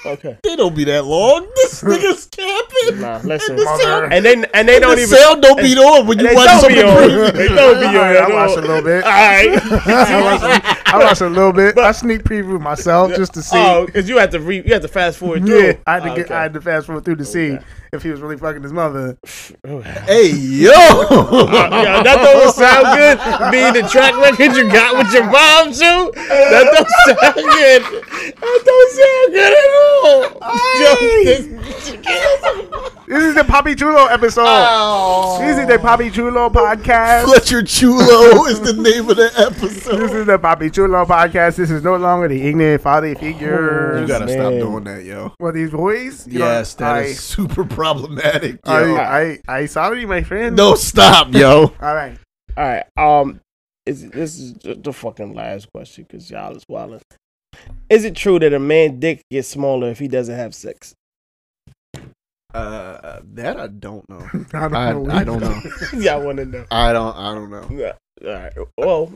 C: okay.
B: They don't be that long.
C: [LAUGHS]
B: This nigga's camping.
C: Nah, listen,
B: And the cell-
C: and they and they don't
B: the
C: even.
B: sound don't be on when
C: and
B: you
C: they
B: watch
C: don't be
B: something.
C: on. They don't be on.
F: All right, I
C: don't-
F: watched a little bit.
C: All [LAUGHS] right.
F: I watched, I watched a little
B: [LAUGHS]
F: bit. I sneak [LAUGHS] preview myself just to see.
C: Oh, because you have to re, you have to fast forward through.
F: yeah, I had to
C: Oh,
F: get,
C: okay.
F: I had to fast forward through to see if he was really fucking his mother.
B: Hey yo,
C: Yo, that don't sound good. Being the track record you got with your mom too. That don't sound good. That don't sound good at all. Yo, this-
F: This is the Poppy Chulo episode. This is the Poppy Chulo podcast.
B: Fletcher Chulo is the name of the episode.
F: This is the Bobby Chulo podcast. This is no longer the ignorant father figures.
B: You gotta stop
C: man.
B: doing that, yo.
F: Well, these boys. You
B: Yes,
F: know,
B: that is super problematic,
F: I,
B: yo.
F: I, I, I sorry, my friend.
B: [LAUGHS] No, stop, yo.
F: All right.
C: all right. Um, is this is the- the fucking last question because y'all is wilding. Is it true that a man dick gets smaller if he doesn't have sex? [LAUGHS]
B: Uh, that I don't know.
F: I don't
B: [LAUGHS] I,
F: know.
B: I don't know.
C: y'all want to know?
B: I don't. I don't know.
C: Yeah, All right. Well,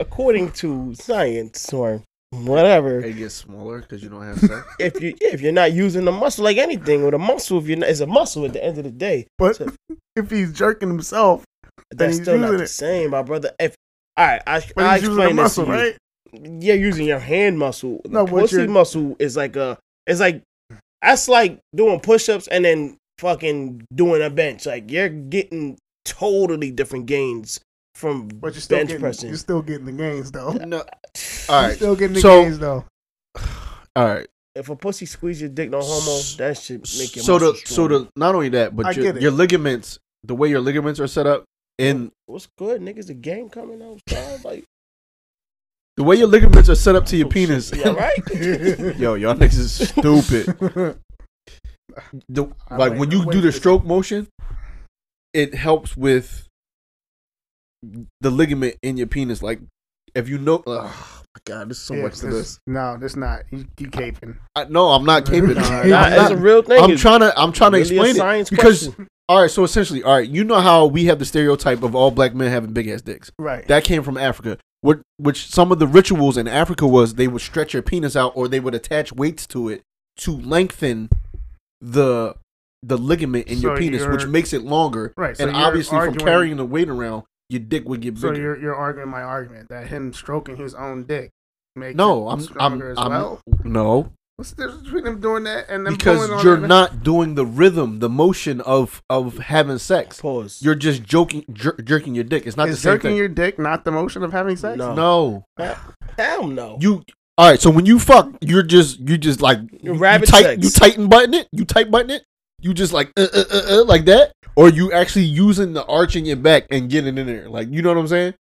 C: according to science, or whatever.
B: It gets smaller because you don't have [LAUGHS] sex.
C: if you if you're not using the muscle like anything with a muscle, if you're not, it's a muscle at the end of the day.
F: But [LAUGHS] if he's jerking himself, then
C: that's
F: he's
C: still not
F: using
C: the
F: it.
C: same, my brother. If all right, I
F: But
C: I
F: he's using the
C: explain this
F: muscle,
C: to you.
F: right?
C: Yeah, using your hand muscle. The
F: No, but
C: pussy
F: you're-
C: muscle is like a it's like that's like doing push-ups and then fucking doing a bench. Like you're getting totally different gains from
F: But you're still
C: bench
F: getting,
C: pressing.
F: You're still getting the gains though.
B: Oh, No.
F: All
B: All
F: right.
B: right.
F: Still getting the
B: So-
F: gains though.
B: All right.
C: If a pussy squeeze your dick, no homo, that should make your
B: so the
C: muscles
B: so
C: stronger.
B: the not only that,
C: I
B: but
C: get
B: your,
C: it.
B: your ligaments, the way your ligaments are set up, and
C: What's good, niggas? The game coming out, dog. Like, oh,
B: the way your ligaments are set up to your penis.
C: yeah, right.
B: [LAUGHS]
C: [LAUGHS]
B: Yo, y'all niggas is stupid. The,
C: I
B: like
C: like-
B: when you
C: I
B: do
C: like
B: the
C: this.
B: stroke motion, it helps with the ligament in your penis. Like if you know, oh my god, there's so
F: Yeah,
B: much to this.
F: No, that's not. You, you caping.
B: I, no, I'm
C: [LAUGHS]
B: not caping.
F: Nah,
B: I'm
F: nah, it's
B: not-
F: a real thing.
B: I'm
F: It's
B: trying to. I'm trying to
C: really a
B: explain
C: science
B: it because.
C: question.
B: All right, so essentially, all right, you know how we have the stereotype of all black men having big ass dicks.
F: Right.
B: That came from Africa. Which, which some of the rituals in Africa was they would stretch your penis out or they would attach weights to it to lengthen the the ligament in your
F: So
B: penis, which
F: you're-
B: makes it longer.
F: Right, so
B: and
F: you're
B: obviously,
F: arguing-
B: from carrying the weight around, your dick would get
F: So
B: bigger.
F: you're you're arguing my argument that him stroking his own dick makes
B: no,
F: it
B: I'm, I'm,
F: stronger as
B: I'm,
F: well.
B: no,
F: What's the difference between him doing that and them pulling
B: because
F: on
B: you're
F: it?
B: not doing the rhythm, the motion of of having sex.
C: Pause.
B: You're just joking, jer- jerking your dick. It's not
F: Is
B: the same
F: jerking
B: thing.
F: your dick not the motion of having sex?
B: no,
C: Hell no.
B: you. All right, so when you fuck, you're just you just like you,
C: rabbit
B: tight,
C: sex.
B: you tighten button it, you tight button it, you just like uh, uh, uh, uh, like that, or you actually using the arch in your back and getting in there, like you know what I'm saying?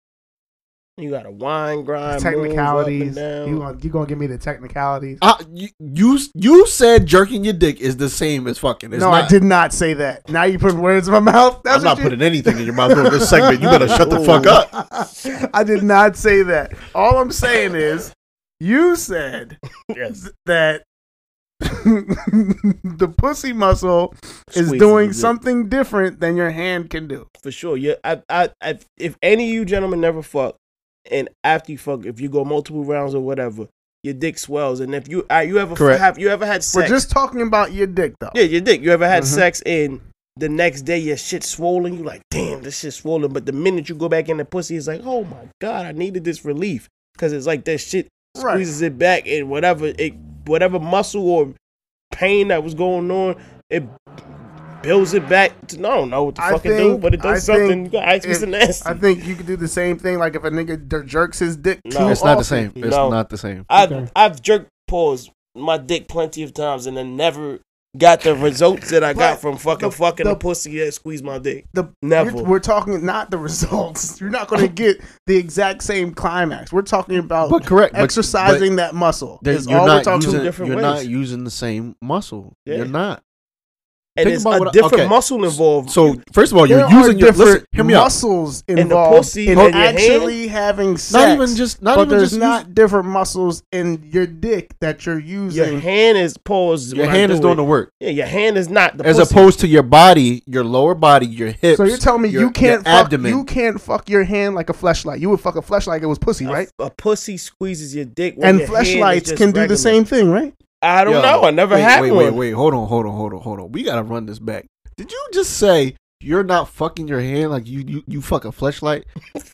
C: You got to wine grind,
F: Technicalities.
C: technicalities.
F: You gonna you gonna give me the technicalities?
B: I, you, you you said jerking your dick is the same as fucking. It's
F: no,
B: not,
F: I did not say that. Now you put words in my mouth. That's
B: I'm not
F: what you-
B: putting anything in your mouth
F: [LAUGHS]
B: during this segment. You better shut the fuck up.
F: I did not say that. All I'm saying is, you
B: [LAUGHS]
F: said
C: Yes.
F: that [LAUGHS] the pussy muscle is
C: Squeezing
F: doing
C: the dick.
F: something different than your hand can do.
C: for sure. Yeah, I, I, I, if any of you gentlemen never fuck, and after you fuck, if you go multiple rounds or whatever, your dick swells. And if you, uh, you ever
F: Correct.
C: have you ever had sex?
F: We're just talking about your dick, though.
C: yeah, your dick. You ever had
F: Mhm.
C: sex and the next day your shit swollen? You like, damn, this shit swollen. But the minute you go back in the pussy, it's like, oh my god, I needed this relief because it's like that shit
F: Right.
C: squeezes it back and whatever it, whatever muscle or pain that was going on, it. Builds it back. To, I don't know what the fuck it do, but it does
F: I think
C: something. You got ice
F: if-
C: and nasty.
F: I think you could do the same thing. Like if a nigga der- jerks his dick.
C: No.
F: too
B: It's not the
F: often.
B: same. It's
C: No.
B: not the same.
C: I've I've jerked paws my dick plenty of times and then never got the results that I got from fucking fucking
F: the-
C: the, pussy that squeezed my dick.
F: The
C: Never.
F: We're, we're talking not the results. [LAUGHS] You're not
C: Oh.
F: going to get the exact same climax. We're talking about
B: But correct, but-
F: exercising
B: but
F: that muscle.
B: There-
F: is all we're talking
B: using,
F: about.
B: you're not using the same muscle.
C: Yeah.
B: You're not.
C: and
B: Think
C: it's
B: about
C: a
B: what I-
C: different
B: okay.
C: muscle involved.
B: So first of all,
F: There
B: Oh, you're using
F: are
B: your
F: different
B: listen, hear me out.
F: muscles
C: the
F: involved
C: pussy
F: in
C: and your
F: actually having sex.
B: even just- not
F: but
B: even
F: there's
B: just
F: not different muscles in your dick that you're using.
C: your hand is paused.
B: Your
C: when I
B: hand is
C: do
B: doing
C: it.
B: the work.
C: Yeah, your hand is not the
B: As
C: pussy.
B: opposed to your body, your lower body, your hips.
F: so you're telling me
B: your-
F: you can't
B: your
F: fuck,
B: abdomen.
F: you can't fuck your hand like a fleshlight. You would fuck a fleshlight. It was pussy, right?
C: a pussy squeezes your dick. when
F: And
C: your hand is
F: fleshlights
C: just
F: can do
C: regular.
F: the same thing, right?
C: I don't
B: Yo,
C: know. I never
B: wait,
C: had
B: wait,
C: one.
B: Wait, wait, hold on, hold on, hold on, hold on. We gotta run this back. Did you just say you're not fucking your hand like you you, you fuck
F: [LAUGHS]
B: a fleshlight?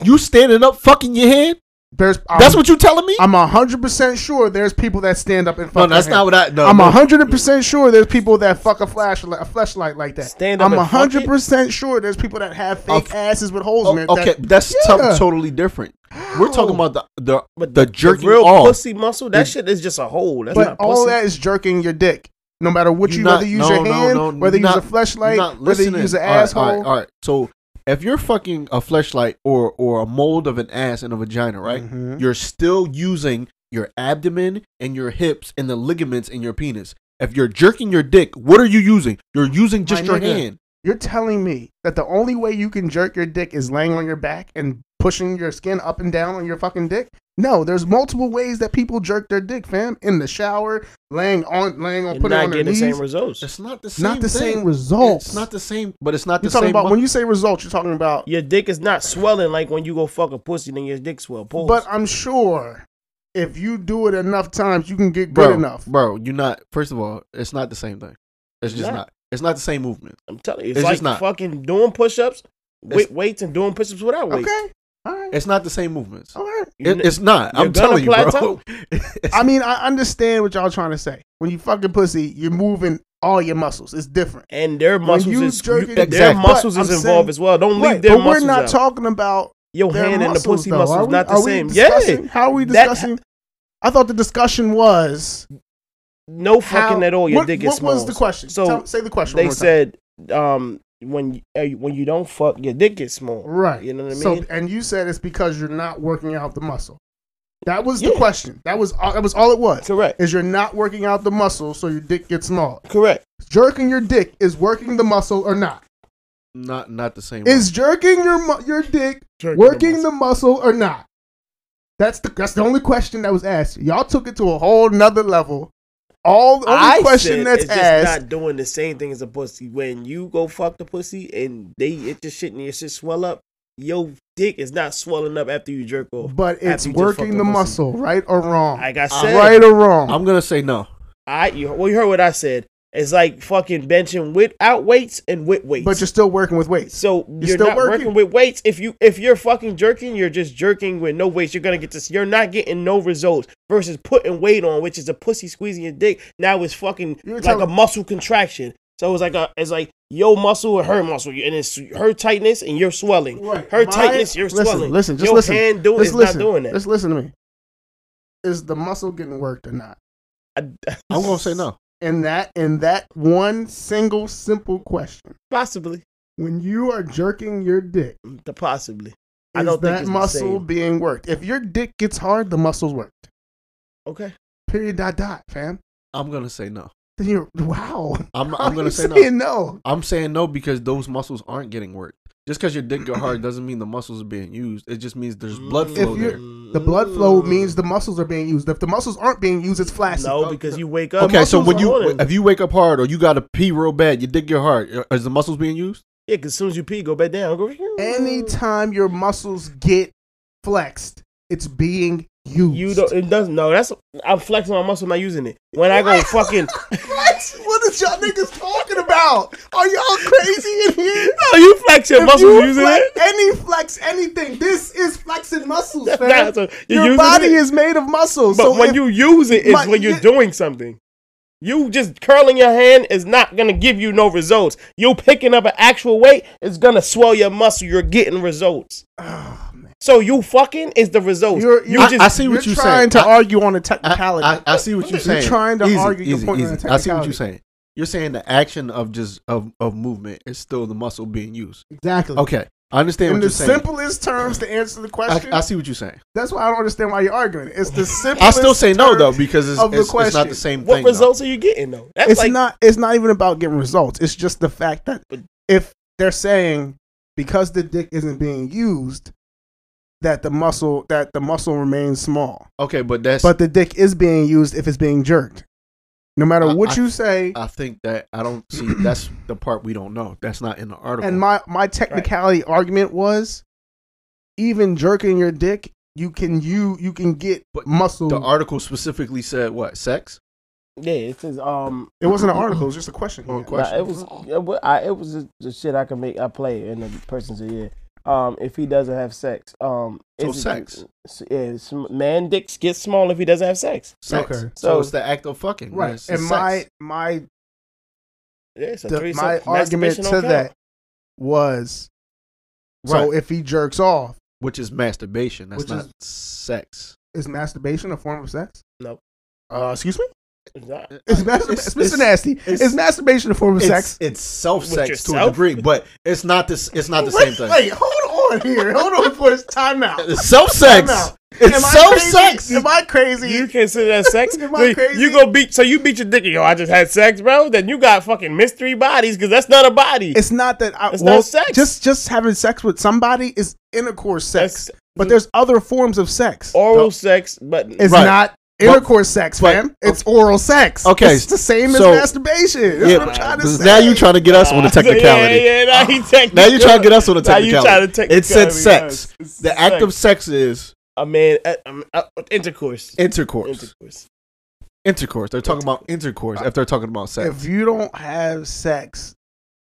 B: you standing up fucking your hand?
F: There's, I'm,
B: That's what you telling me?
F: I'm hundred percent sure. There's people that stand up and fuck.
B: no, that's
F: their
B: not
F: hand.
B: what I. No,
F: I'm
B: no.
F: hundred percent sure there's people that fuck a flash a flashlight like that.
C: Stand up
F: I'm
C: and fuck it?
F: hundred percent sure there's people that have fake asses with holes in
B: Oh,
F: it.
B: okay,
F: that-
B: that's to-
F: Yeah.
B: totally different. We're talking about the the
C: But
B: the jerking
C: real
B: off.
C: pussy muscle. That shit is just a hole. That's
F: but
C: not
F: all
C: pussy.
F: that is jerking your dick. No matter what you,
B: You're not-
F: whether you use
B: no,
F: your
B: no,
F: hand,
B: no,
F: whether you
B: you're
F: use a
B: not-
F: flashlight,
B: you're not
F: whether you use an
B: listening. All right,
F: asshole.
B: All right, all right. so if you're fucking a fleshlight or or a mold of an ass and a vagina, right?
F: Mhm.
B: You're still using your abdomen and your hips and the ligaments in your penis. If you're jerking your dick, what are you using? You're using just
F: My
B: your
F: nigga,
B: hand.
F: You're telling me that the only way you can jerk your dick is laying on your back and pushing your skin up and down on your fucking dick? No, there's multiple ways that people jerk their dick, fam. In the shower, laying on,
B: uh,
F: laying on,
C: You're
F: putting
C: not
F: on their
C: getting the
F: knees.
C: same results. [LAUGHS]
B: It's not the same.
F: Not the
B: thing.
F: same results.
B: It's not the same, but it's not
F: You're
B: the same.
F: talking about
B: mu-
F: when you say results, you're talking about.
C: your dick is not swelling like when you go fuck a pussy, then your dick swell. Pause.
F: But I'm sure if you do it enough times, you can get good
B: bro,
F: enough.
B: bro. You're not. First of all, it's not the same thing. It's just
C: Not.
B: not. It's not the same movement.
C: I'm telling you,
B: it's,
C: it's, like
B: just not.
C: fucking doing push-ups,
B: It's-
C: weight, weights, and doing push-ups without weights.
F: Okay. All right.
B: It's not the same movements.
F: All right.
B: It- it's not.
C: You're
B: I'm
C: gonna
B: telling you, bro. [LAUGHS]
C: plateau.
F: I mean, I understand what y'all trying to say. When you fucking pussy, you're moving all your muscles. It's different.
C: And their
F: When
C: muscles
F: you
C: is
F: jerking-
C: their
F: Exactly.
C: muscles
F: But
C: is
F: I'm
C: involved
F: saying-
C: as well. Don't leave
F: Right,
C: their
F: but we're
C: muscles
F: not
C: out.
F: talking about
C: Your
F: their
C: hand and the
F: muscles,
C: pussy
F: though.
C: muscles
F: Are we-
C: not the
F: are we
C: same. Yeah.
F: discussing- How are we
C: That-
F: discussing? I thought the discussion was
C: no fucking at all. Your
F: what,
C: dick is
F: What
C: small.
F: was the question?
C: So
F: Tell- say the question. one
C: They
F: more time.
C: said um, when you, eh, when you don't fuck, your dick gets small.
F: right.
C: You know what I mean?
F: So and you said it's because you're not working out the muscle. That was the question. That was all, that was all it was.
C: Correct.
F: Is you're not working out the muscle, so your dick gets small.
C: Correct.
F: Jerking your dick is working the muscle or not?
B: Not not the same.
F: Is jerking your mu- your dick working the muscle. or not? That's the that's the only question that was asked. Y'all took it to a whole nother level. All the only
C: I
F: question
C: said
F: that's
C: it's just
F: asked.
C: not doing the same thing as a pussy. When you go fuck the pussy and they it just shit and your shit swell up, your dick is not swelling up after you jerk off.
F: but it's
C: after you just fuck
F: working the
C: pussy.
F: muscle, right or wrong?
C: Like I said,
F: right or wrong?
B: I'm gonna say no.
C: I you, well, you heard what I said. It's like fucking benching without weights and with weights.
F: But you're still working with weights.
C: So
F: you're,
C: you're
F: still
C: not
F: working.
C: working. with weights. If you if you're fucking jerking, you're just jerking with no weights. You're gonna get this. You're not getting no results versus putting weight on, which is a pussy squeezing your dick. Now it's fucking
F: You're
C: like
F: telling-
C: a muscle contraction. So it's like a it's like your muscle and her muscle, and it's her tightness and you're swelling. Her
F: My-
C: tightness, you're
F: listen,
C: swelling.
F: Listen, just
C: your
F: listen.
C: hand doing
F: just
C: is
F: listen.
C: not doing that.
F: Just listen to me. Is the muscle getting worked or not?
B: I'm gonna say no.
F: In that in that one single simple question.
C: [LAUGHS] Possibly.
F: When you are jerking your dick,
C: The possibly.
F: is
C: I don't
F: that
C: think it's
F: muscle
C: The same.
F: being worked? If your dick gets hard, the muscle's worked.
C: Okay.
F: Period. Dot dot. Fam.
B: I'm gonna say no.
F: Then you're wow.
B: I'm,
F: How
B: I'm
F: you [LAUGHS]
B: gonna say
F: saying
B: no.
F: no?
B: I'm saying no because those muscles aren't getting worked. Just because your dick got hard doesn't mean the muscles are being used. It just means there's blood
F: If
B: flow
F: you're-
B: there.
F: The blood flow means the muscles are being used. If the muscles aren't being used, it's flaccid.
C: No, because you wake up.
B: Okay, so when you
C: yeah,
B: if you wake up hard or you got to pee real bad, your dick get hard. uh, Is the muscles being used?
C: because as soon as you pee, go back down. Go,
F: Anytime your muscles get flexed, it's being used.
C: You don't. It doesn't. No, that's. I'm flexing my muscle. Not using it. When I go fucking.
F: [LAUGHS] What? What is y'all niggas talking about? Are y'all crazy in here?
C: [LAUGHS] No, you flex your muscles using it.
F: Any flex, anything. This is flexing muscles,
C: [LAUGHS]
F: fam.
C: Nah, so you're
F: Your
C: using
F: body
C: it?
F: is made of muscles.
C: But
F: so
C: when
F: if-
C: you use it,
F: my-
C: it's when you're doing something. You just curling your hand is not gonna give you no results. You picking up an actual weight is gonna swell your muscle. You're getting results. So you fucking is the results.
F: Ah, You're,
C: you
F: you're-
C: just,
B: I see what
F: you're
B: you
F: trying
B: saying.
F: to
B: I-
F: argue on a technicality.
B: I, I see what you're saying.
F: You're trying to
B: Easy,
F: argue your
B: easy,
F: point on a
B: easy.
F: technicality.
B: I see what you're saying. You're saying the action of just of, of movement is still the muscle being used.
F: Exactly.
B: Okay, I understand
F: In
B: what
F: the
B: you're saying.
F: simplest terms to answer the question.
B: I, I see what you're saying.
F: That's why I don't understand why you're arguing. It's the simplest.
B: I still say no
F: term
B: though because it's,
F: of the
B: it's, it's not
F: question.
B: the same
C: what
B: thing. though.
C: results are you getting though? That's
F: it's
C: like
F: not. It's not even about getting results. It's just the fact that if they're saying because the dick isn't being used, that the muscle that the muscle remains small,
B: Okay, but that's
F: but the dick is being used if it's being jerked. No matter what you say,
B: I think that I don't see.
F: [CLEARS THROAT]
B: That's the part we don't know. That's not in the article.
F: and my my technicality argument was, even jerking your dick, you can you you can get muscle.
B: the article specifically said what sex?
C: yeah. It says um.
F: it wasn't an article. It was just a question.
B: Oh,
C: Nah, it was it wa- I, it was just the shit I could make. I play and the person's a yeah. Um, if he doesn't have sex, um,
B: So
C: is it-
B: sex.
C: s- yeah, sm- man, dicks get small if he doesn't have sex.
B: Sex.
F: Okay.
B: So,
C: So-
B: it's the act of fucking.
F: right.
B: Yes, it's
F: and
B: sex.
F: my my
C: Yeah, it's a
F: the-
C: threesome.
F: my argument
C: Masturbation
F: to
C: don't count.
F: that was so
B: Right.
F: if he jerks off,
B: which is masturbation. That's
F: Which
B: not
F: is-
B: sex.
F: is masturbation a form of sex?
C: No.
F: Uh, excuse me.
C: It's not.
F: Is masturba-
B: It's-
F: it's, Mr.
B: it's-
F: nasty?
B: it's-
F: is masturbation a form of
B: It's-
F: sex?
B: It's self sex to a
C: yourself?
B: degree, but it's not this. It's not the
F: Wait,
B: same thing.
F: Wait, hold on here. Hold on for [LAUGHS] this timeout.
B: It's self
F: Time
B: sex.
F: out.
B: It's
F: Am I
B: self
F: crazy?
B: sex.
F: Am I crazy?
C: You
F: [LAUGHS]
C: consider that sex?
F: Am I
C: So
F: crazy?
C: You go beat so you beat your dick. and, Yo, I just had sex, bro. Then you got fucking mystery bodies because that's not a body.
F: It's not that I
C: It's
F: well,
C: not sex.
F: Just just having sex with somebody is intercourse sex.
C: That's-
F: but there's other forms of sex.
C: oral sex, but
F: It's
B: Right.
F: not
B: But-
F: intercourse sex,
B: but-
F: fam. It's oral sex.
B: Okay,
F: It's the same as
B: so-
F: masturbation. That's
B: Yeah,
F: what I'm trying to
B: because
F: say.
B: now you're trying to get
C: [LAUGHS]
B: us on the [LAUGHS]
C: So,
B: technicality.
C: Yeah, yeah, now you
B: Now you're trying to get us on the
C: Now you
B: technicality.
C: trying to
B: it said sex.
C: technicality us. It's
B: The act
C: sex.
B: of sex is
C: a man uh, um, uh, intercourse.
B: Intercourse.
C: Intercourse.
B: Intercourse. They're talking about intercourse after they're talking about sex.
H: If you don't have sex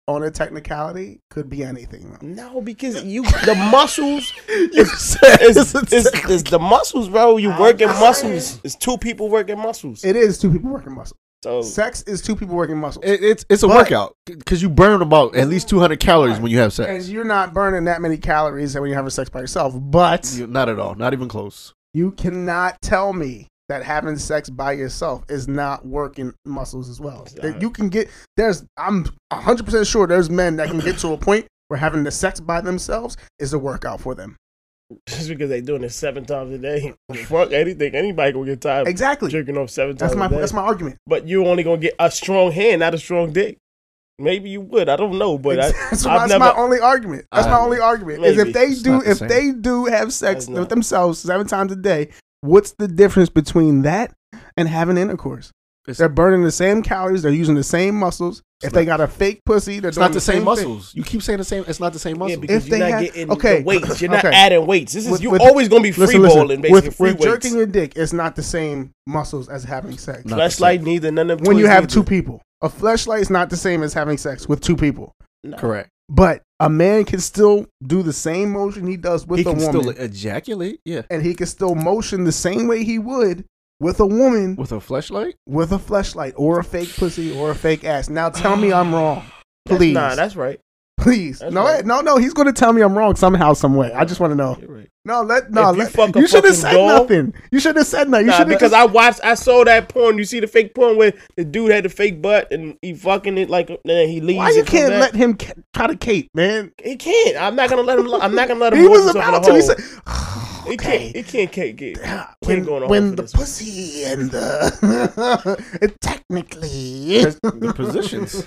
H: on a technicality, could be anything.
C: No, because you the muscles. It's, it's, it's, it's the muscles, bro. You working muscles. It's two people working muscles.
H: It is two people working muscles.
C: So
H: sex is two people working muscles.
B: It, it's it's a
H: But-
B: workout because you burn about at least 200 calories when you have sex.
H: And you're not burning that many calories when you're having sex by yourself, but
B: You- not at all. Not even close.
H: you cannot tell me that having sex by yourself is not working muscles as well. That you can get there's I'm 100% sure there's men that can get to a point where having the sex by themselves is a workout for them.
C: [LAUGHS] Just because they doing it seven times a day, fuck anything. Anybody gonna get tired.
H: Exactly.
C: Jerking off seven
H: That's
C: times.
H: my
C: a day.
H: that's my argument.
C: But you're only gonna get a strong hand, not a strong dick. Maybe you would. I don't know, but I,
H: That's, my,
C: I've
H: that's
C: never.
H: my only argument. That's my
C: I-
H: only argument. Is
C: maybe.
H: if they
C: It's
H: do
C: not the
H: if
C: same.
H: they do have sex
C: That's not-
H: with themselves seven times a day, what's the difference between that and having intercourse? they're burning the same calories. They're using the same muscles. If they got a fake pussy, they're
B: It's not
H: doing
B: the same,
H: thing.
B: muscles. You keep saying the same. It's not the same muscles.
C: because
H: If you're they not had- getting okay. the
C: weights. [LAUGHS] You're not
H: Okay.
C: adding weights. This is you always gonna be free
H: listen, listen.
C: balling, basically
H: With,
C: free
H: with
C: weights.
H: jerking your dick, it's not the same muscles as having sex.
C: Not the Fleshlight same. neither, none of them
H: When you
C: toys
H: have
C: neither.
H: two people, a fleshlight is not the same as having sex with two people.
B: Correct.
H: But a man can still do the same motion he does with
B: He
H: a
B: can
H: woman,
B: still ejaculate. Yeah.
H: and he can still motion the same way he would with a woman,
B: With a flashlight,
H: with a fleshlight, or a fake pussy, or a fake ass. Now tell me I'm wrong, [LAUGHS] please.
C: Nah, that's right.
H: Please,
C: That's
H: no,
C: right.
H: no, no. He's gonna tell me I'm wrong somehow, some way. I just want to know. No, let no.
C: If you
H: let-
C: fuck a
H: you should
C: fucking
H: have said
C: dog-
H: nothing. You should have said nothing. You
C: Nah,
H: should have
C: because I watched, I saw that porn. You see the fake porn where the dude had the fake butt and he fucking it like, and then he leaves.
H: Why you
C: and come
H: can't
C: back.
H: let him ca- try to cape, man?
C: He can't. I'm not gonna let him. I'm not gonna
H: [LAUGHS]
C: let him.
H: He
C: walk
H: was
C: himself in
H: about
C: the
H: to. He
C: hole.
H: said, [SIGHS]
C: He can't. He can't. Can't get. Can't
H: when,
C: go in the hole
H: when
C: for
H: the
C: this.
H: pussy and the it technically
C: The positions.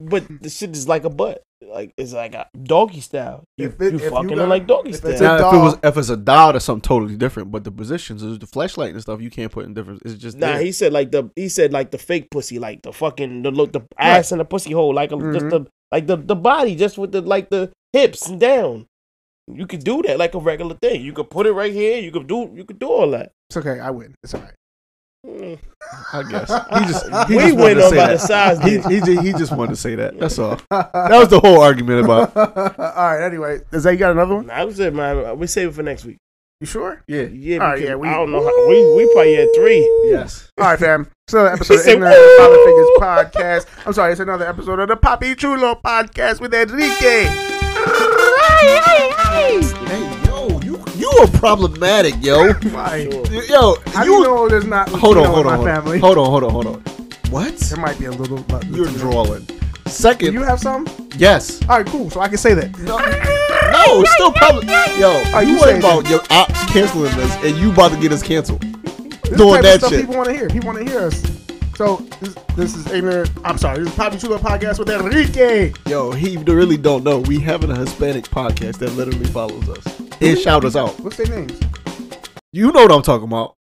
C: But the shit is like a butt. Like it's like a doggy style. You,
H: If it-
C: you
H: if you
C: fucking it
H: got-
C: like doggy
H: if
C: style.
H: [LAUGHS] it's
B: Now, if it was if it's a dial or something totally different, but the positions, is the flashlight and stuff, you can't put in different. It's just
C: Nah,
B: there.
C: he said like the he said like the fake pussy, like the fucking the look the ass and the pussy hole, like a, just
H: Mm-hmm.
B: Mhm.
C: the like the the body, just with the like the hips and down. You could do that like a regular thing. You could put it right here. You could do you could do all that. Mm.
H: It's okay. I win. It's all right.
B: I
H: [LAUGHS]
B: guess he just he
C: We
B: just
C: went
B: wanted to
C: on
B: say
C: by
B: that.
C: the size
B: He,
C: then.
B: he, ju- he just wanted to say that. That's
H: [LAUGHS]
B: all. That was the whole argument about.
H: all right. Anyway, is that you got another one?
C: Nah, I was it, man. We save it for next week.
H: You sure?
B: Yeah,
C: yeah.
H: All right,
C: because
H: [LAUGHS] yeah, we-
C: I don't know. How, we we probably had three.
B: [LAUGHS] Yes.
H: All right, fam. It's another episode of
C: said,
H: Ignorant uh, Father Figures podcast. I'm sorry, it's another episode of the Papi Chulo podcast with Enrique.
B: Hey, yo, you you are problematic,
H: [LAUGHS]
B: yo.
H: Why?
B: Yo,
H: How do you know there's not
B: hold on,
H: Latino
B: hold on, hold
H: in my
B: on,
H: family?
B: hold on, hold on, hold on. What? There
H: might be a little.
B: You're drawing. Second,
H: Do you have some?
B: yes.
H: All right, cool. So I can say that.
B: No, it's still public. Yo,
H: Are
B: you
H: you
B: worried
H: saying
B: about your ops canceling this, and you about to get us canceled
H: This
B: doing
H: type of
B: that
H: stuff
B: shit.
H: People want to hear. People want to hear us. So this, this is ignorant. I'm sorry. This is Papi Chulo podcast with Enrique.
B: Yo, he really don't know. We having a Hispanic podcast that literally follows us and shout us out.
H: What's their names?
B: You know what I'm talking about.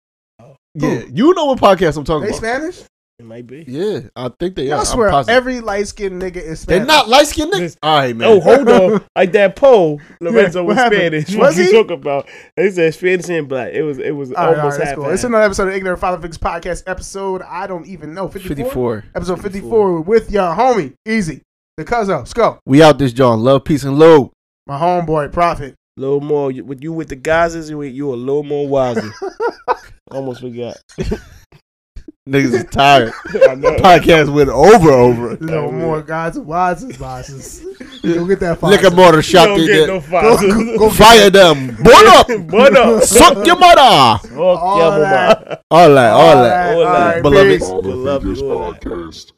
B: Yeah, you know what podcast I'm talking
H: They
B: about.
H: Spanish?
C: It might be.
B: Yeah, I think they are.
H: I
B: I'm
H: swear,
B: positive.
H: every light skinned nigga is
B: They're
H: Spanish.
B: not light skinned niggas. All right, man.
C: Oh,
B: [LAUGHS]
C: hold
H: [LAUGHS]
C: on. Like that poll, Lorenzo
H: Yeah, what
C: was
H: happened?
C: Spanish.
H: Was
C: What you
H: he?
C: talking about? They said Spanish and black. It was it was
H: All right, all right,
C: almost
H: that's
C: half.
H: cool. It's another episode of Ignorant Father Fix Podcast, episode I don't even know. 54?
B: 54.
H: Episode 54 with your homie, Easy, the Cuzzo, Sco,
B: We out this, John. Love, peace, and load.
H: my homeboy, Prophet.
C: A little more you- with you with the guys, you you a little more
H: [LAUGHS]
C: wiser. Almost forgot.
B: Niggas is
C: [LAUGHS]
B: tired.
C: I know.
B: podcast went over, over.
H: No more gods and wises, bosses. Go get that fire.
B: Liquor mortar shot.
C: don't
B: they
C: get
B: did.
C: no fire.
B: Go- go- go- Fire them. Burn up.
C: Burn up.
B: Suck your mother.
C: Fuck
H: [LAUGHS] All
C: your mama.
H: that.
B: All that, all that.
H: All right,
C: Oh, All that.
B: Beloved.
C: Beloved. all that.
G: Podcast.